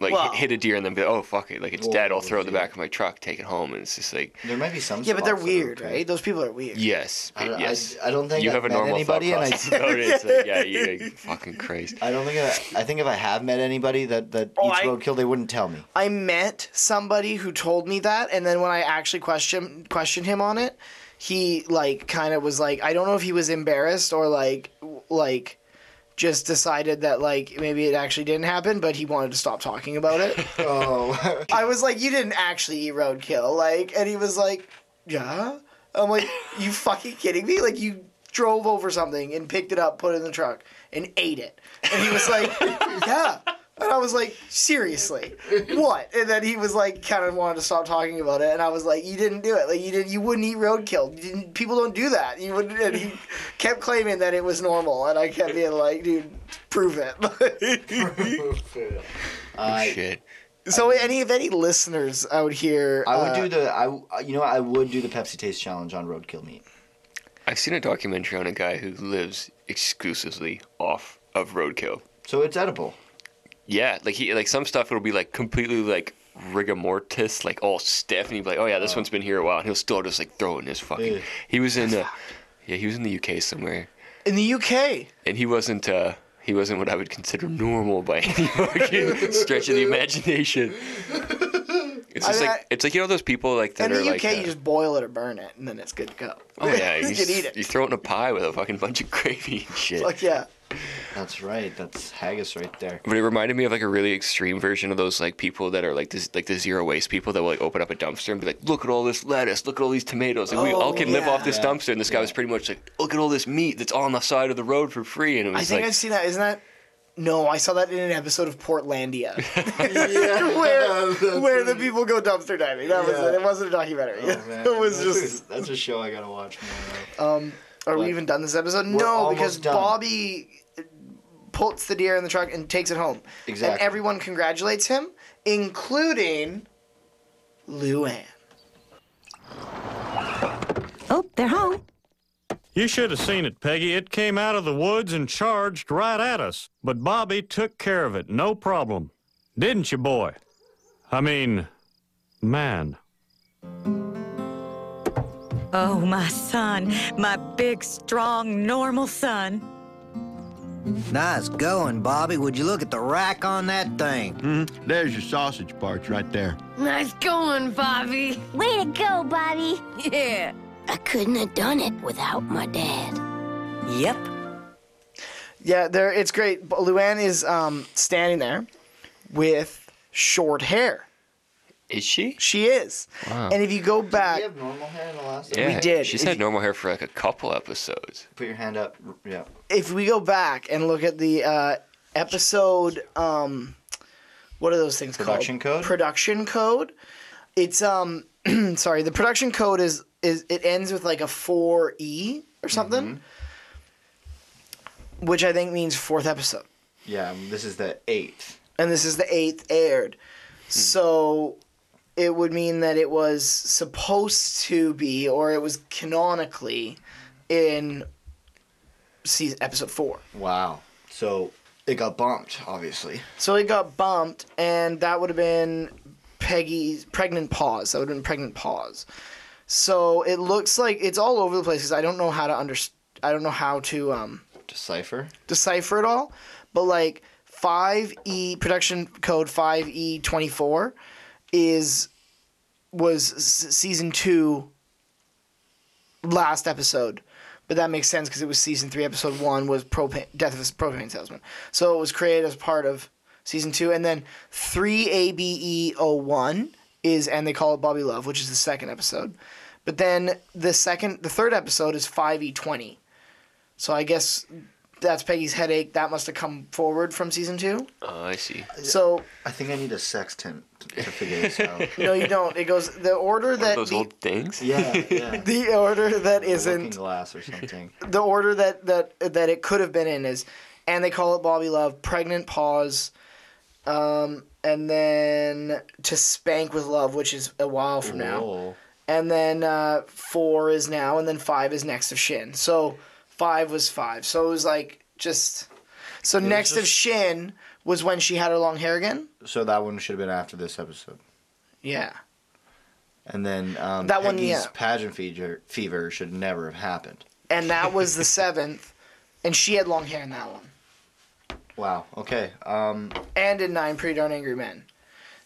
Speaker 5: Like
Speaker 1: Well-
Speaker 5: hit a deer and then be like, oh fuck it, like it's
Speaker 1: Whoa,
Speaker 5: dead. I'll throw it in the back of my truck, take it home, and it's just like
Speaker 4: There might be some.
Speaker 1: Yeah, but they're
Speaker 4: spots that are
Speaker 1: weird,
Speaker 4: okay.
Speaker 1: right? Those people are weird.
Speaker 5: yes,
Speaker 4: I don't- I-
Speaker 5: yes.
Speaker 4: I don't think
Speaker 5: you
Speaker 4: I've
Speaker 5: have a
Speaker 4: met
Speaker 5: normal
Speaker 4: anybody
Speaker 5: thought
Speaker 4: and I-
Speaker 5: process *laughs* about it. It's like, Oh, yeah, you *laughs* like, fucking crazy.
Speaker 4: *laughs* I don't think I, I think if I have met anybody that that
Speaker 1: Oh,
Speaker 4: eats
Speaker 1: I-
Speaker 4: roadkill, they wouldn't tell me.
Speaker 1: I met somebody who told me that, and then when I actually question questioned him on it, he like kind of was like, I don't know if he was embarrassed or like w- like just decided that like maybe it actually didn't happen, but he wanted to stop talking about it.
Speaker 4: oh,
Speaker 1: I was like, you didn't actually eat roadkill, like, and he was like, yeah. I'm like, you fucking kidding me? Like you drove over something and picked it up, put it in the truck, and ate it. And he was like, *laughs* yeah. And I was like, seriously, what? And then he was like, kind of wanted to stop talking about it. And I was like, you didn't do it. Like you did, you wouldn't eat roadkill. You didn't, people don't do that. You wouldn't. And he kept claiming that it was normal, and I kept being like, dude, prove it. *laughs*
Speaker 4: I-
Speaker 5: shit.
Speaker 1: so, any of any listeners out here,
Speaker 4: I would
Speaker 1: uh,
Speaker 4: do the I you know what, I would do the Pepsi taste challenge on roadkill meat.
Speaker 5: I've seen a documentary on a guy who lives exclusively off of roadkill.
Speaker 4: So it's edible.
Speaker 5: Yeah, like he like some stuff it'll be like completely like rigor mortis, like all stiff, and he'd be like, "Oh yeah, this one's been here a while," and he'll still just like throw it in his fucking.
Speaker 1: Ugh.
Speaker 5: He was in, uh, yeah, he was in the UK somewhere,
Speaker 1: in the UK.
Speaker 5: and he wasn't. uh he wasn't what I would consider normal by *laughs* any fucking stretch of the imagination. It's
Speaker 1: I
Speaker 5: just
Speaker 1: mean,
Speaker 5: like it's like you know those people like that
Speaker 1: In the
Speaker 5: are
Speaker 1: UK,
Speaker 5: like uh,
Speaker 1: you just boil it or burn it, and then it's good to go.
Speaker 5: oh yeah
Speaker 1: *laughs* you
Speaker 5: you,
Speaker 1: can
Speaker 5: s-
Speaker 1: eat it.
Speaker 5: you throw it in a pie with a fucking bunch of *laughs* gravy and shit.
Speaker 1: Fuck yeah.
Speaker 4: That's right. That's haggis right there.
Speaker 5: But it reminded me of like a really extreme version of those like people that are like this like the zero waste people that will like open up a dumpster and be like, look at all this lettuce, look at all these tomatoes, like we all
Speaker 1: Oh,
Speaker 5: can live off this
Speaker 1: yeah.
Speaker 5: dumpster. And this guy was pretty much like, look at all this meat that's on the side of the road for free. And it was
Speaker 1: I think
Speaker 5: like,
Speaker 1: I've seen that. Isn't that? No, I saw that in an episode
Speaker 5: *laughs*
Speaker 1: of Portlandia, *laughs* where where the people go dumpster diving. That was
Speaker 4: Yeah. Oh,
Speaker 1: it. It wasn't a documentary.
Speaker 4: Man,
Speaker 1: *laughs* *laughs* it was
Speaker 4: that's
Speaker 1: just.
Speaker 4: a, that's a show I gotta watch. more.
Speaker 1: Um, are we even done this episode?
Speaker 4: We're
Speaker 1: No,
Speaker 4: almost
Speaker 1: because
Speaker 4: done.
Speaker 1: Bobby puts the deer in the truck and takes it home, and
Speaker 4: Exactly.
Speaker 1: everyone congratulates him, including Luann.
Speaker 9: Oh, they're home.
Speaker 7: You should have seen it, Peggy. It came out of the woods and charged right at us. But Bobby took care of it, no problem. Didn't you, boy? I mean, man.
Speaker 9: Oh, my son, my big, strong, normal son.
Speaker 6: Nice going, Bobby. Would you look at the rack on that thing?
Speaker 11: Mm-hmm. There's your sausage parts right there.
Speaker 8: Nice going, Bobby. Way to go, Bobby. Yeah. I couldn't have done it without my dad.
Speaker 9: Yep.
Speaker 1: Yeah, there. It's great. But Luann is um, standing there with short hair.
Speaker 5: is she?
Speaker 1: She is.
Speaker 5: Wow.
Speaker 1: And if you go back,
Speaker 4: Normal hair in the last.
Speaker 5: Yeah,
Speaker 1: we did.
Speaker 5: She's
Speaker 1: If
Speaker 5: had normal hair for like a couple episodes.
Speaker 4: Put your hand up. Yeah.
Speaker 1: if we go back and look at the uh, episode, um, what are those things
Speaker 4: Production
Speaker 1: called? Production code. Production code. It's um, *clears throat* sorry. The production code is is it ends with like a four e or something, which I think means fourth episode.
Speaker 4: Yeah. um, This is the eighth.
Speaker 1: and this is the eighth aired. So it would mean that it was supposed to be, or it was canonically in season episode four.
Speaker 4: Wow. So it got bumped, obviously.
Speaker 1: So it got bumped, and that would have been Peggy's pregnant pause. That would have been pregnant pause. So it looks like it's all over the place because I don't know how to under I don't know how to um,
Speaker 4: Decipher.
Speaker 1: decipher it all, but like 5E production code 5E24 is was s- season 2 last episode. But that makes sense because it was season 3 episode 1 was propane, Death of a Propane Salesman. So it was created as part of season 2 and then 3ABE01 E is and they call it Bobby Love, which is the second episode. But then the second the third episode is 5E20. So I guess that's Peggy's headache. That must have come forward from season two.
Speaker 4: Uh,
Speaker 5: Oh, I see.
Speaker 1: So
Speaker 4: I think I need a sextant to figure
Speaker 5: *laughs*
Speaker 4: this out.
Speaker 1: no, you don't. It goes the order that the,
Speaker 5: things.
Speaker 4: Yeah, yeah.
Speaker 1: the order that
Speaker 4: Looking
Speaker 1: isn't
Speaker 4: glass or something.
Speaker 1: the order that that that it could have been in is, and they call it Bobby Love, pregnant pause, um, and then to spank with love, which is a while from *laughs* now,
Speaker 4: Whoa.
Speaker 1: and then uh, four is now, and then five is next of Shin. So five was five. So it was like just so
Speaker 4: It was
Speaker 1: next of
Speaker 4: just-
Speaker 1: Shin was when she had her long hair again.
Speaker 4: So that one should have been after this episode.
Speaker 1: Yeah.
Speaker 4: And then um,
Speaker 1: That one,
Speaker 4: Peggy's
Speaker 1: yeah.
Speaker 4: pageant fever, fever should never have happened.
Speaker 1: and that was the seventh, and she had long hair in that one,
Speaker 4: Wow. Okay. Um,
Speaker 1: and in nine, pretty darn angry men.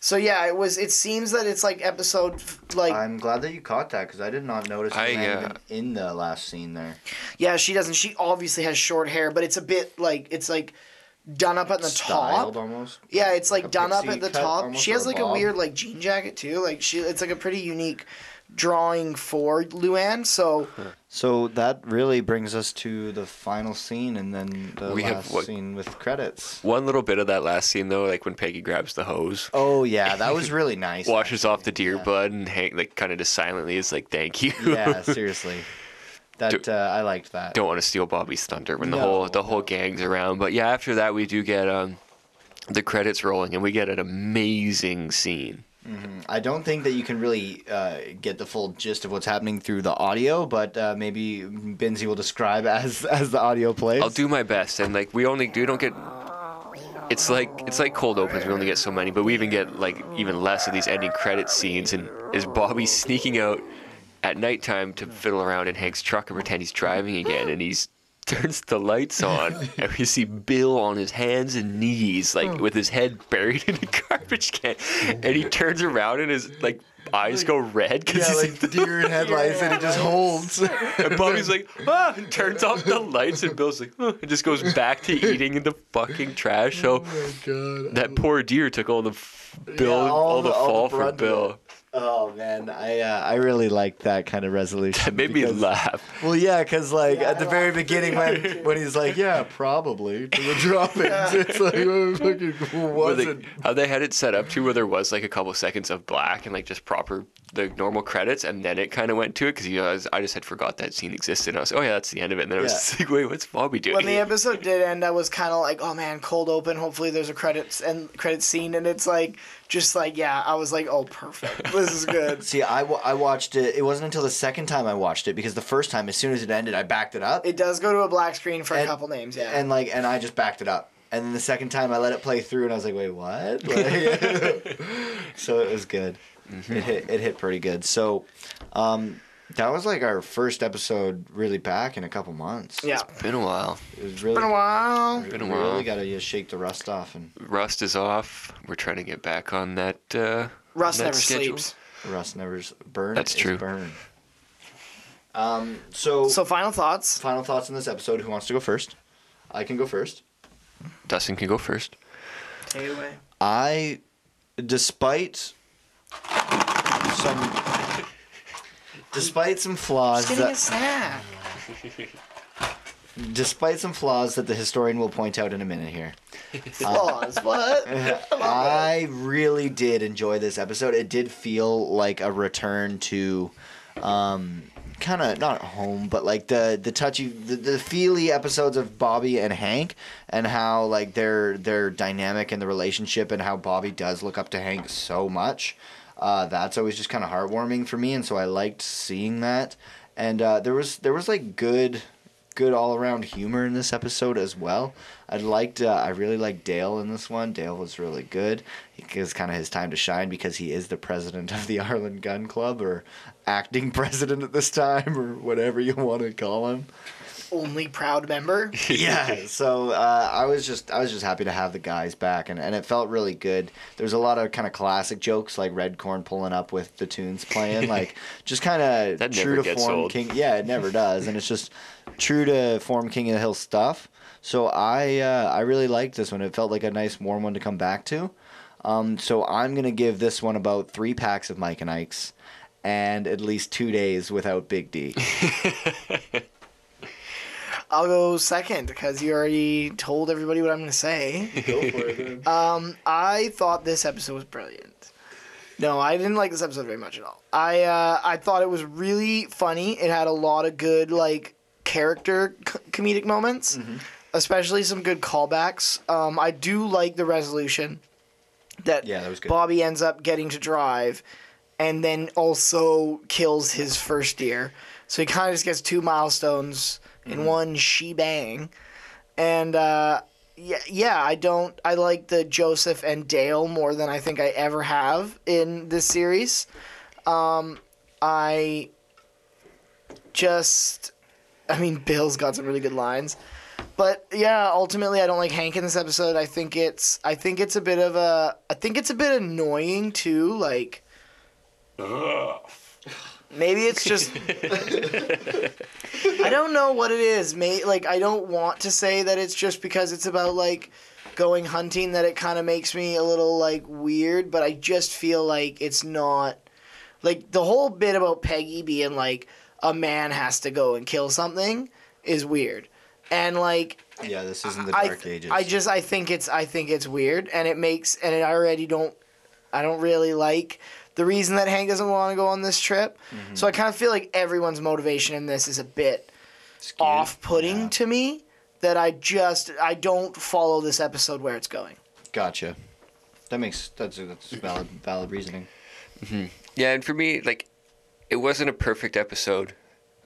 Speaker 1: So yeah, it was. It seems that it's like episode f- like
Speaker 4: I'm glad that you caught that because I did not notice
Speaker 5: I,
Speaker 4: that
Speaker 5: uh,
Speaker 4: even in the last scene there.
Speaker 1: yeah, she doesn't. She obviously has short hair, but it's a bit like it's like done up at the
Speaker 4: Styled
Speaker 1: top.
Speaker 4: almost.
Speaker 1: Yeah, it's like,
Speaker 4: Like a
Speaker 1: done up
Speaker 4: pixie
Speaker 1: at the
Speaker 4: cut
Speaker 1: top.
Speaker 4: almost,
Speaker 1: She
Speaker 4: or
Speaker 1: has
Speaker 4: a
Speaker 1: like a
Speaker 4: bob.
Speaker 1: weird like jean jacket too. Like she, it's like a pretty unique drawing for Luann. So
Speaker 4: So that really brings us to the final scene, and then the
Speaker 5: We have
Speaker 4: last
Speaker 5: what-
Speaker 4: scene with credits.
Speaker 5: One little bit of that last scene though, like when Peggy grabs the hose.
Speaker 4: Oh yeah, that
Speaker 5: *laughs*
Speaker 4: was really nice.
Speaker 5: Washes off the deer blood and Hank like kind of just silently is like, "Thank you."
Speaker 4: yeah, seriously, that uh, I liked
Speaker 5: *laughs*
Speaker 4: that.
Speaker 5: Don't want to steal Bobby's thunder when the
Speaker 4: No,
Speaker 5: whole the whole gang's around. But yeah, after that we do get um the credits rolling and we get an amazing scene.
Speaker 4: Mhm. I don't think that you can really uh, get the full gist of what's happening through the audio, but uh, maybe Benzie will describe *laughs* as as the audio plays.
Speaker 5: I'll do my best, and like we only we don't get. It's like it's like cold opens. We only get so many, but we even get like even less of these ending credit scenes. And is Bobby *laughs* sneaking out at nighttime to fiddle around in Hank's truck and pretend he's driving again? And he's *laughs* turns the lights on, and we see Bill on his hands and knees, like with his head buried *laughs* in a garbage can, and he turns around and his like eyes go red because he's
Speaker 4: like deer in headlights, and it just holds.
Speaker 5: *laughs* and Bobby's like, ah, and turns off the lights, and Bill's like, "Huh," and just goes back to eating the fucking trash. So
Speaker 4: Oh,
Speaker 5: that poor deer took all the f- Bill,
Speaker 4: Yeah,
Speaker 5: all, the,
Speaker 4: all the
Speaker 5: fall for
Speaker 4: brunt of
Speaker 5: Bill.
Speaker 4: Oh man, I uh, I really liked that kind of resolution. That
Speaker 5: made me laugh.
Speaker 4: Well, yeah, because like at the very beginning when when he's like, yeah, probably to the droppings, it's like oh, fucking who
Speaker 5: Where
Speaker 4: was
Speaker 5: they-
Speaker 4: it?
Speaker 5: how they had it set up to where there was like a couple seconds of black and like just proper the normal credits, and then it kind of went to it because you know, I, was- I just had forgot that scene existed. And I was like, oh yeah, that's the end of it. And then I was
Speaker 1: Yeah.
Speaker 5: just like, wait, what's Bobby doing?
Speaker 1: when the
Speaker 5: here?
Speaker 1: episode did end, I was kind of like, oh man, cold open. Hopefully there's a credits and credits scene, and it's like just like yeah, I was like, oh perfect, this is good. *laughs*
Speaker 4: See, I, wa- I watched it. It wasn't until the second time I watched it because the first time, as soon as it ended, I backed it up.
Speaker 1: It does go to a black screen for a couple names, yeah.
Speaker 4: and like and I just backed it up. And then the second time I let it play through and I was like, wait, *laughs* what? Like- so it was good. It hit it hit pretty good. So um that was like our first episode really back in a couple months.
Speaker 1: Yeah.
Speaker 5: Been a while.
Speaker 4: It was really
Speaker 1: Been a while.
Speaker 5: Been a
Speaker 4: we
Speaker 5: while.
Speaker 4: Really gotta just shake the rust off and
Speaker 5: Rust is off. We're trying to get back on that. Uh,
Speaker 1: Rust
Speaker 5: that
Speaker 1: never
Speaker 5: schedule.
Speaker 1: sleeps.
Speaker 4: rust never s- burn.
Speaker 5: That's
Speaker 4: is
Speaker 5: true.
Speaker 4: Burn. Um so
Speaker 1: So final thoughts.
Speaker 4: final thoughts on this episode. Who wants to go first? I can go first.
Speaker 5: Dustin can go first.
Speaker 1: Take it away.
Speaker 4: I, despite some, despite some flaws
Speaker 1: Just getting a
Speaker 4: that,
Speaker 1: snack.
Speaker 4: despite some flaws that the historian will point out in a minute here.
Speaker 1: Flaws. what?
Speaker 4: I really did enjoy this episode. It did feel like a return to um kind of not home but like the the touchy the, the feely episodes of Bobby and Hank and how like their their dynamic and the relationship and how Bobby does look up to Hank so much uh that's always just kind of heartwarming for me and so I liked seeing that and uh there was there was like good good all around humor in this episode as well. I liked, uh, I really liked Dale in this one. Dale was really good. It was kind of his time to shine because he is the president of the *laughs* Ireland Gun Club or acting *laughs* president at this time or whatever you want to call
Speaker 5: *laughs*
Speaker 4: him.
Speaker 1: Only proud member.
Speaker 4: yeah so uh, i was just i was just happy to have the guys back and, and it felt really good there's a lot of kind of classic jokes like red corn pulling up with the
Speaker 5: *laughs*
Speaker 4: tunes playing like just kind of
Speaker 5: That
Speaker 4: true
Speaker 5: never
Speaker 4: to
Speaker 5: gets
Speaker 4: form
Speaker 5: old.
Speaker 4: king yeah it never does and it's just true to form king of the hill stuff so i uh, i really liked this one it felt like a nice warm one to come back to um, so i'm gonna give this one about three packs of mike and ike's and at least two days without
Speaker 5: *laughs*
Speaker 4: big d
Speaker 1: I'll go second because you already told everybody what I'm going to say.
Speaker 4: Go for it,
Speaker 1: Um, I thought this episode was brilliant. No, I didn't like this episode very much at all. I uh, I thought it was really funny. It had a lot of good like character c- comedic moments, especially some good callbacks. Um, I do like the resolution that, yeah, that was good. Bobby ends up getting to drive, and then also kills his first deer. So he kind of just gets two milestones in one shebang, and uh, yeah, yeah, I don't. I like the Joseph and Dale more than I think I ever have in this series. Um, I just, I mean, *laughs* Bill's got some really good lines, but yeah, ultimately, I don't like Hank in this episode. I think it's, I think it's a bit of a, I think it's a bit annoying too. Like, maybe it's just I don't know what it is, mate. Like I don't want to say that it's just because it's about like going hunting that it kind of makes me a little like weird, but I just feel like it's not like the whole bit about Peggy being like a man has to go and kill something is weird. And like
Speaker 4: yeah this isn't the
Speaker 1: I,
Speaker 4: dark ages
Speaker 1: I just I think it's I think it's weird and it makes and it, I already don't I don't really like the reason that Hank doesn't want to go on this trip.
Speaker 4: Mm-hmm.
Speaker 1: So I kind of feel like everyone's motivation in this is a bit off-putting to me that I just I don't follow this episode where it's going.
Speaker 4: Gotcha. That makes that's that's valid valid reasoning.
Speaker 5: Yeah, and for me, like, it wasn't a perfect episode.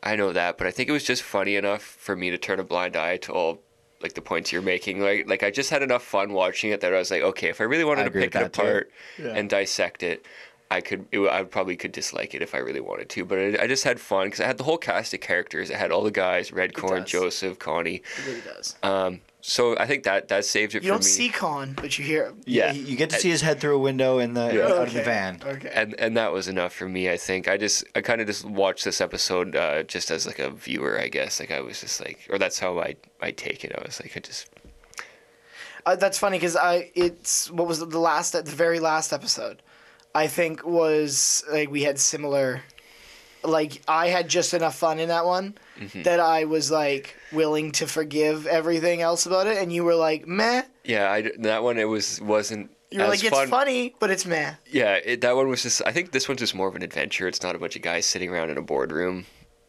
Speaker 5: I know that, but I think it was just funny enough for me to turn a blind eye to all like the points you're making. Like, like I just had enough fun watching it that I was like, okay, if I really wanted
Speaker 4: I
Speaker 5: to
Speaker 4: agree
Speaker 5: pick
Speaker 4: with
Speaker 5: it
Speaker 4: that, too.
Speaker 5: apart
Speaker 4: Yeah.
Speaker 5: and dissect it, I could. It, I probably could dislike it if I really wanted to, but I, I just had fun because I had the whole cast of characters. I had all the guys: Red Corn,
Speaker 1: does.
Speaker 5: Joseph, Connie.
Speaker 1: It really does.
Speaker 4: Uh,
Speaker 5: Um, so I think that that saved it
Speaker 1: You
Speaker 5: for
Speaker 1: don't
Speaker 5: me.
Speaker 1: see Con, but you hear him.
Speaker 5: yeah,
Speaker 4: You get to see his head through a window in the out of the van.
Speaker 5: and and that was enough for me. I think I just I kind of just watched this episode uh, just as like a viewer, I guess. Like I was just like, or that's how I I take it. I was like, I just
Speaker 1: Uh, that's funny because I it's what was the last the very last episode, I think was like we had similar, like I had just enough fun in that one
Speaker 5: Mhm.
Speaker 1: that I was like willing to forgive everything else about it, and you were like meh.
Speaker 5: yeah. I that one it was wasn't
Speaker 1: You were
Speaker 5: as
Speaker 1: like it's
Speaker 5: fun.
Speaker 1: funny, but it's meh.
Speaker 5: Yeah, it, that one was just. I think this one's just more of an adventure. It's not a bunch of guys sitting around in a boardroom.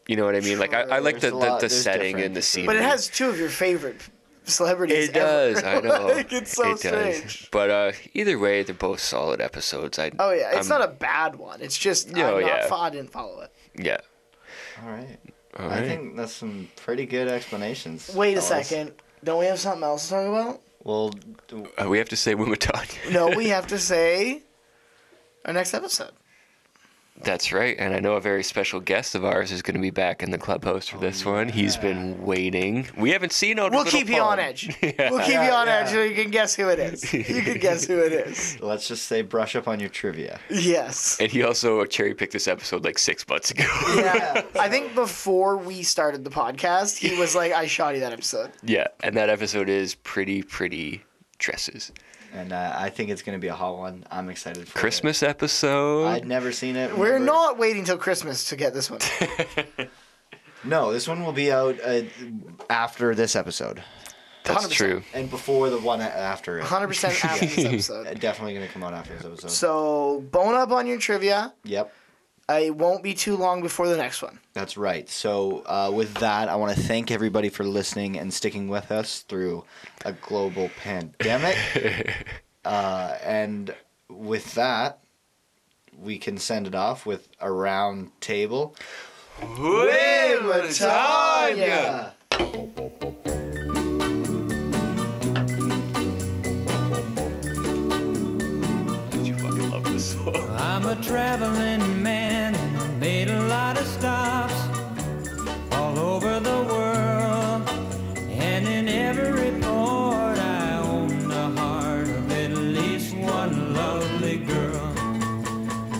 Speaker 5: You know what I mean? Like I, I like the,
Speaker 1: There's a
Speaker 5: the,
Speaker 1: lot-
Speaker 5: the
Speaker 1: there's
Speaker 5: setting and the scene.
Speaker 1: But it has two of your favorite celebrities.
Speaker 5: It
Speaker 1: ever.
Speaker 5: does.
Speaker 1: *laughs*
Speaker 5: I know.
Speaker 1: like, it's so
Speaker 5: it
Speaker 1: strange.
Speaker 5: does. But uh, either way, they're both solid episodes. I
Speaker 1: Oh yeah, it's
Speaker 5: I'm-
Speaker 1: not a bad one. It's just
Speaker 5: No,
Speaker 1: I'm not,
Speaker 5: yeah.
Speaker 1: I didn't follow it.
Speaker 5: yeah.
Speaker 4: All right.
Speaker 5: All
Speaker 4: I
Speaker 5: right.
Speaker 4: think that's some pretty good explanations.
Speaker 1: Wait a
Speaker 4: fellas.
Speaker 1: second. Don't we have something else to talk about?
Speaker 4: Well, d-
Speaker 5: Uh, we have to say Wumatanya.
Speaker 1: No, we have to say our next episode.
Speaker 5: That's right, and I know a very special guest of ours is going to be back in the clubhouse for this one. He's been waiting. We haven't seen Otis.
Speaker 1: We'll keep you on edge. We'll keep you on edge so you can guess who it is. You can guess who it is.
Speaker 4: let's just say brush up on your trivia.
Speaker 1: Yes.
Speaker 5: And he also cherry picked this episode like six months ago.
Speaker 1: Yeah. I think before we started the podcast, he was like, I shot you that episode.
Speaker 5: *laughs* yeah, and that episode is pretty, pretty dresses.
Speaker 4: And uh, I think it's going to be a hot one. I'm excited for
Speaker 5: Christmas
Speaker 4: it.
Speaker 5: episode.
Speaker 4: I'd never seen it.
Speaker 1: We're
Speaker 4: never-
Speaker 1: not waiting till Christmas to get this one.
Speaker 4: No, this one will be out uh, after this episode.
Speaker 1: That's 100%. true.
Speaker 4: And before the one a- after it.
Speaker 1: 100% after this
Speaker 4: *laughs*
Speaker 1: episode.
Speaker 4: Definitely going to come out after this episode.
Speaker 1: So, bone up on your trivia.
Speaker 4: yep.
Speaker 1: Uh, It won't be too long before the next one.
Speaker 4: That's right. So, uh, with that, I want to thank everybody for listening and sticking with us through a global pandemic. uh, and with that, we can send it off with a round table.
Speaker 5: Win,
Speaker 4: Latanya!
Speaker 5: Love this song.
Speaker 10: I'm a traveling man and I made a lot of stops all over the world. And in every port, I own the heart of at least one lovely girl.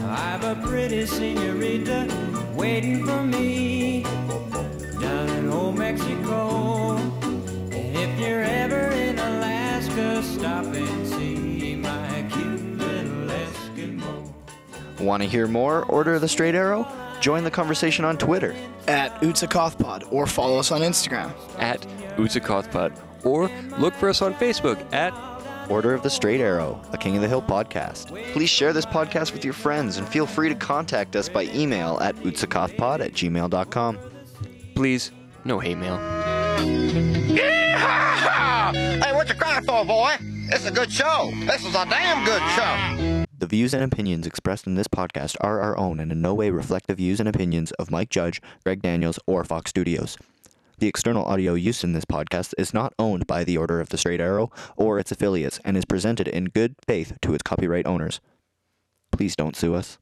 Speaker 10: I've a pretty senorita waiting for me down in old Mexico. And if you're ever in Alaska, stop and see my cute little Eskimo.
Speaker 4: Want to hear more? Order the Straight Arrow? Join the conversation on Twitter.
Speaker 1: At Utsakothpod or follow us on Instagram.
Speaker 5: At Utsakothpod or look for us on Facebook at
Speaker 4: Order of the Straight Arrow, a King of the Hill podcast. Please share this podcast with your friends and feel free to contact us by email at utsakothpod at gmail.com.
Speaker 5: Please, no hate mail.
Speaker 17: Hey, what you crying for, boy? It's a good show. This is a damn good show.
Speaker 4: The views and opinions expressed in this podcast are our own and in no way reflect the views and opinions of Mike Judge, Greg Daniels, or Fox Studios. The external audio used in this podcast is not owned by the Order of the Straight Arrow or its affiliates and is presented in good faith to its copyright owners. Please don't sue us.